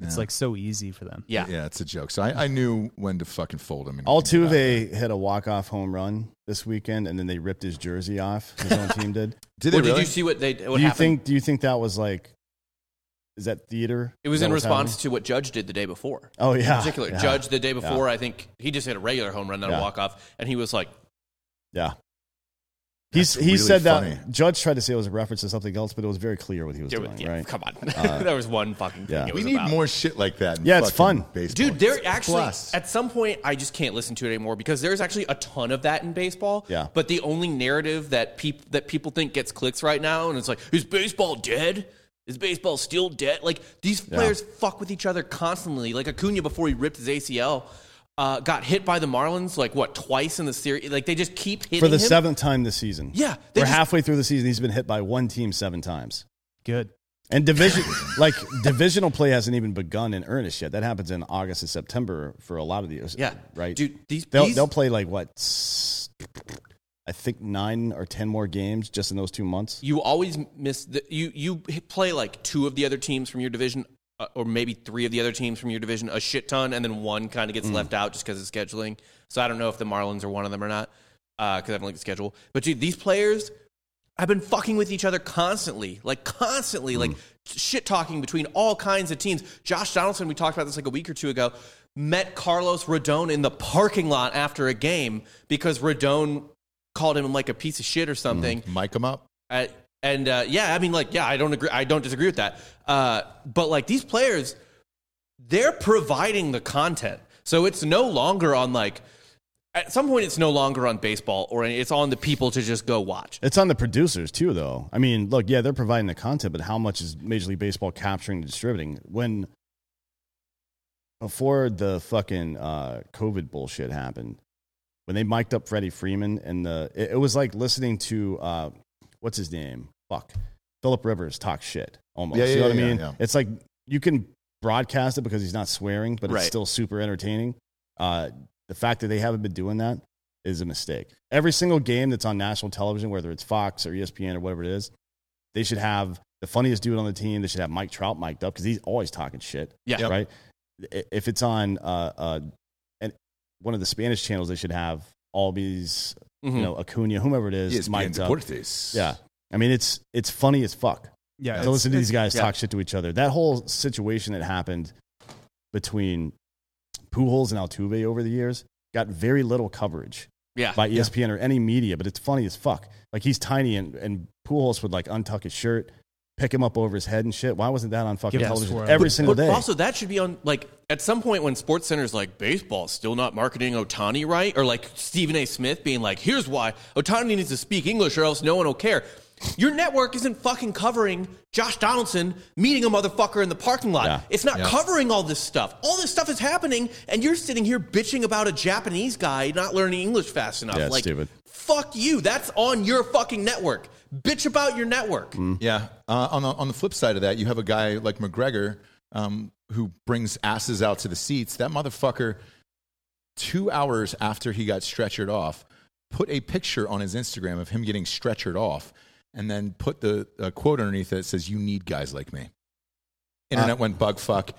Speaker 5: It's
Speaker 2: Yeah.
Speaker 5: like so easy for them.
Speaker 6: Yeah.
Speaker 2: yeah, it's a joke. So I, I knew when to fucking fold him. and-
Speaker 4: Altuve hit a walk off home run this weekend, and then they ripped his jersey off. His own team did.
Speaker 2: Did they
Speaker 6: Well,
Speaker 2: really?
Speaker 6: Did you see what they? What
Speaker 4: do you
Speaker 6: happened?
Speaker 4: think? Do you think that was like is that theater?
Speaker 6: It
Speaker 4: Is
Speaker 6: was
Speaker 4: that
Speaker 6: in
Speaker 4: what's
Speaker 6: response
Speaker 4: happening?
Speaker 6: to what Judge did the day before.
Speaker 4: Oh, yeah.
Speaker 6: In particular,
Speaker 4: Yeah.
Speaker 6: Judge the day before, I think he just hit a regular home run, not
Speaker 4: Yeah.
Speaker 6: a walk off, and he was like,
Speaker 4: Yeah. He's,
Speaker 2: That's
Speaker 4: he
Speaker 2: really
Speaker 4: said
Speaker 2: funny.
Speaker 4: that Judge tried to say it was a reference to something else, but it was very clear what he was
Speaker 6: "Yeah,
Speaker 4: doing,
Speaker 6: yeah,
Speaker 4: right?
Speaker 6: "Come on, there was one fucking thing."
Speaker 4: yeah.
Speaker 6: it
Speaker 2: We
Speaker 6: was
Speaker 2: need
Speaker 6: about.
Speaker 2: more shit like that. In
Speaker 4: Yeah, it's
Speaker 2: fucking
Speaker 4: fun.
Speaker 2: baseball.
Speaker 6: Dude, there actually
Speaker 2: Plus.
Speaker 6: at some point I just can't listen to it anymore because there's actually a ton of that in baseball.
Speaker 4: Yeah.
Speaker 6: But the only narrative that people that people think gets clicks right now, and it's like, is baseball dead? Is baseball still dead? Like these players fuck with each other constantly. Like Acuna before he ripped his ACL, uh, got hit by the Marlins like what twice in the series. Like they just keep hitting
Speaker 4: For the
Speaker 6: him.
Speaker 4: seventh time this season.
Speaker 6: Yeah, they
Speaker 4: We're
Speaker 6: just-
Speaker 4: halfway through the season. He's been hit by one team seven times.
Speaker 5: Good.
Speaker 4: And division, like divisional play, hasn't even begun in earnest yet. That happens in August and September for a lot of these.
Speaker 6: Yeah.
Speaker 4: right.
Speaker 6: Dude, these-
Speaker 4: they'll
Speaker 6: these-
Speaker 4: they'll play like what? s- I think nine or ten more games just in those two months.
Speaker 6: you always miss the you you play like two of the other teams from your division uh, or maybe three of the other teams from your division a shit ton and then one kind of gets left out just because of scheduling so i don't know if the marlins are one of them or not because i haven't looked at the schedule but dude these players have been fucking with each other constantly like constantly like shit talking between all kinds of teams josh donaldson we talked about this like a week or two ago met carlos rodon in the parking lot after a game because rodon called him like a piece of shit or something
Speaker 2: mic him up.
Speaker 6: I, and uh, yeah, I mean, like, yeah, I don't agree. I don't disagree with that. Uh, but like these players, they're providing the content, so it's no longer on like. At some point, it's no longer on baseball, or any- it's on the people to just go watch.
Speaker 4: It's on the producers too, though. I mean, look, yeah, they're providing the content, but how much is Major League Baseball capturing and distributing? When before the fucking uh, COVID bullshit happened, when they mic'd up Freddie Freeman and the, it, it was like listening to uh, what's his name? Fuck, Philip Rivers talk shit almost.
Speaker 2: Yeah,
Speaker 4: you know
Speaker 2: yeah,
Speaker 4: what
Speaker 2: yeah,
Speaker 4: I mean?
Speaker 2: yeah.
Speaker 4: It's like you can broadcast it because he's not swearing, but
Speaker 6: Right.
Speaker 4: it's still super entertaining. Uh, the fact that they haven't been doing that is a mistake. Every single game that's on national television, whether it's Fox or E ESPN or whatever it is, they should have the funniest dude on the team. They should have Mike Trout mic'd up because he's always talking shit.
Speaker 6: Yeah. Yep.
Speaker 4: Right. I- If it's on uh, uh, and one of the Spanish channels, they should have Albies,
Speaker 6: Mhm.
Speaker 4: you know, Acuna, whomever it is,
Speaker 2: ESPN
Speaker 4: mic'd up.
Speaker 2: Deportes.
Speaker 4: Yeah. I mean, it's it's funny as fuck
Speaker 5: Yeah.
Speaker 4: to
Speaker 5: it's-
Speaker 4: listen to
Speaker 5: it's-
Speaker 4: these guys
Speaker 6: yeah.
Speaker 4: talk shit to each other. That whole situation that happened between Pujols and Altuve over the years got very little coverage
Speaker 6: Yeah,
Speaker 4: by E ESPN or any media, but it's funny as fuck. Like he's tiny and, and Pujols would like untuck his shirt, pick him up over his head and shit. Why wasn't that on fucking
Speaker 5: Give him a
Speaker 4: television
Speaker 5: swirl.
Speaker 4: every
Speaker 5: But-
Speaker 4: single
Speaker 6: But
Speaker 4: day?
Speaker 6: Also, that should be on like at some point when Sports Center's like baseball's still not marketing Otani right, or like Stephen A. Smith being like, "Here's why Otani needs to speak English, or else no one will care." Your network isn't fucking covering Josh Donaldson meeting a motherfucker in the parking lot.
Speaker 4: Yeah.
Speaker 6: It's not covering all this stuff. All this stuff is happening, and you're sitting here bitching about a Japanese guy not learning English fast enough.
Speaker 4: Yeah, it's
Speaker 6: like,
Speaker 4: stupid.
Speaker 6: fuck you. That's on your fucking network. Bitch about your network.
Speaker 2: Yeah. Uh, on, the, on the flip side of that, you have a guy like McGregor um, who brings asses out to the seats. That motherfucker, two hours after he got stretchered off, put a picture on his Instagram of him getting stretchered off and then put the uh, quote underneath it that says, You need guys like me. Internet went bug fuck.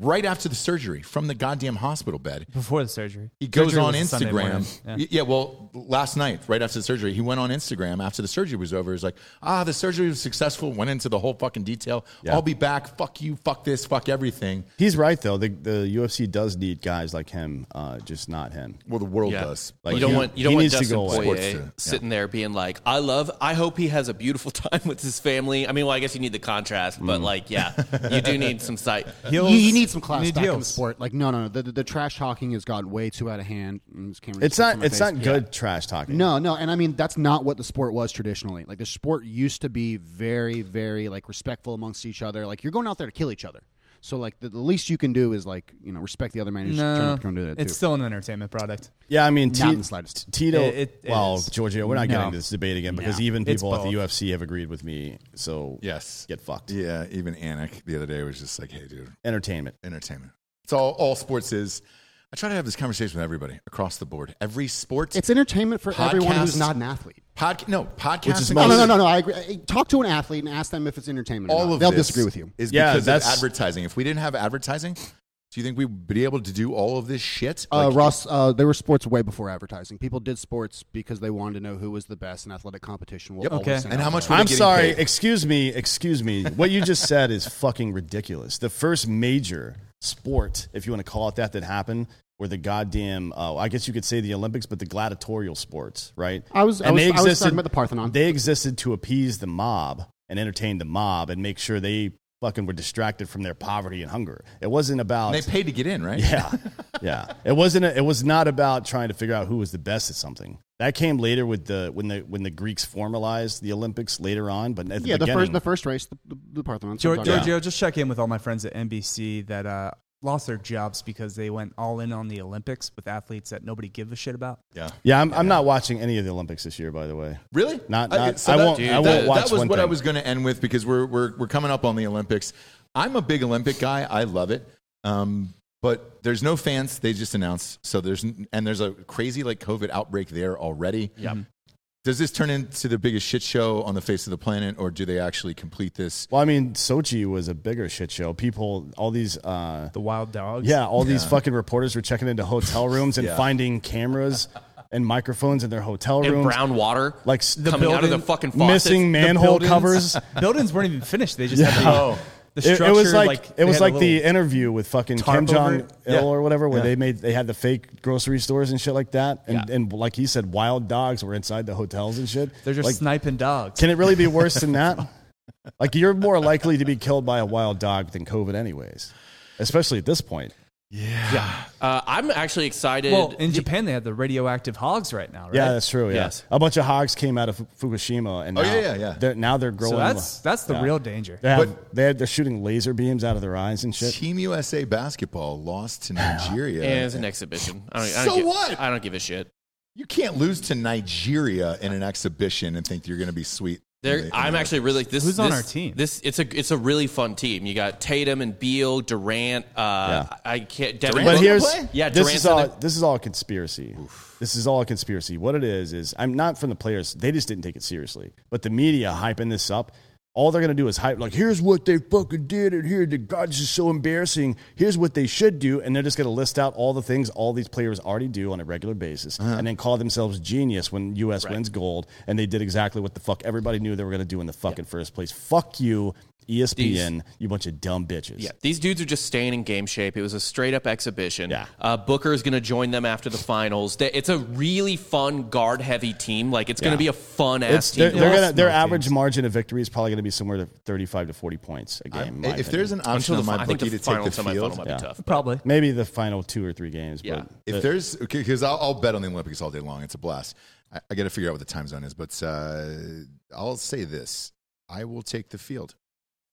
Speaker 2: Right after the surgery from the goddamn hospital bed,
Speaker 5: Before the surgery.
Speaker 2: he goes
Speaker 5: Surgery
Speaker 2: on
Speaker 5: was Sunday morning.
Speaker 2: Instagram.
Speaker 5: Yeah.
Speaker 2: Yeah. well, last night, right after the surgery, he went on Instagram after the surgery was over. He's like, ah, the surgery was successful. Went into the whole fucking detail.
Speaker 4: Yeah.
Speaker 2: I'll be back. Fuck you. Fuck this. Fuck everything.
Speaker 4: he's right though. The, the UFC does need guys like him, uh, just not him.
Speaker 2: Well, the world
Speaker 6: Yeah.
Speaker 2: does.
Speaker 4: Like,
Speaker 6: you don't
Speaker 4: he-
Speaker 6: want you
Speaker 4: he
Speaker 6: don't want
Speaker 4: needs to
Speaker 6: Dustin
Speaker 4: go away. uh,
Speaker 2: Sports
Speaker 6: Poirier
Speaker 2: to-
Speaker 6: sitting there being like, "I love. I hope he has a beautiful time with his family." I mean, well, I guess you need the contrast,
Speaker 4: Mm.
Speaker 6: but like, yeah, you do need some sight.
Speaker 5: Heels-
Speaker 3: You, you need some class
Speaker 5: need
Speaker 3: back in the
Speaker 5: heels.
Speaker 3: sport. Like, no, no, no. The, the, the trash talking has gotten way too out of hand. And this camera just
Speaker 4: It's
Speaker 3: slipped in
Speaker 4: not
Speaker 3: my
Speaker 4: it's
Speaker 3: face.
Speaker 4: not good trash talking.
Speaker 3: No, no, and I mean that's not what the sport was traditionally. Like the sport used to be very, very like respectful amongst each other. Like you're going out there to kill each other, so like the, the least you can do is like you know respect the other man who's trying
Speaker 5: No,
Speaker 3: to come do that
Speaker 5: it's
Speaker 3: too.
Speaker 5: still an entertainment product.
Speaker 4: Yeah, I mean,
Speaker 3: Not
Speaker 4: Ti-
Speaker 3: in the slightest.
Speaker 4: Tito.
Speaker 5: It- it- it
Speaker 4: well,
Speaker 5: is.
Speaker 4: Giorgio, we're not
Speaker 5: No.
Speaker 4: getting into this debate again because
Speaker 5: No.
Speaker 4: even
Speaker 5: It's
Speaker 4: people at the
Speaker 5: both.
Speaker 4: UFC have agreed with me. So
Speaker 2: Yes.
Speaker 4: get fucked.
Speaker 2: Yeah. Even Anik the other day was just like, hey, dude,
Speaker 4: Entertainment.
Speaker 2: entertainment. It's all, all sports is. I try to have this conversation with everybody across the board. Every sport.
Speaker 3: It's entertainment for everyone who's
Speaker 2: Podcast.
Speaker 3: not an athlete.
Speaker 2: Podca- no, podcasting.
Speaker 3: No,
Speaker 4: most-
Speaker 3: no, no, no, no. I agree. Hey, Talk to an athlete and ask them if it's entertainment. or
Speaker 2: all
Speaker 3: not.
Speaker 2: of
Speaker 3: they'll
Speaker 2: this
Speaker 3: disagree with you.
Speaker 2: is
Speaker 4: Yeah,
Speaker 2: because of
Speaker 4: that's-
Speaker 2: advertising. If we didn't have advertising, Do you think we'd be able to do all of this shit?
Speaker 3: Uh,
Speaker 2: Like,
Speaker 3: Ross, uh, there were sports way before advertising. People did sports because they wanted to know who was the best, and athletic competition will
Speaker 2: Yep.
Speaker 3: always
Speaker 5: Okay.
Speaker 3: stand
Speaker 2: and
Speaker 3: out
Speaker 2: how
Speaker 3: for
Speaker 2: much?
Speaker 3: that.
Speaker 2: were they
Speaker 4: I'm
Speaker 2: getting
Speaker 4: sorry.
Speaker 2: paid?
Speaker 4: Excuse me. Excuse me. What you just said is fucking ridiculous. The first major sport, if you want to call it that, that happened were the goddamn. Uh, I guess you could say the Olympics, but the gladiatorial sports, right?
Speaker 3: I was- I was- I was talking about the Parthenon.
Speaker 4: They existed to appease the mob and entertain the mob and make sure they fucking were distracted from their poverty and hunger. It wasn't about.
Speaker 2: And they paid to get in, right?
Speaker 4: Yeah, yeah. It wasn't. A, it was not about trying to figure out who was the best at something. That came later with the when the when the Greeks formalized the Olympics later on. But at the
Speaker 3: Yeah, the
Speaker 4: beginning,
Speaker 3: first the first race, the, the, the Parthenon. that's what I'm
Speaker 5: Gior-
Speaker 3: talking about.
Speaker 5: Giorgio, just check in with all my friends at NBC that uh, lost their jobs because they went all in on the Olympics with athletes that nobody gives a shit about.
Speaker 2: Yeah.
Speaker 4: yeah, I'm, I'm not watching any of the Olympics this year, by the way.
Speaker 2: Really?
Speaker 4: Not-
Speaker 2: I,
Speaker 4: not-
Speaker 2: so
Speaker 4: I
Speaker 2: that-
Speaker 4: won't- I won't
Speaker 2: that,
Speaker 4: watch
Speaker 2: That was
Speaker 4: one
Speaker 2: what I
Speaker 4: thing.
Speaker 2: was going to end with because we're, we're we're coming up on the Olympics. I'm a big Olympic guy. I love it. Um, but there's no fans. They just announced. So there's n- and there's a crazy like COVID outbreak there already. Yeah.
Speaker 4: Mm-hmm.
Speaker 2: Does this turn into the biggest shit show on the face of the planet, or do they actually complete this?
Speaker 4: Well, I mean, Sochi was a bigger shit show. People, all these. Uh,
Speaker 5: The wild dogs.
Speaker 4: Yeah, all these fucking reporters were checking into hotel rooms and
Speaker 2: Yeah.
Speaker 4: finding cameras and microphones in their hotel
Speaker 6: and
Speaker 4: rooms.
Speaker 6: brown water
Speaker 4: like s-
Speaker 6: coming out of the
Speaker 5: building-
Speaker 6: fucking faucets.
Speaker 4: missing manhole
Speaker 5: buildings.
Speaker 4: covers.
Speaker 5: Buildings weren't even finished. They just had the,
Speaker 4: Oh.
Speaker 5: the
Speaker 4: It,
Speaker 5: structure.
Speaker 4: it was like,
Speaker 5: they
Speaker 4: it was
Speaker 5: had a
Speaker 4: like the
Speaker 5: little-
Speaker 4: interview with fucking
Speaker 5: tarp
Speaker 4: Kim
Speaker 5: over
Speaker 4: Jong
Speaker 5: it.
Speaker 4: Il
Speaker 5: Yeah.
Speaker 4: or whatever, where
Speaker 5: Yeah.
Speaker 4: they made they had the fake grocery stores and shit like that, and, and like he said, wild dogs were inside the hotels and shit.
Speaker 5: They're just
Speaker 4: like,
Speaker 5: sniping dogs.
Speaker 4: Can it really be worse than that? Like you're more likely to be killed by a wild dog than COVID, anyways. Especially at this point.
Speaker 6: Uh, I'm actually excited.
Speaker 5: well, in Japan, they have the radioactive hogs right now, right?
Speaker 4: Yeah, that's true. Yeah.
Speaker 6: Yes.
Speaker 4: a bunch of hogs came out of Fu- Fukushima, and
Speaker 2: Oh,
Speaker 4: now,
Speaker 2: yeah, yeah, yeah.
Speaker 4: They're, now they're growing.
Speaker 5: So that's that's the
Speaker 4: Yeah.
Speaker 5: real danger.
Speaker 4: They have,
Speaker 2: But-
Speaker 4: they had, they're shooting laser beams out of their eyes and shit.
Speaker 2: Team USA basketball lost to Nigeria.
Speaker 6: and it's an exhibition. I don't, I don't
Speaker 2: So
Speaker 6: give,
Speaker 2: what?
Speaker 6: I don't give a shit.
Speaker 2: you can't lose to Nigeria in an exhibition and think you're going to be sweet.
Speaker 6: There,
Speaker 2: They-
Speaker 6: I'm actually really this.
Speaker 5: Who's on
Speaker 6: this-
Speaker 5: our team?
Speaker 6: This it's a it's a really fun team. You got Tatum and Beal, Durant. Uh, I
Speaker 2: Durant
Speaker 6: can't. Devin
Speaker 4: But
Speaker 2: Well,
Speaker 6: Booker-
Speaker 2: here-
Speaker 4: here's
Speaker 2: play?
Speaker 6: Yeah,
Speaker 4: this
Speaker 6: Durant's
Speaker 4: is
Speaker 6: in
Speaker 4: all
Speaker 6: there.
Speaker 4: this is all a conspiracy. This is all a conspiracy. What it is is I'm not from the players. They just didn't take it seriously. But the media hyping this up. All they're gonna do is hype like here's what they fucking did and here the God this is so embarrassing. Here's what they should do, and they're just gonna list out all the things all these players already do on a regular basis,
Speaker 6: Uh-huh.
Speaker 4: and then call themselves genius when U.S. wins gold, and they did exactly what the fuck everybody knew they were gonna do in the fucking first place. Fuck you, E ESPN, you bunch of dumb bitches.
Speaker 6: Yeah, these dudes are just staying in game shape. It was a straight up exhibition.
Speaker 4: Yeah.
Speaker 6: Uh, Booker is going to join them after the finals. They- It's a really fun guard heavy team. Like it's going
Speaker 4: Yeah.
Speaker 6: to be a fun
Speaker 4: It's,
Speaker 6: ass
Speaker 4: they're,
Speaker 6: team.
Speaker 4: they're
Speaker 5: all
Speaker 4: gonna, their
Speaker 5: small
Speaker 4: average
Speaker 5: teams.
Speaker 4: margin of victory is probably going to be somewhere to 35 to 40 points a game. in my
Speaker 2: if there's
Speaker 4: opinion.
Speaker 2: an option on
Speaker 6: the, fi-
Speaker 2: my
Speaker 6: I think
Speaker 2: bookie
Speaker 6: the
Speaker 2: to
Speaker 6: final
Speaker 2: take the
Speaker 6: semifinal
Speaker 2: field,
Speaker 6: might
Speaker 4: Yeah.
Speaker 6: be tough.
Speaker 5: Probably.
Speaker 4: maybe the final two or three games.
Speaker 6: Yeah.
Speaker 4: But
Speaker 2: If there's because I'll, I'll bet on the Olympics all day long. It's a blast. I, I got to figure out what the time zone is, but uh, I'll say this: I will take the field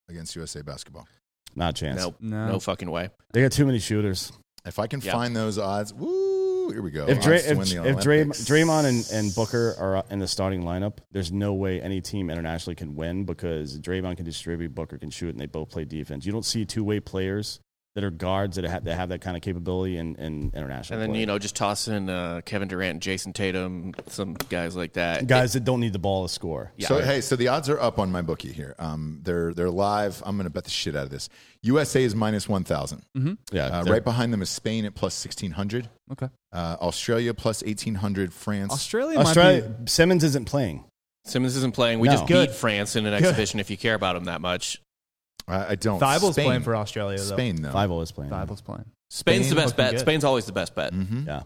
Speaker 2: against USA basketball
Speaker 4: not a chance.
Speaker 6: Nope.
Speaker 5: No.
Speaker 6: No. fucking way.
Speaker 4: They got too many shooters.
Speaker 2: if I can
Speaker 6: Yeah.
Speaker 2: find those odds. Woo! Here we go.
Speaker 4: If, Dray,
Speaker 2: Odds Oh, to
Speaker 4: if,
Speaker 2: win the
Speaker 4: if Dray,
Speaker 2: Olympics.
Speaker 4: Draymond and, and Booker are in the starting lineup, there's no way any team internationally can win because Draymond can distribute, Booker can shoot, and they both play defense. You don't see two way players that are guards that have, that have that kind of capability in, in international.
Speaker 6: And then
Speaker 4: play.
Speaker 6: you know, just toss in uh, Kevin Durant, and Jason Tatum, some guys like that.
Speaker 4: guys that don't need the ball to score.
Speaker 6: Yeah.
Speaker 2: So hey, so the odds are up on my bookie here. Um, they're they're live. I'm going to bet the shit out of this. USA is minus one thousand.
Speaker 6: Mm-hmm.
Speaker 4: Yeah,
Speaker 2: Uh,
Speaker 4: they're-
Speaker 2: right behind them is Spain at plus sixteen hundred.
Speaker 5: Okay.
Speaker 2: Uh, Australia plus eighteen hundred. France.
Speaker 5: Australia, might
Speaker 4: Australia Simmons isn't playing.
Speaker 6: Simmons isn't playing. We
Speaker 4: No.
Speaker 6: just
Speaker 5: Good.
Speaker 6: beat France in an exhibition. If you care about him that much,
Speaker 2: I, I don't.
Speaker 5: be. Thibault's
Speaker 2: Spain.
Speaker 5: playing for Australia, though.
Speaker 2: Spain though.
Speaker 4: Five oh is
Speaker 2: oh.
Speaker 4: playing.
Speaker 5: Thibault's playing.
Speaker 6: Spain's the best
Speaker 5: looking
Speaker 6: bet.
Speaker 5: good.
Speaker 6: Spain's always the best bet.
Speaker 2: Mm-hmm.
Speaker 4: Yeah.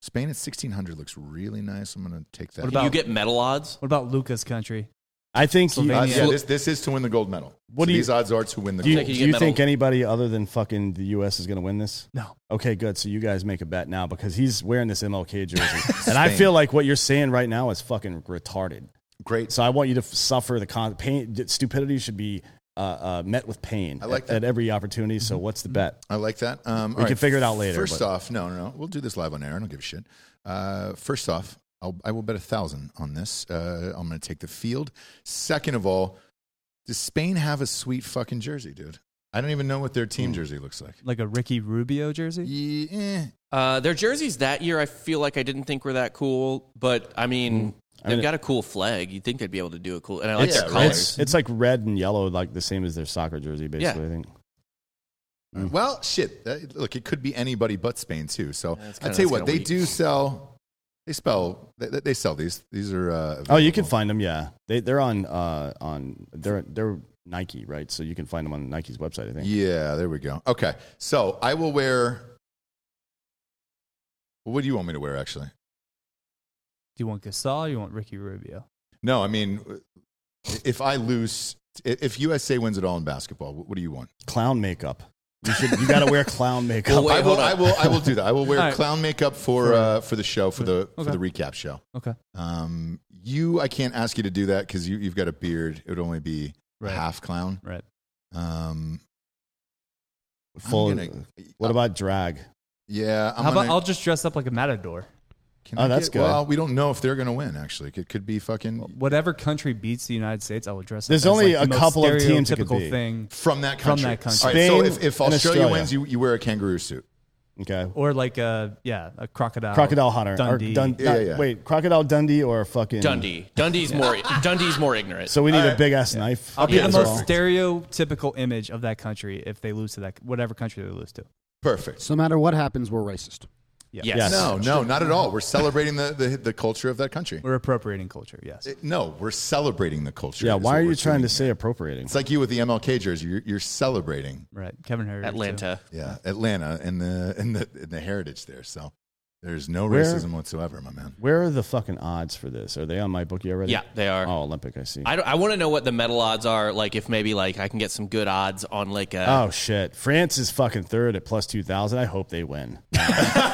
Speaker 2: Spain at 1600 looks really nice. I'm going to take that. Uh,
Speaker 5: What
Speaker 6: Can
Speaker 5: about-
Speaker 6: you get medal odds?
Speaker 5: What about Luca's country?
Speaker 4: I think you,
Speaker 2: Uh,
Speaker 5: Slovenia.
Speaker 2: yeah, this, this is to win the gold medal.
Speaker 4: What
Speaker 2: So
Speaker 4: do you-
Speaker 2: these odds are to win the
Speaker 4: Do you,
Speaker 2: gold.
Speaker 6: Take it, you
Speaker 4: do
Speaker 6: get
Speaker 4: you
Speaker 6: medal.
Speaker 4: think anybody other than fucking the U.S. is going to win this?
Speaker 5: No.
Speaker 4: Okay, good. So you guys make a bet now because he's wearing this MLK jersey, and I
Speaker 2: Spain.
Speaker 4: feel like what you're saying right now is fucking retarded.
Speaker 2: Great.
Speaker 4: So I want you to f- suffer the con- pain. that Stupidity should be uh, uh, met with pain.
Speaker 2: I like
Speaker 4: at,
Speaker 2: that.
Speaker 4: at every opportunity. So what's the bet?
Speaker 2: I like that. Um, we
Speaker 4: can figure it out later,
Speaker 2: First
Speaker 4: but-
Speaker 2: off, no, no, no. We'll do this live on air. I don't give a shit. Uh, first off, I'll, I will bet a thousand on this. Uh, I'm going to take the field. Second of all, does Spain have a sweet fucking jersey, dude? I don't even know what their
Speaker 4: Hmm.
Speaker 2: team jersey looks like.
Speaker 5: Like a Ricky Rubio jersey?
Speaker 2: Yeah, eh.
Speaker 6: Uh, their jerseys that year, I feel like I didn't think were that cool, but I mean,
Speaker 4: Mm. I
Speaker 6: they've
Speaker 4: mean-
Speaker 6: got a cool flag. You'd think they'd be able to do a cool, and I like
Speaker 2: It's-
Speaker 6: their
Speaker 2: Colors.
Speaker 4: It's,
Speaker 6: colors.
Speaker 4: it's like red and yellow, like the same as their soccer jersey, basically. I think.
Speaker 2: Well, shit. uh, Look, it could be anybody but Spain too. So
Speaker 6: that's
Speaker 2: I
Speaker 6: kinda-
Speaker 2: tell you
Speaker 6: that's
Speaker 2: what,
Speaker 6: kinda
Speaker 2: they
Speaker 6: weak.
Speaker 2: do sell. They spell. They, they sell these. These are. Uh,
Speaker 4: Oh, you can
Speaker 2: available.
Speaker 4: find them. Yeah, they they're on uh on they're they're Nike, right? So you can find them on Nike's website. I think.
Speaker 2: Yeah, there we go. Okay, so I will wear. What do you want me to wear? Actually,
Speaker 5: Do you want Gasol? Or you want Ricky Rubio?
Speaker 2: no. I mean, if I lose, if USA wins it all in basketball, what what do you want?
Speaker 4: Clown makeup. You should. You got to wear clown makeup.
Speaker 6: Well, wait,
Speaker 2: I will.
Speaker 6: hold on.
Speaker 2: I will. I will do that. I will wear
Speaker 5: All right.
Speaker 2: clown makeup for
Speaker 5: For-
Speaker 2: uh, for the show for the for
Speaker 5: Okay.
Speaker 2: the recap show.
Speaker 5: Okay.
Speaker 2: Um, you, I can't ask you to do that because you you've got a beard. It would only be
Speaker 5: Right.
Speaker 2: half clown.
Speaker 5: Right.
Speaker 2: Um, I'm
Speaker 4: Full.
Speaker 2: gonna-
Speaker 4: what about drag?
Speaker 2: Yeah. I'm
Speaker 5: How about
Speaker 2: gonna-
Speaker 5: I'll just dress up like a matador?
Speaker 2: can
Speaker 4: Oh,
Speaker 2: I
Speaker 4: that's
Speaker 2: get-
Speaker 4: good.
Speaker 2: Well, we don't know if they're going to win. Actually, it could be fucking
Speaker 5: Whatever country beats the United States, I will dress.
Speaker 4: There's
Speaker 5: up as,
Speaker 4: only a
Speaker 5: like, the most
Speaker 4: couple of teams it could
Speaker 5: stereotypical
Speaker 4: be.
Speaker 5: thing,
Speaker 2: from that
Speaker 5: From
Speaker 2: country.
Speaker 5: that country.
Speaker 2: All right, so
Speaker 4: Spain
Speaker 2: if, if
Speaker 4: and
Speaker 2: Australia,
Speaker 4: Australia.
Speaker 2: wins, you, you wear a kangaroo suit.
Speaker 4: Okay.
Speaker 5: or like a yeah, a crocodile.
Speaker 4: Crocodile Hunter.
Speaker 5: Dundee.
Speaker 4: Or Dun-
Speaker 2: Yeah,
Speaker 4: not-
Speaker 2: yeah.
Speaker 4: Wait, Crocodile Dundee or fucking
Speaker 6: Dundee. Dundee's more. Dundee's more ignorant.
Speaker 4: So we need a
Speaker 2: Alright.
Speaker 4: big ass knife.
Speaker 5: I'll be
Speaker 6: Yeah,
Speaker 5: the
Speaker 6: that's
Speaker 5: most
Speaker 6: perfect.
Speaker 5: stereotypical image of that country if they lose to that whatever country they lose to.
Speaker 2: Perfect.
Speaker 3: So no matter what happens, we're racist.
Speaker 6: yes.
Speaker 4: Yes.
Speaker 2: No, no, not at all. We're celebrating the, the, the culture of that country.
Speaker 5: We're appropriating culture. Yes.
Speaker 2: It- no, we're celebrating the culture.
Speaker 4: Yeah.
Speaker 2: is
Speaker 4: Why
Speaker 2: what
Speaker 4: are
Speaker 2: we're
Speaker 4: you trying
Speaker 2: doing
Speaker 4: to
Speaker 2: here.
Speaker 4: say appropriating?
Speaker 2: It's like you with the MLK jersey. You're, you're celebrating.
Speaker 5: Right. Kevin Herter.
Speaker 6: Atlanta.
Speaker 2: Yeah, Atlanta and the and the and the heritage there. So there's no
Speaker 4: Where-
Speaker 2: racism whatsoever, my man.
Speaker 4: Where are the fucking odds for this? Are they on my bookie already?
Speaker 6: Yeah, they are.
Speaker 4: Oh, Olympic. I see.
Speaker 6: I, don't- I want to know what the medal odds are. Like if maybe like I can get some good odds on like a.
Speaker 4: Oh shit! France is fucking third at plus two thousand. I hope they win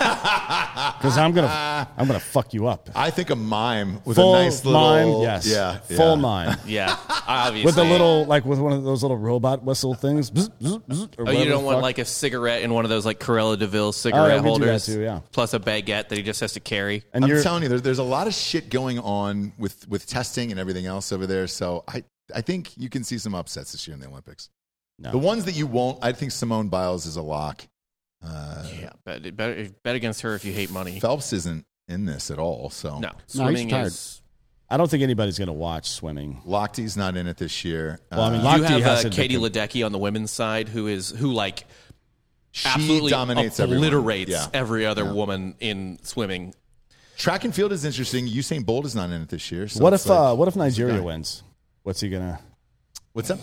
Speaker 4: because I'm gonna I'm gonna fuck you up.
Speaker 2: I think a mime with
Speaker 4: Full
Speaker 2: a nice little
Speaker 4: mime, yes.
Speaker 2: yeah,
Speaker 4: full
Speaker 2: yeah.
Speaker 4: mime
Speaker 6: Yeah, obviously.
Speaker 4: with a little like with one of those little robot whistle things. Bzz, bzz, bzz, or
Speaker 6: Oh,
Speaker 4: whatever
Speaker 6: you
Speaker 4: the
Speaker 6: don't want
Speaker 4: fuck.
Speaker 6: like a cigarette in one of those like Corella Deville cigarette
Speaker 4: Oh, we do that
Speaker 6: holders,
Speaker 4: too, yeah.
Speaker 6: plus a baguette that he just has to carry.
Speaker 4: and
Speaker 2: I'm
Speaker 4: you're
Speaker 2: telling you, there, there's a lot of shit going on with with testing and everything else over there. So I I think you can see some upsets this year in the Olympics.
Speaker 4: No.
Speaker 2: The ones that you won't, I think Simone Biles is a lock. Uh,
Speaker 6: Yeah, bet, bet, bet against her if you hate money.
Speaker 2: Phelps isn't in this at all. So
Speaker 6: No,
Speaker 3: No, he's
Speaker 6: swimming
Speaker 3: tired.
Speaker 6: is.
Speaker 4: I don't think anybody's gonna watch swimming.
Speaker 2: Lochtey's not in it this year.
Speaker 4: Well, I mean,
Speaker 6: You
Speaker 4: Lochte
Speaker 6: have
Speaker 4: has
Speaker 6: uh,
Speaker 4: it, but
Speaker 6: Katie
Speaker 4: the-
Speaker 6: Ledecky on the women's side, who is who like
Speaker 2: she
Speaker 6: absolutely
Speaker 2: dominates everyone.
Speaker 6: obliterates
Speaker 2: Yeah.
Speaker 6: every other woman in swimming.
Speaker 2: Track and field is interesting. Usain Bolt is not in it this year. So
Speaker 4: what
Speaker 2: it's
Speaker 4: if
Speaker 2: like-
Speaker 4: uh, what if Nigeria
Speaker 2: guy?
Speaker 4: wins? What's he gonna
Speaker 2: What's up?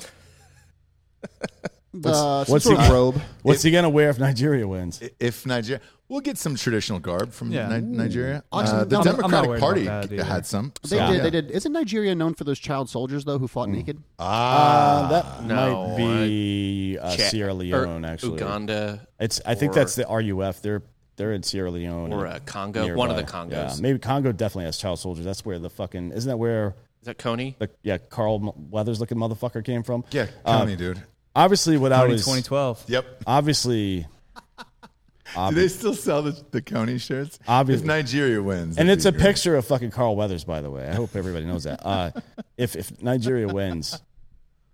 Speaker 3: Uh, some
Speaker 4: what's
Speaker 3: sort
Speaker 4: he-
Speaker 3: of robe?
Speaker 4: What's he gonna wear if Nigeria wins?
Speaker 2: If Nigeria, we'll get some traditional garb from
Speaker 5: Yeah.
Speaker 2: Ni- Nigeria.
Speaker 3: Honestly,
Speaker 2: Uh, the
Speaker 5: I'm- I'm not
Speaker 2: Democratic
Speaker 5: worried about
Speaker 2: Party
Speaker 5: that either.
Speaker 2: had some.
Speaker 3: They
Speaker 2: so-
Speaker 3: did. They did. Isn't Nigeria known for those child soldiers though who
Speaker 4: Mm,
Speaker 3: fought naked?
Speaker 4: Uh, that
Speaker 6: no,
Speaker 4: might be uh,
Speaker 6: Che-
Speaker 4: Sierra
Speaker 6: or
Speaker 4: Leone. Actually,
Speaker 6: er, Uganda.
Speaker 4: It's. I think
Speaker 6: or-
Speaker 4: that's the RUF. They're they're in Sierra Leone
Speaker 6: Or, uh, Congo. One of the
Speaker 4: nearby.
Speaker 6: Congos.
Speaker 4: Yeah, maybe Congo definitely has child soldiers. That's where the fucking isn't that where
Speaker 6: Is that Coney?
Speaker 4: the yeah Carl Weathers looking motherfucker came from?
Speaker 2: Yeah,
Speaker 4: Uh,
Speaker 2: Connie, dude.
Speaker 4: obviously, what I
Speaker 5: Tony
Speaker 4: was
Speaker 5: 2012.
Speaker 2: Yep.
Speaker 4: obviously,
Speaker 2: Do they still sell the, the Coney shirts?
Speaker 4: Obviously.
Speaker 2: If Nigeria wins.
Speaker 4: and
Speaker 2: that'd
Speaker 4: it's
Speaker 2: be
Speaker 4: a
Speaker 2: great.
Speaker 4: picture of fucking Carl Weathers, by the way. I hope everybody knows that. Uh, if if Nigeria wins,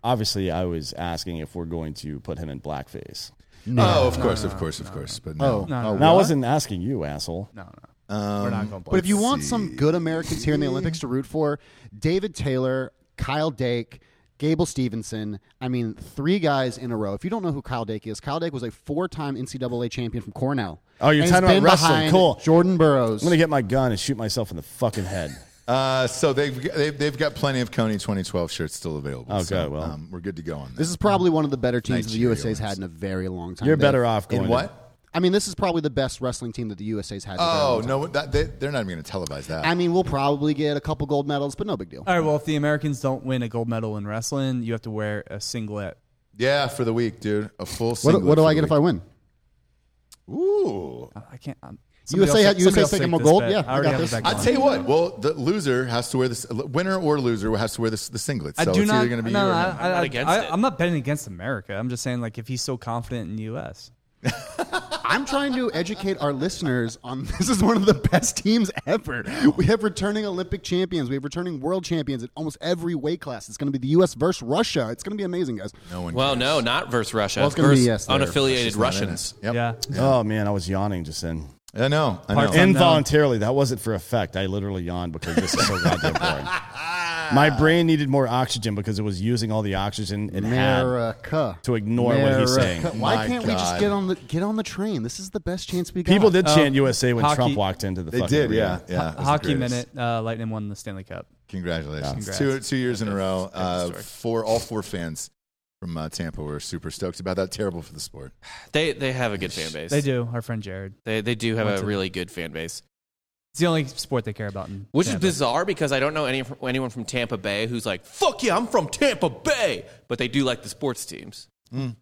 Speaker 4: obviously, I was asking if we're going to put him in blackface.
Speaker 2: oh, of course, of course, of course. But no.
Speaker 3: Oh. No,
Speaker 4: And I wasn't asking you, asshole.
Speaker 5: No, no.
Speaker 2: Um,
Speaker 5: We're not going to play.
Speaker 3: But if you want some good Americans here in the Olympics to root for, David Taylor, Kyle Dake, Gable Stevenson, I mean, three guys in a row. If you don't know who Kyle Dake is, Kyle Dake was a four time NCAA champion from Cornell.
Speaker 4: Oh, you're
Speaker 3: And
Speaker 4: talking
Speaker 3: he's been
Speaker 4: about wrestling.
Speaker 3: behind
Speaker 4: Cool.
Speaker 3: Jordan Burroughs.
Speaker 4: I'm gonna get my gun and shoot myself in the fucking head.
Speaker 2: Uh, so they've, they've they've got plenty of Coney 2012 shirts still available.
Speaker 4: Oh,
Speaker 2: so,
Speaker 4: God, well.
Speaker 2: um, we're good to go on
Speaker 3: this
Speaker 2: this.
Speaker 3: is probably one of the better teams the
Speaker 2: Nigeria
Speaker 3: USA's
Speaker 2: wins.
Speaker 3: had in a very long time.
Speaker 4: You're
Speaker 3: They-
Speaker 4: better off going
Speaker 2: In
Speaker 4: to-
Speaker 2: what?
Speaker 3: I mean, this is probably the best wrestling team that the USA's had. In a very long
Speaker 2: Oh
Speaker 3: time.
Speaker 2: no, that, they, they're not even going to televise that.
Speaker 3: I mean, we'll probably get a couple gold medals, but no big deal.
Speaker 5: All right. Well, if the Americans don't win a gold medal in wrestling, you have to wear a singlet.
Speaker 2: yeah, for the week, dude, a full.
Speaker 3: What,
Speaker 2: singlet
Speaker 3: what do
Speaker 2: for
Speaker 3: I
Speaker 2: the
Speaker 3: get if I
Speaker 2: week.
Speaker 3: win?
Speaker 2: Ooh,
Speaker 5: I can't. I'm,
Speaker 3: USA had-
Speaker 5: somebody else- somebody
Speaker 3: USA
Speaker 5: else
Speaker 3: taking
Speaker 5: take
Speaker 3: more
Speaker 5: this
Speaker 3: gold?
Speaker 5: bet.
Speaker 3: Yeah, I
Speaker 5: I already
Speaker 3: got
Speaker 5: have
Speaker 3: this.
Speaker 5: it back
Speaker 2: I
Speaker 5: on.
Speaker 2: tell you what. Well, the loser has to wear this. Winner or loser has to wear this, the singlet. So
Speaker 5: I do
Speaker 2: it's
Speaker 5: not.
Speaker 2: either going to be
Speaker 5: no,
Speaker 2: you or
Speaker 5: I,
Speaker 2: him.
Speaker 5: I,
Speaker 6: I'm not
Speaker 5: I-
Speaker 6: against
Speaker 5: I-
Speaker 6: it.
Speaker 5: I'm not betting against America. I'm just saying, like, if he's so confident in the U.S.
Speaker 3: I'm trying to educate our listeners on this is one of the best teams ever. We have returning Olympic champions. We have returning world champions at almost every weight class. It's going to be the U.S. versus Russia. It's going to be amazing, guys.
Speaker 2: No one.
Speaker 6: Well, no, not versus Russia.
Speaker 3: Well, it's gonna be
Speaker 6: versus
Speaker 3: yes there.
Speaker 6: unaffiliated Russians.
Speaker 2: Yep.
Speaker 5: Yeah.
Speaker 4: Oh man, I was yawning just then.
Speaker 2: I know. I know.
Speaker 5: Parts-
Speaker 4: Involuntarily, that wasn't for effect. I literally yawned because this is so goddamn boring. My brain needed more oxygen because it was using all the oxygen it had
Speaker 3: America.
Speaker 4: to ignore what he's saying.
Speaker 3: America. Why
Speaker 2: My
Speaker 3: can't we just
Speaker 2: God.
Speaker 3: get on the get on the train? This is the best chance we got.
Speaker 4: People did chant
Speaker 5: Um,
Speaker 4: USA when Trump
Speaker 5: hockey-
Speaker 4: walked into the
Speaker 2: They
Speaker 4: fucking
Speaker 2: did,
Speaker 4: arena.
Speaker 2: yeah, yeah. it was the
Speaker 5: Hockey
Speaker 2: greatest.
Speaker 5: minute, uh, Lightning won the Stanley Cup.
Speaker 2: Congratulations.
Speaker 5: Congrats.
Speaker 2: Two, two years in a row.
Speaker 5: That's the
Speaker 2: Uh,
Speaker 5: story.
Speaker 2: four, all four fans from uh, Tampa were super stoked about that. Terrible for the sport.
Speaker 6: They they have a good fan base.
Speaker 5: They do. Our friend Jared.
Speaker 6: They they do have
Speaker 5: Went
Speaker 6: a
Speaker 5: to-
Speaker 6: really good fan base,
Speaker 5: It's the only sport they care about. In
Speaker 6: which
Speaker 5: Tampa.
Speaker 6: is bizarre because I don't know any anyone from Tampa Bay who's like, "Fuck yeah, I'm from Tampa Bay," but they do like the sports teams.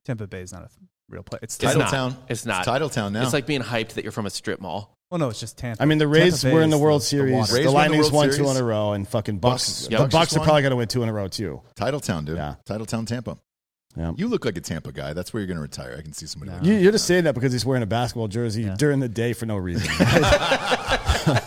Speaker 5: Tampa Bay is not a real place. It's,
Speaker 6: It's
Speaker 5: Tampa-
Speaker 6: not.
Speaker 2: Town.
Speaker 6: It's not.
Speaker 2: Titletown now.
Speaker 6: It's like being hyped that you're from a strip mall.
Speaker 5: Well, no, it's just Tampa.
Speaker 4: I mean, the
Speaker 5: Tampa
Speaker 4: Rays
Speaker 5: Bay
Speaker 4: were in the
Speaker 5: is
Speaker 4: World
Speaker 5: water.
Speaker 4: Series. The,
Speaker 2: Rays won the
Speaker 4: Lightning's
Speaker 2: World
Speaker 4: won two
Speaker 2: Series.
Speaker 4: in a row, and fucking
Speaker 2: Bucks-
Speaker 4: Bucks. the
Speaker 2: Bucks
Speaker 4: Bucks,
Speaker 2: just
Speaker 4: are
Speaker 2: won.
Speaker 4: probably going to win two in a row too.
Speaker 2: Titletown, dude.
Speaker 4: Yeah.
Speaker 2: Titletown, Tampa.
Speaker 4: Yeah.
Speaker 2: You look like a Tampa guy. That's where you're going to retire. I can see somebody. like
Speaker 4: You, you're just saying that because he's wearing a basketball jersey during the day for no reason.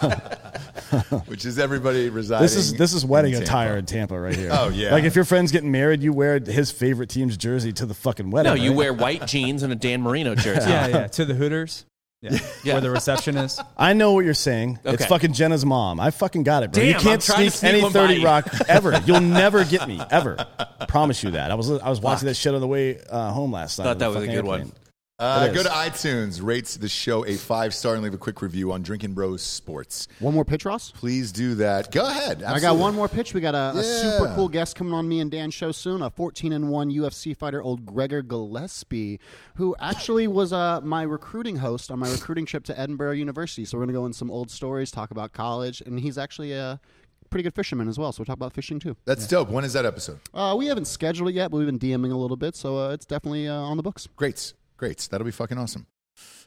Speaker 2: that, Which is everybody residing.
Speaker 4: this is this is wedding
Speaker 2: in Tampa.
Speaker 4: attire in Tampa right here.
Speaker 2: Oh, yeah.
Speaker 4: Like if your friend's getting married, you wear his favorite team's jersey to the fucking wedding.
Speaker 6: No, you
Speaker 4: right?
Speaker 6: wear white jeans and a Dan Marino jersey.
Speaker 5: Yeah, yeah. To the Hooters. Yeah.
Speaker 6: Yeah.
Speaker 5: Where the reception is.
Speaker 4: I know what you're saying. It's
Speaker 6: Okay.
Speaker 4: fucking Jenna's mom. I fucking got it, bro. you
Speaker 6: Damn, I'm
Speaker 4: can't
Speaker 6: trying to
Speaker 4: sneak
Speaker 6: sneak
Speaker 4: any
Speaker 6: one by
Speaker 4: Thirty
Speaker 6: you.
Speaker 4: Rock ever. You'll never get me ever. I promise you that. I was I was watching that shit on the way uh, home last night.
Speaker 6: Thought
Speaker 4: on the
Speaker 6: that was a
Speaker 4: fucking
Speaker 6: good one.
Speaker 4: airplane.
Speaker 2: Uh,
Speaker 4: It
Speaker 2: go
Speaker 4: is.
Speaker 2: to iTunes, rates the show a five star, and leave a quick review on Drinking Bros Sports.
Speaker 3: One more pitch, Ross.
Speaker 2: Please do that. Go ahead.
Speaker 3: I got
Speaker 2: Absolutely.
Speaker 3: one more pitch. We got a, a super
Speaker 2: Yeah.
Speaker 3: cool guest coming on me and Dan's show soon. A 14 and one UFC fighter, old Gregor Gillespie, who actually was uh, my recruiting host on my recruiting trip to Edinburgh University. So we're gonna go in some old stories, talk about college, and he's actually a pretty good fisherman as well. So we'll talk about fishing too.
Speaker 2: That's dope. When is that episode?
Speaker 3: Uh, we haven't scheduled it yet, but we've been DMing a little bit, so uh, it's definitely uh, on the books.
Speaker 2: Great. Great. That'll be fucking awesome.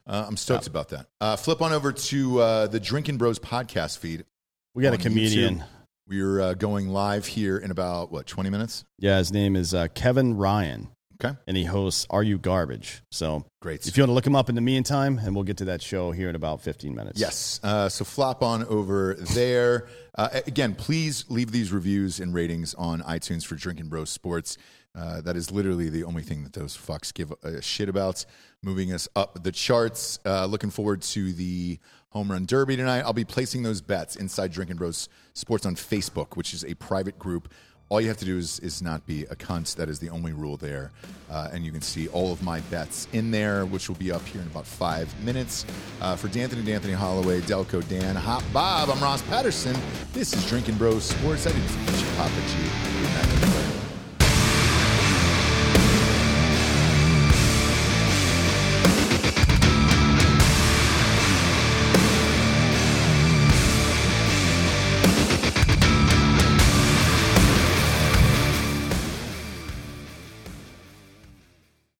Speaker 2: Uh, I'm stoked about that. Uh, flip on over to uh, the Drinking Bros podcast feed.
Speaker 4: We got a
Speaker 2: on
Speaker 4: comedian.
Speaker 2: YouTube. We're uh, going live here in about, what, 20 minutes?
Speaker 4: Yeah, his name is uh, Kevin Ryan,
Speaker 2: Okay.
Speaker 4: and he hosts Are You Garbage? So
Speaker 2: Great.
Speaker 4: if you want to look him up in the meantime, and we'll get to that show here in about 15 minutes.
Speaker 2: Yes. Uh, so flop on over there. Uh, again, please leave these reviews and ratings on iTunes for Drinking Bros Sports. Uh, that is literally the only thing that those fucks give a shit about. Moving us up the charts. Uh, looking forward to the home run derby tonight. I'll be placing those bets inside Drinking Bros Sports on Facebook, which is a private group. All you have to do is, is not be a cunt. That is the only rule there. Uh, and you can see all of my bets in there, which will be up here in about five minutes. Uh, for D'Anthony, D'Anthony Holloway, Delco Dan, Hot Bob, I'm Ross Patterson. This is Drinking Bros Sports. I didn't see you, Papa G. Good night, everybody.